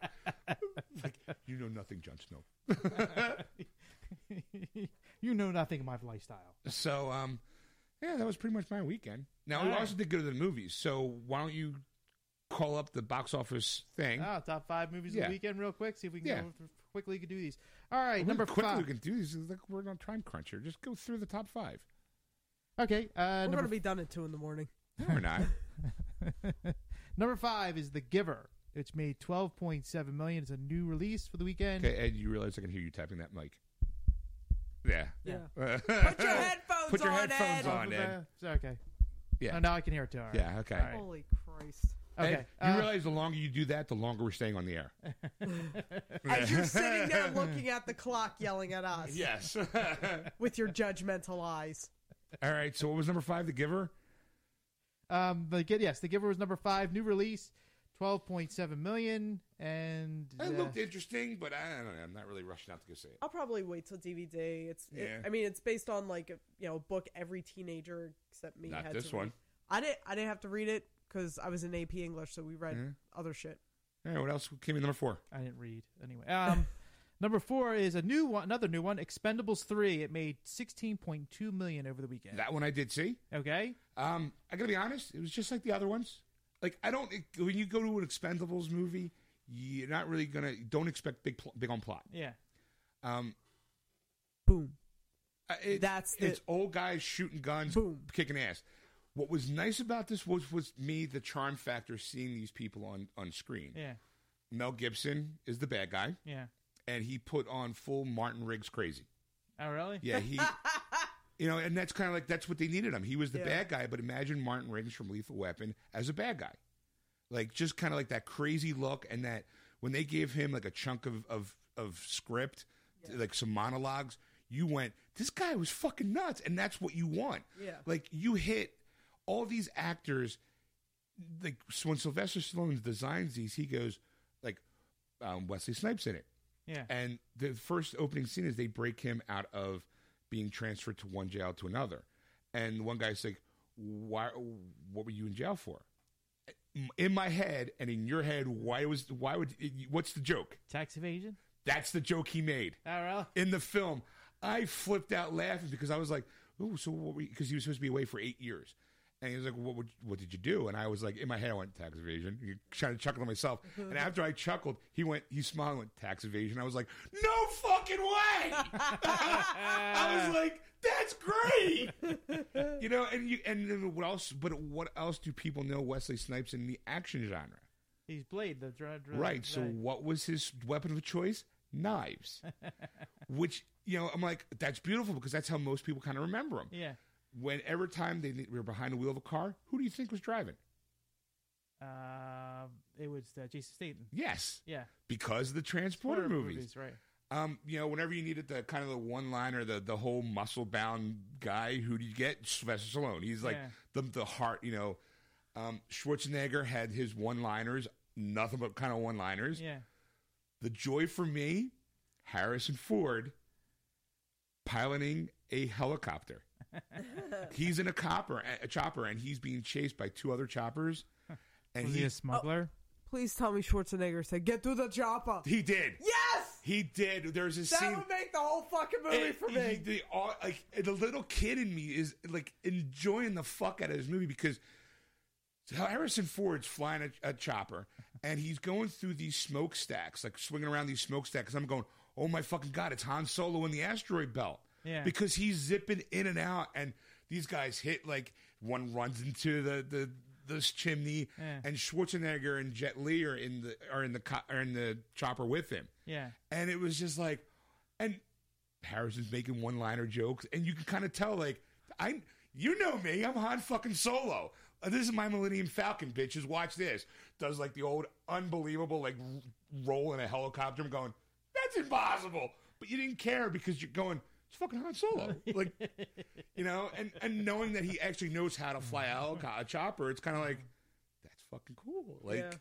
Speaker 1: you know nothing, Jon Snow.
Speaker 2: you know nothing of my lifestyle.
Speaker 1: So, um, yeah, that was pretty much my weekend. Now,
Speaker 2: All
Speaker 1: we
Speaker 2: right.
Speaker 1: also did go to the movies. So, why don't you call up the box office thing?
Speaker 2: Oh, top five movies
Speaker 1: Mm-hmm. Yeah.
Speaker 2: of the weekend, real quick. See if we can
Speaker 1: Yeah.
Speaker 2: go through, quickly. We can do these. All right,
Speaker 1: Look
Speaker 2: number
Speaker 1: how quickly
Speaker 2: five.
Speaker 1: we can do these. Look, we're on a time crunch here. Just go through the top five.
Speaker 2: Okay, uh,
Speaker 6: We're
Speaker 2: number
Speaker 6: gonna be done at two in the morning.
Speaker 1: No, we're not.
Speaker 2: Number five is The Giver. It's made twelve point seven million. It's a new release for the weekend.
Speaker 1: Okay, Ed, you realize I can hear you tapping that mic. Yeah.
Speaker 6: Yeah.
Speaker 1: Put
Speaker 6: Put your headphones
Speaker 1: Put your
Speaker 6: on,
Speaker 1: headphones
Speaker 6: Ed.
Speaker 1: on, Ed.
Speaker 2: It's okay.
Speaker 1: Yeah.
Speaker 2: Oh, now I can hear it too. all right.
Speaker 1: Yeah, okay.
Speaker 2: All right.
Speaker 6: Holy Christ!
Speaker 2: Okay.
Speaker 1: Ed, you
Speaker 2: uh,
Speaker 1: realize the longer you do that, the longer we're staying on the air.
Speaker 6: As you're sitting there looking at the clock, yelling at us
Speaker 1: yes.
Speaker 6: with your judgmental eyes.
Speaker 1: All right, so what was number five, The Giver?
Speaker 2: um, the Gi- yes, The Giver was number five. New release, twelve point seven million. And uh,
Speaker 1: interesting, but I don't know. I'm not really rushing out to go see it.
Speaker 6: I'll probably wait till DVD. It's. it-
Speaker 1: Yeah.
Speaker 6: I mean, it's based on like a, you know a book every teenager except me
Speaker 1: Not
Speaker 6: had
Speaker 1: this
Speaker 6: to read.
Speaker 1: one.
Speaker 6: I didn't. I didn't have to read it because I was in AP English, so we read
Speaker 1: Mhm.
Speaker 6: other shit.
Speaker 1: All right, what else came in number four?
Speaker 2: I didn't read anyway. Um, number four is a new one, another new one, Expendables three. It made sixteen point two million over the weekend.
Speaker 1: That one I did see.
Speaker 2: okay.
Speaker 1: Um, I gotta be honest, it was just like the other ones. Like I don't it- when you go to an Expendables movie, you're not really gonna don't expect big pl- big on plot.
Speaker 2: Yeah.
Speaker 1: Um,
Speaker 6: Boom.
Speaker 1: Uh, it-
Speaker 6: That's the-
Speaker 1: it's old guys shooting guns,
Speaker 6: Boom.
Speaker 1: kicking ass. What was nice about this was was me the charm factor seeing these people on on screen.
Speaker 2: Yeah.
Speaker 1: Mel Gibson is the bad guy,
Speaker 2: Yeah.
Speaker 1: and he put on full Martin Riggs crazy.
Speaker 2: Oh really?
Speaker 1: Yeah, he. You know, and that's kind of like that's what they needed him. He was the
Speaker 6: Yeah.
Speaker 1: bad guy, but imagine Martin Riggs from Lethal Weapon as a bad guy, like just kind of like that crazy look and that when they gave him like a chunk of of of script, like some monologues, you went, this guy was fucking nuts, and that's what you want.
Speaker 6: Yeah.
Speaker 1: like you hit all these actors. Like so when Sylvester Stallone designs these, he goes like um, Wesley Snipes in it.
Speaker 2: Yeah.
Speaker 1: And the first opening scene is they break him out of being transferred to one jail to another. And one guy's like, "Why? What were you in jail for?" In my head and in your head, why was why would what's the joke?
Speaker 2: Tax evasion.
Speaker 1: That's the joke he made
Speaker 2: Oh really?
Speaker 1: in the film. I flipped out laughing because I was like, "Ooh, so what?" Because he was supposed to be away for eight years, and he was like, "What? Would, what did you do?" And I was like, in my head, I went tax evasion, trying to chuckle to myself. And after I chuckled, he went, he smiled, and went tax evasion. I was like, "No fucking way!" I was like, "That's great," you know. And you and then what else? But what else do people know Wesley Snipes in the action genre?
Speaker 2: He's Blade, the dr- dr-
Speaker 1: Right. So what was his weapon of choice? Knives. Which you know, I'm like, that's beautiful because that's how most people kind of remember him.
Speaker 2: yeah,
Speaker 1: Whenever time they were behind the wheel of a car, who do you think was driving?
Speaker 2: uh, it was uh, Jason Statham.
Speaker 1: Yes,
Speaker 2: Yeah,
Speaker 1: because of the transporter
Speaker 2: Horror
Speaker 1: movies.
Speaker 2: right?
Speaker 1: Um, you know, whenever you needed the kind of the one liner, the the whole muscle bound guy, who do you get? Sylvester Stallone. He's like
Speaker 2: Yeah.
Speaker 1: the the heart. You know, um, Schwarzenegger had his one liners, nothing but kind of one liners.
Speaker 2: Yeah.
Speaker 1: The joy for me, Harrison Ford piloting a helicopter. he's in a copper, a chopper, and he's being chased by two other choppers. And
Speaker 2: Was he
Speaker 1: he,
Speaker 2: a smuggler?
Speaker 6: Please tell me Schwarzenegger said, "Get through the chopper."
Speaker 1: he did.
Speaker 6: Yes,
Speaker 1: He did. There's a
Speaker 6: that
Speaker 1: scene.
Speaker 6: would make the whole fucking movie
Speaker 1: And
Speaker 6: for
Speaker 1: he-
Speaker 6: me.
Speaker 1: the, all- like, the little kid in me is like enjoying the fuck out of this movie because Harrison Ford's flying a, a chopper and he's going through these smokestacks, like swinging around these smokestacks. I'm going, oh my fucking god, it's Han Solo in the asteroid belt.
Speaker 2: Yeah.
Speaker 1: Because he's zipping in and out, and these guys hit like one runs into the the this chimney,
Speaker 2: Yeah.
Speaker 1: and Schwarzenegger and Jet Li are in the are in the co- are in the chopper with him
Speaker 2: Yeah.
Speaker 1: and it was just like, and Harrison's making one liner jokes, and you can kind of tell like I, you know me, I'm Han fucking Solo. Uh, This is my Millennium Falcon, bitches. Watch this. Does like the old unbelievable like r- roll in a helicopter? I'm going, that's impossible. But you didn't care because you're going, it's fucking Han Solo. Like, you know, and and knowing that he actually knows how to fly a, helico- a chopper, it's kind of like, that's fucking cool. Like,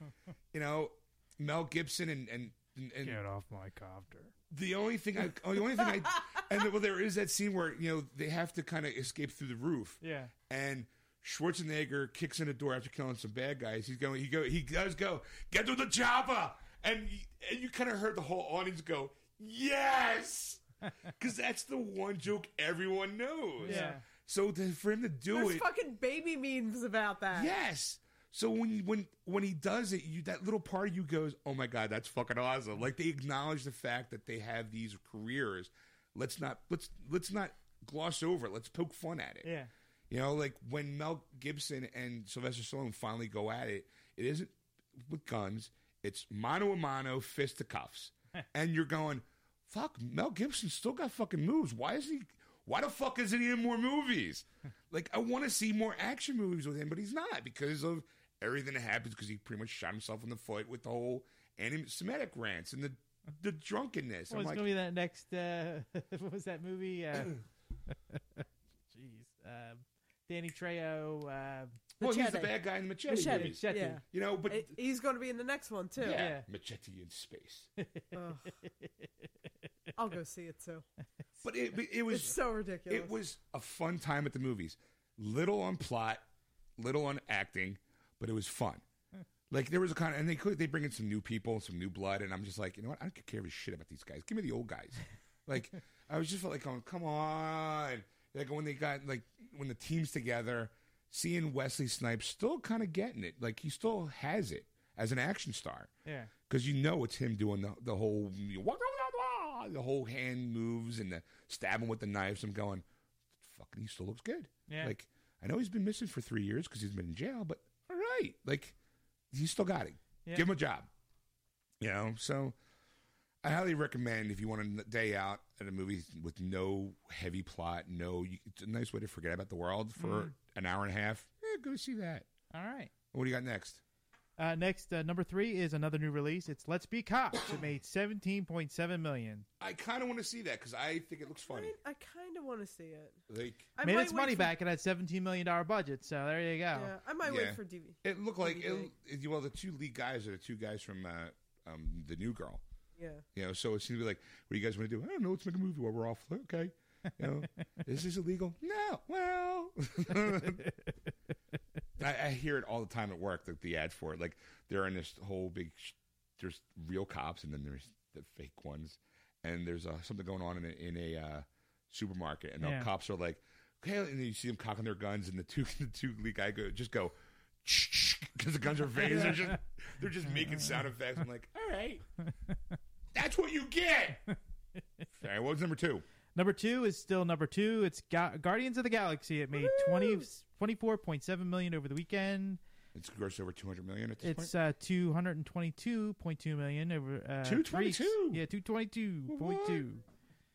Speaker 1: you know, Mel Gibson and and and
Speaker 2: off my copter.
Speaker 1: the only thing I, oh, the only thing I, and well, there is that scene where you know they have to kind of escape through the roof,
Speaker 2: Yeah.
Speaker 1: and Schwarzenegger kicks in the door after killing some bad guys. He's going, he go, he does go, get to the chopper, and y- and you kind of heard the whole audience go, yes, because that's the one joke everyone knows.
Speaker 2: Yeah.
Speaker 1: So to, for him to do
Speaker 6: There's
Speaker 1: it,
Speaker 6: fucking baby memes about that.
Speaker 1: Yes. So when you, when when he does it, you that little part of you goes, "Oh my god, that's fucking awesome!" Like they acknowledge the fact that they have these careers. Let's not let's let's not gloss over. it. Let's poke fun at it.
Speaker 2: Yeah.
Speaker 1: You know, like when Mel Gibson and Sylvester Stallone finally go at it, it isn't with guns. It's mano a mano, fist to cuffs, and you're going, "Fuck, Mel Gibson still got fucking moves. Why is he? Why the fuck isn't he in more movies? like, I want to see more action movies with him, but he's not because of everything that happens. Because he pretty much shot himself in the foot with the whole anti-Semitic rants and the the drunkenness. I'm
Speaker 2: Well, it's
Speaker 1: like,
Speaker 2: gonna be that next. Uh, what was that movie? Uh, jeez, um, Danny Trejo. Uh,
Speaker 1: well, he's the
Speaker 6: Machete.
Speaker 1: bad guy in the machete,
Speaker 6: Machete.
Speaker 1: movies.
Speaker 2: Machete.
Speaker 6: Yeah.
Speaker 1: You know, but
Speaker 6: It- he's going to be in the next one too.
Speaker 1: yeah,
Speaker 2: Yeah.
Speaker 1: machete in space.
Speaker 6: Ugh. I'll go see it too.
Speaker 1: But it, but it was
Speaker 6: It's so ridiculous.
Speaker 1: it was a fun time at the movies. Little on plot, little on acting, but it was fun. Like there was a kind of, and they could they bring in some new people, some new blood, and I'm just like, you know what? I don't care a shit about these guys. Give me the old guys. like I was just felt like going, come on. Like when they got like when the teams together, seeing Wesley Snipes still kind of getting it. Like he still has it as an action star
Speaker 2: yeah.
Speaker 1: because you know it's him doing the, the whole the whole hand moves and the stabbing with the knives. I'm going, fucking, he still looks good.
Speaker 2: Yeah.
Speaker 1: Like I know he's been missing for three years because he's been in jail, but all right, like he still got it.
Speaker 2: Yeah.
Speaker 1: Give him a job. You know, so I highly recommend if you want a n- day out at a movie with no heavy plot, no, you, it's a nice way to forget about the world for
Speaker 2: Mm.
Speaker 1: an hour and a half. Eh, go see that.
Speaker 2: All right.
Speaker 1: What do you got next?
Speaker 2: Uh, next, uh, number three is another new release. It's Let's Be Cops. It made seventeen point seven million.
Speaker 1: I kind of want to see that because I think it looks funny.
Speaker 6: I kind of want to see it.
Speaker 1: Like
Speaker 6: I
Speaker 2: made
Speaker 6: might
Speaker 2: its
Speaker 6: wait
Speaker 2: money
Speaker 6: for-
Speaker 2: back. It had seventeen million dollar budget. So there you go.
Speaker 6: Yeah, I might
Speaker 1: Yeah.
Speaker 6: wait for DV.
Speaker 1: it looked like it,
Speaker 6: DVD.
Speaker 1: it- well, the two lead guys are the two guys from uh, um, the New Girl.
Speaker 6: Yeah,
Speaker 1: You know, so it seemed to be like, what do you guys want to do? I don't know. Let's make a movie while we're off. Okay. You know, is this illegal? No. Well, I, I hear it all the time at work. Like the ad for it, like they're in this whole big. Sh- there's real cops, and then there's the fake ones, and there's uh, something going on in a, in a uh, supermarket, and the
Speaker 2: Yeah.
Speaker 1: cops are like, okay, and then you see them cocking their guns, and the two the two lead guy go just go. Because the guns are phased, they're just they're just making sound effects. I'm like, all right, that's what you get. Sorry, what was number two?
Speaker 2: Number two is still number two. It's Ga- Guardians of the Galaxy. It made 20, 24.7 million over the weekend.
Speaker 1: It's grossed over 200 million at this
Speaker 2: It's
Speaker 1: point.
Speaker 2: uh, 222.2 million over. Uh, three weeks.
Speaker 1: 222?
Speaker 2: Yeah, 222.2.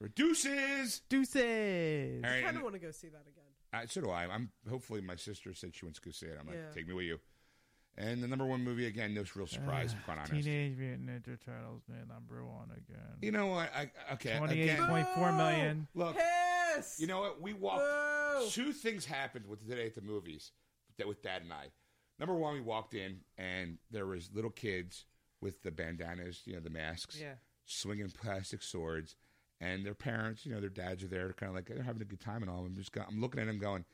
Speaker 1: Reduces.
Speaker 2: Deuces.
Speaker 1: All
Speaker 6: I
Speaker 1: right,
Speaker 6: kind
Speaker 1: and,
Speaker 6: of want to go see that again.
Speaker 1: uh, so do I. I'm hopefully my sister said she wants to go see it. I'm like,
Speaker 6: Yeah.
Speaker 1: take me with you. And the number one movie again, no real surprise. if I'm quite honest.
Speaker 2: Ah, Teenage Mutant Ninja Turtles number one again.
Speaker 1: You know what? I, okay.
Speaker 2: Twenty-eight
Speaker 1: Again,
Speaker 2: point four million.
Speaker 1: look.
Speaker 6: Piss!
Speaker 1: You know what? We walked.
Speaker 6: Boo!
Speaker 1: Two things happened with today at the movies that with Dad and I. Number one, we walked in and there was little kids with the bandanas, you know, the masks,
Speaker 2: Yeah.
Speaker 1: swinging plastic swords, and their parents, you know, their dads are there, kind of like they're having a good time and all. I'm just, go- I'm looking at them going,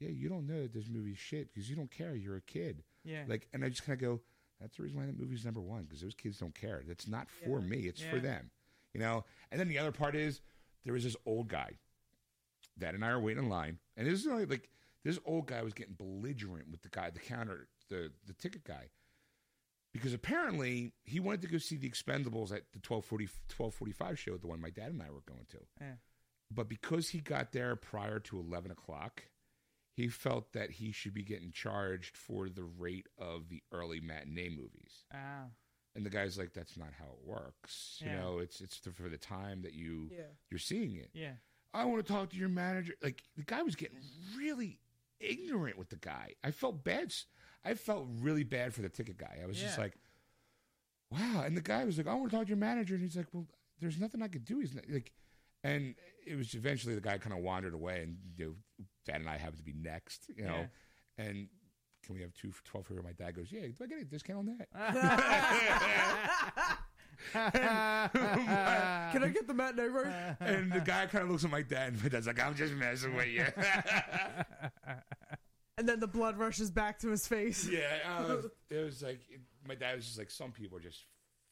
Speaker 1: "Yeah, you don't know that this movie's shit because you don't care. You're a kid."
Speaker 2: Yeah.
Speaker 1: Like, and I just kind of go, that's the reason why that movie's number one because those kids don't care. That's not for me. It's for
Speaker 2: Yeah.
Speaker 1: them, you know. And then the other part is there was this old guy. Dad and I are waiting in line, and this is only like this old guy was getting belligerent with the guy at the counter, the the ticket guy, because apparently he wanted to go see the Expendables at the 1240, 1245 show, the one my dad and I were going to.
Speaker 2: Yeah.
Speaker 1: But because he got there prior to eleven o'clock, he felt that he should be getting charged for the rate of the early matinee movies.
Speaker 2: Ah.
Speaker 1: And the guy's like, "That's not how it works. You
Speaker 2: Yeah.
Speaker 1: know, it's it's the, for the time that you
Speaker 6: Yeah.
Speaker 1: you're seeing it.
Speaker 2: Yeah.
Speaker 1: I want to talk to your manager." Like the guy was getting really ignorant with the guy. I felt bad. s- I felt really bad for the ticket guy. I was just
Speaker 2: Yeah.
Speaker 1: like, "Wow!" And the guy was like, "I want to talk to your manager," and he's like, "Well, there's nothing I could do." He's not, like, and it was eventually the guy kind of wandered away, and you know, Dad and I happened to be next, you know, and. Can we have two for twelve here? My dad goes, "Yeah, do I get a discount on that?"
Speaker 6: Can
Speaker 2: Uh,
Speaker 6: I get the matinee version?
Speaker 1: And the guy kind of looks at my dad, and my dad's like, "I'm just messing with you."
Speaker 6: And then the blood rushes back to his face.
Speaker 1: yeah, uh, it was like it, my dad was just like, "Some people are just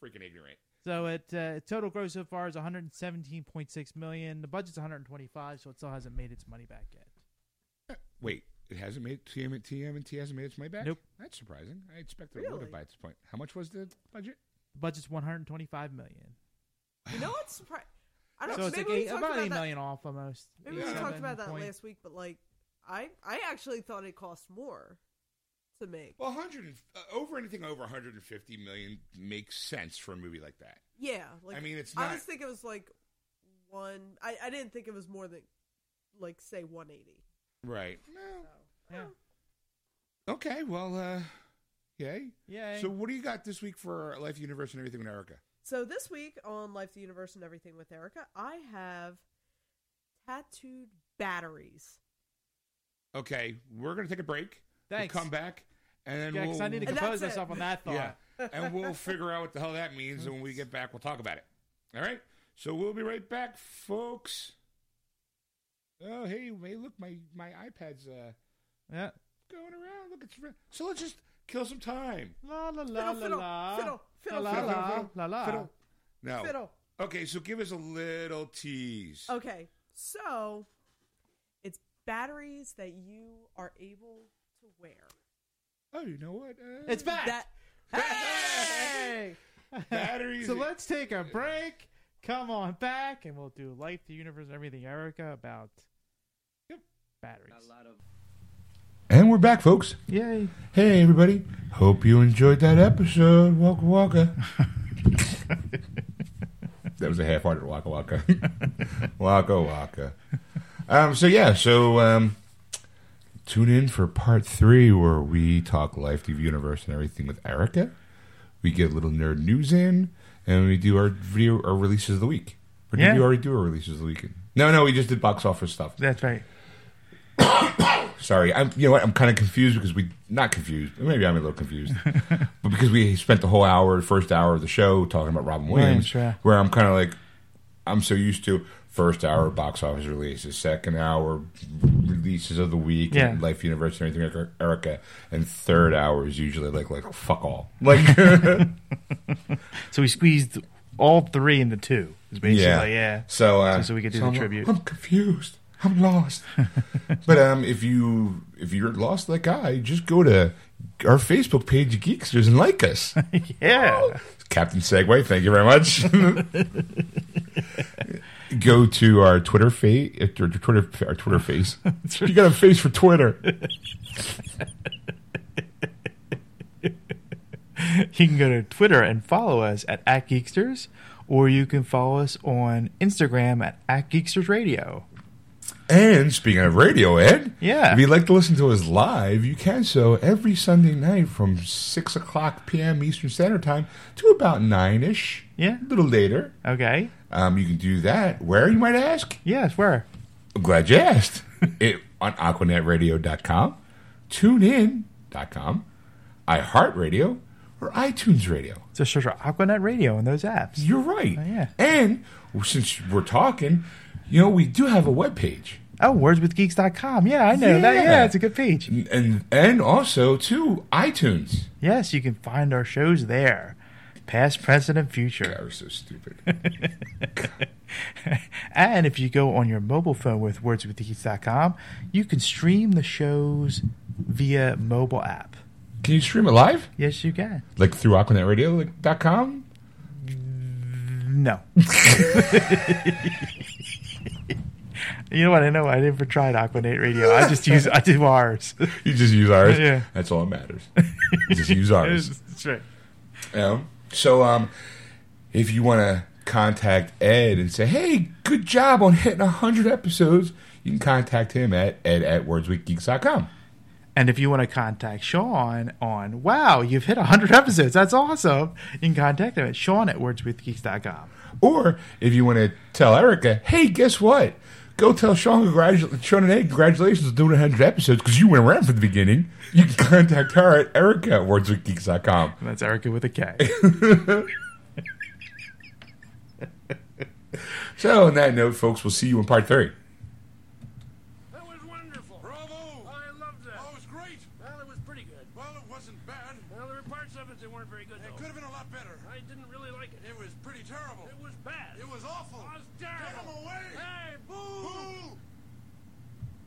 Speaker 1: freaking ignorant."
Speaker 2: So it uh, total gross so far is 117.6 million. The budget's 125, so it still hasn't made its money back yet.
Speaker 1: Wait, it hasn't made TM and TM and T hasn't made its money back.
Speaker 2: Nope.
Speaker 1: that's surprising. I expected it would
Speaker 6: Really?
Speaker 1: have by this point. How much was the budget?
Speaker 2: The budget's 125 million.
Speaker 6: You know what's surprising? I don't
Speaker 2: So
Speaker 6: know.
Speaker 2: it's
Speaker 6: Maybe
Speaker 2: like
Speaker 6: we
Speaker 2: eight,
Speaker 6: talked
Speaker 2: about
Speaker 6: about
Speaker 2: eight
Speaker 6: that.
Speaker 2: million off almost.
Speaker 6: Maybe we
Speaker 1: Yeah.
Speaker 6: talked about that
Speaker 2: Point-
Speaker 6: last week, but like, I I actually thought it cost more to make.
Speaker 1: Well, hundred uh, over anything over 150 million makes sense for a movie like that.
Speaker 6: Yeah, like
Speaker 1: I mean, it's
Speaker 6: I
Speaker 1: not.
Speaker 6: was thinking it was like one. I, I didn't think it was more than like say 180.
Speaker 1: Right. No.
Speaker 2: Yeah.
Speaker 1: Okay. Well. uh Yay.
Speaker 2: Yay.
Speaker 1: So, what do you got this week for Life Universe and everything with Erica?
Speaker 6: So this week on Life, the Universe, and Everything with Erica, I have tattooed batteries.
Speaker 1: Okay, we're gonna take a break. We'll
Speaker 2: Thanks.
Speaker 1: come back, and then
Speaker 2: Yeah,
Speaker 1: we'll
Speaker 2: because I need to
Speaker 6: And
Speaker 2: compose
Speaker 6: that's it.
Speaker 2: myself on that thought.
Speaker 1: yeah, and we'll figure out what the hell that means. And when we get back, we'll talk about it. All right. So we'll be right back, folks. Oh hey, hey look, my my iPad's uh,
Speaker 2: Yeah.
Speaker 1: going around. Look, it's re- so let's just kill some time.
Speaker 2: La la la la
Speaker 6: Fiddle,
Speaker 2: la.
Speaker 6: fiddle, fiddle,
Speaker 2: la
Speaker 1: fiddle,
Speaker 2: la
Speaker 1: fiddle,
Speaker 2: la la.
Speaker 1: fiddle. No.
Speaker 6: Fiddle.
Speaker 1: Okay, so give us a little tease.
Speaker 2: Oh.
Speaker 6: Okay, so it's batteries that you are able to wear.
Speaker 1: Oh, you know what? Uh,
Speaker 2: It's back.
Speaker 6: That
Speaker 2: Hey.
Speaker 1: batteries.
Speaker 2: So let's take a break. Come on back, and we'll do life, the universe, and everything, Erica, about
Speaker 1: Yep.
Speaker 2: batteries.
Speaker 7: And we're back, folks.
Speaker 2: Yay!
Speaker 7: Hey, everybody. Hope you enjoyed that episode, Waka Waka. that was a half hearted Waka Waka. waka Waka. Um, so, yeah, so um, tune in for part three where we talk life, the universe, and everything with Erica. We get a little nerd news in, and we do our video, our releases of the week. Or did
Speaker 3: Yeah.
Speaker 7: we already do our releases of the week? No, no, we just did box office stuff.
Speaker 3: That's right.
Speaker 7: Sorry, I'm. You know what? I'm kind of confused because we not confused. Maybe I'm a little confused, but because we spent the whole hour, first hour of the show talking about Robin Williams,
Speaker 3: Williams, yeah.
Speaker 7: where I'm kind of like, I'm so used to first hour box office releases, second hour releases of the week, and
Speaker 3: Yeah.
Speaker 7: Life Universe and everything like Erica, and third hour is usually like like fuck all, like
Speaker 3: So we squeezed all three into two. Is basically
Speaker 7: yeah,
Speaker 3: yeah. yeah.
Speaker 7: So uh,
Speaker 3: So- so we could do the
Speaker 7: I'm-
Speaker 3: tribute.
Speaker 7: I'm confused. I'm lost. but um, if you if you're lost like I, just go to our Facebook page, Geeksters, and like us.
Speaker 3: Yeah.
Speaker 7: Captain Segway, thank you very much. Go to our Twitter face, our Twitter, our Twitter face. you got a face for Twitter.
Speaker 3: You can go to Twitter and follow us at, at Geeksters, or you can follow us on Instagram at, at Geeksters Radio.
Speaker 1: And speaking of radio, Ed,
Speaker 2: Yeah.
Speaker 1: if you'd like to listen to us live, you can so every Sunday night from six o'clock p.m. Eastern Standard Time to about nine ish,
Speaker 2: Yeah.
Speaker 1: a little later.
Speaker 2: Okay.
Speaker 1: Um, you can do that. Where you might ask?
Speaker 2: Yes. Where?
Speaker 1: I'm glad you asked. it, on AquanetRadio.com, TuneIn.com, iHeartRadio, or iTunes Radio.
Speaker 2: Just search for Aquanet Radio in those apps.
Speaker 1: You're right.
Speaker 2: Oh, yeah.
Speaker 1: And well, since we're talking, you know we do have a webpage.
Speaker 2: Oh, wordswithgeeks.com. Yeah, I know that.
Speaker 1: Yeah.
Speaker 2: Yeah, it's a good page.
Speaker 1: And- and and also too iTunes.
Speaker 2: Yes, you can find our shows there. Past, present, and future.
Speaker 1: That was so stupid.
Speaker 2: and if you go on your mobile phone with wordswithgeeks.com, you can stream the shows via mobile app.
Speaker 1: Can you stream it live,
Speaker 2: Yes, you can.
Speaker 1: like through AquanetRadio.com?
Speaker 2: No. you know what? I know I never tried Aquanate Radio. I just use I do ours.
Speaker 1: You just use ours.
Speaker 2: Yeah.
Speaker 1: That's all that matters. You just use ours.
Speaker 2: That's right.
Speaker 1: You know? So um, if you want to contact Ed and say, "Hey, good job on hitting hundred episodes," you can contact him at ed at wordsweekgeeks.com.
Speaker 2: And if you want to contact Sean on, wow, you've hit 100 episodes. That's awesome. You can contact him at Sean at wordswithgeeks.com.
Speaker 1: Or if you want to tell Erica, "Hey, guess what." Go tell Sean, congratu- Sean and Ed, congratulations on doing 100 episodes because you went around from the beginning. You can contact her at erica at wordswithgeeks.com.
Speaker 2: And that's Erica with a K.
Speaker 1: So, on that note, folks, we'll see you in part three.
Speaker 9: That was wonderful. Bravo! I loved that. Oh, it was great. Well, it was pretty good. Well, it wasn't bad. Well, there were parts of it that weren't very good. It could have been a lot better. I didn't really like it. It was pretty terrible. It was bad. It was awful. It was terrible. Get him away! Hey, boo! Boo!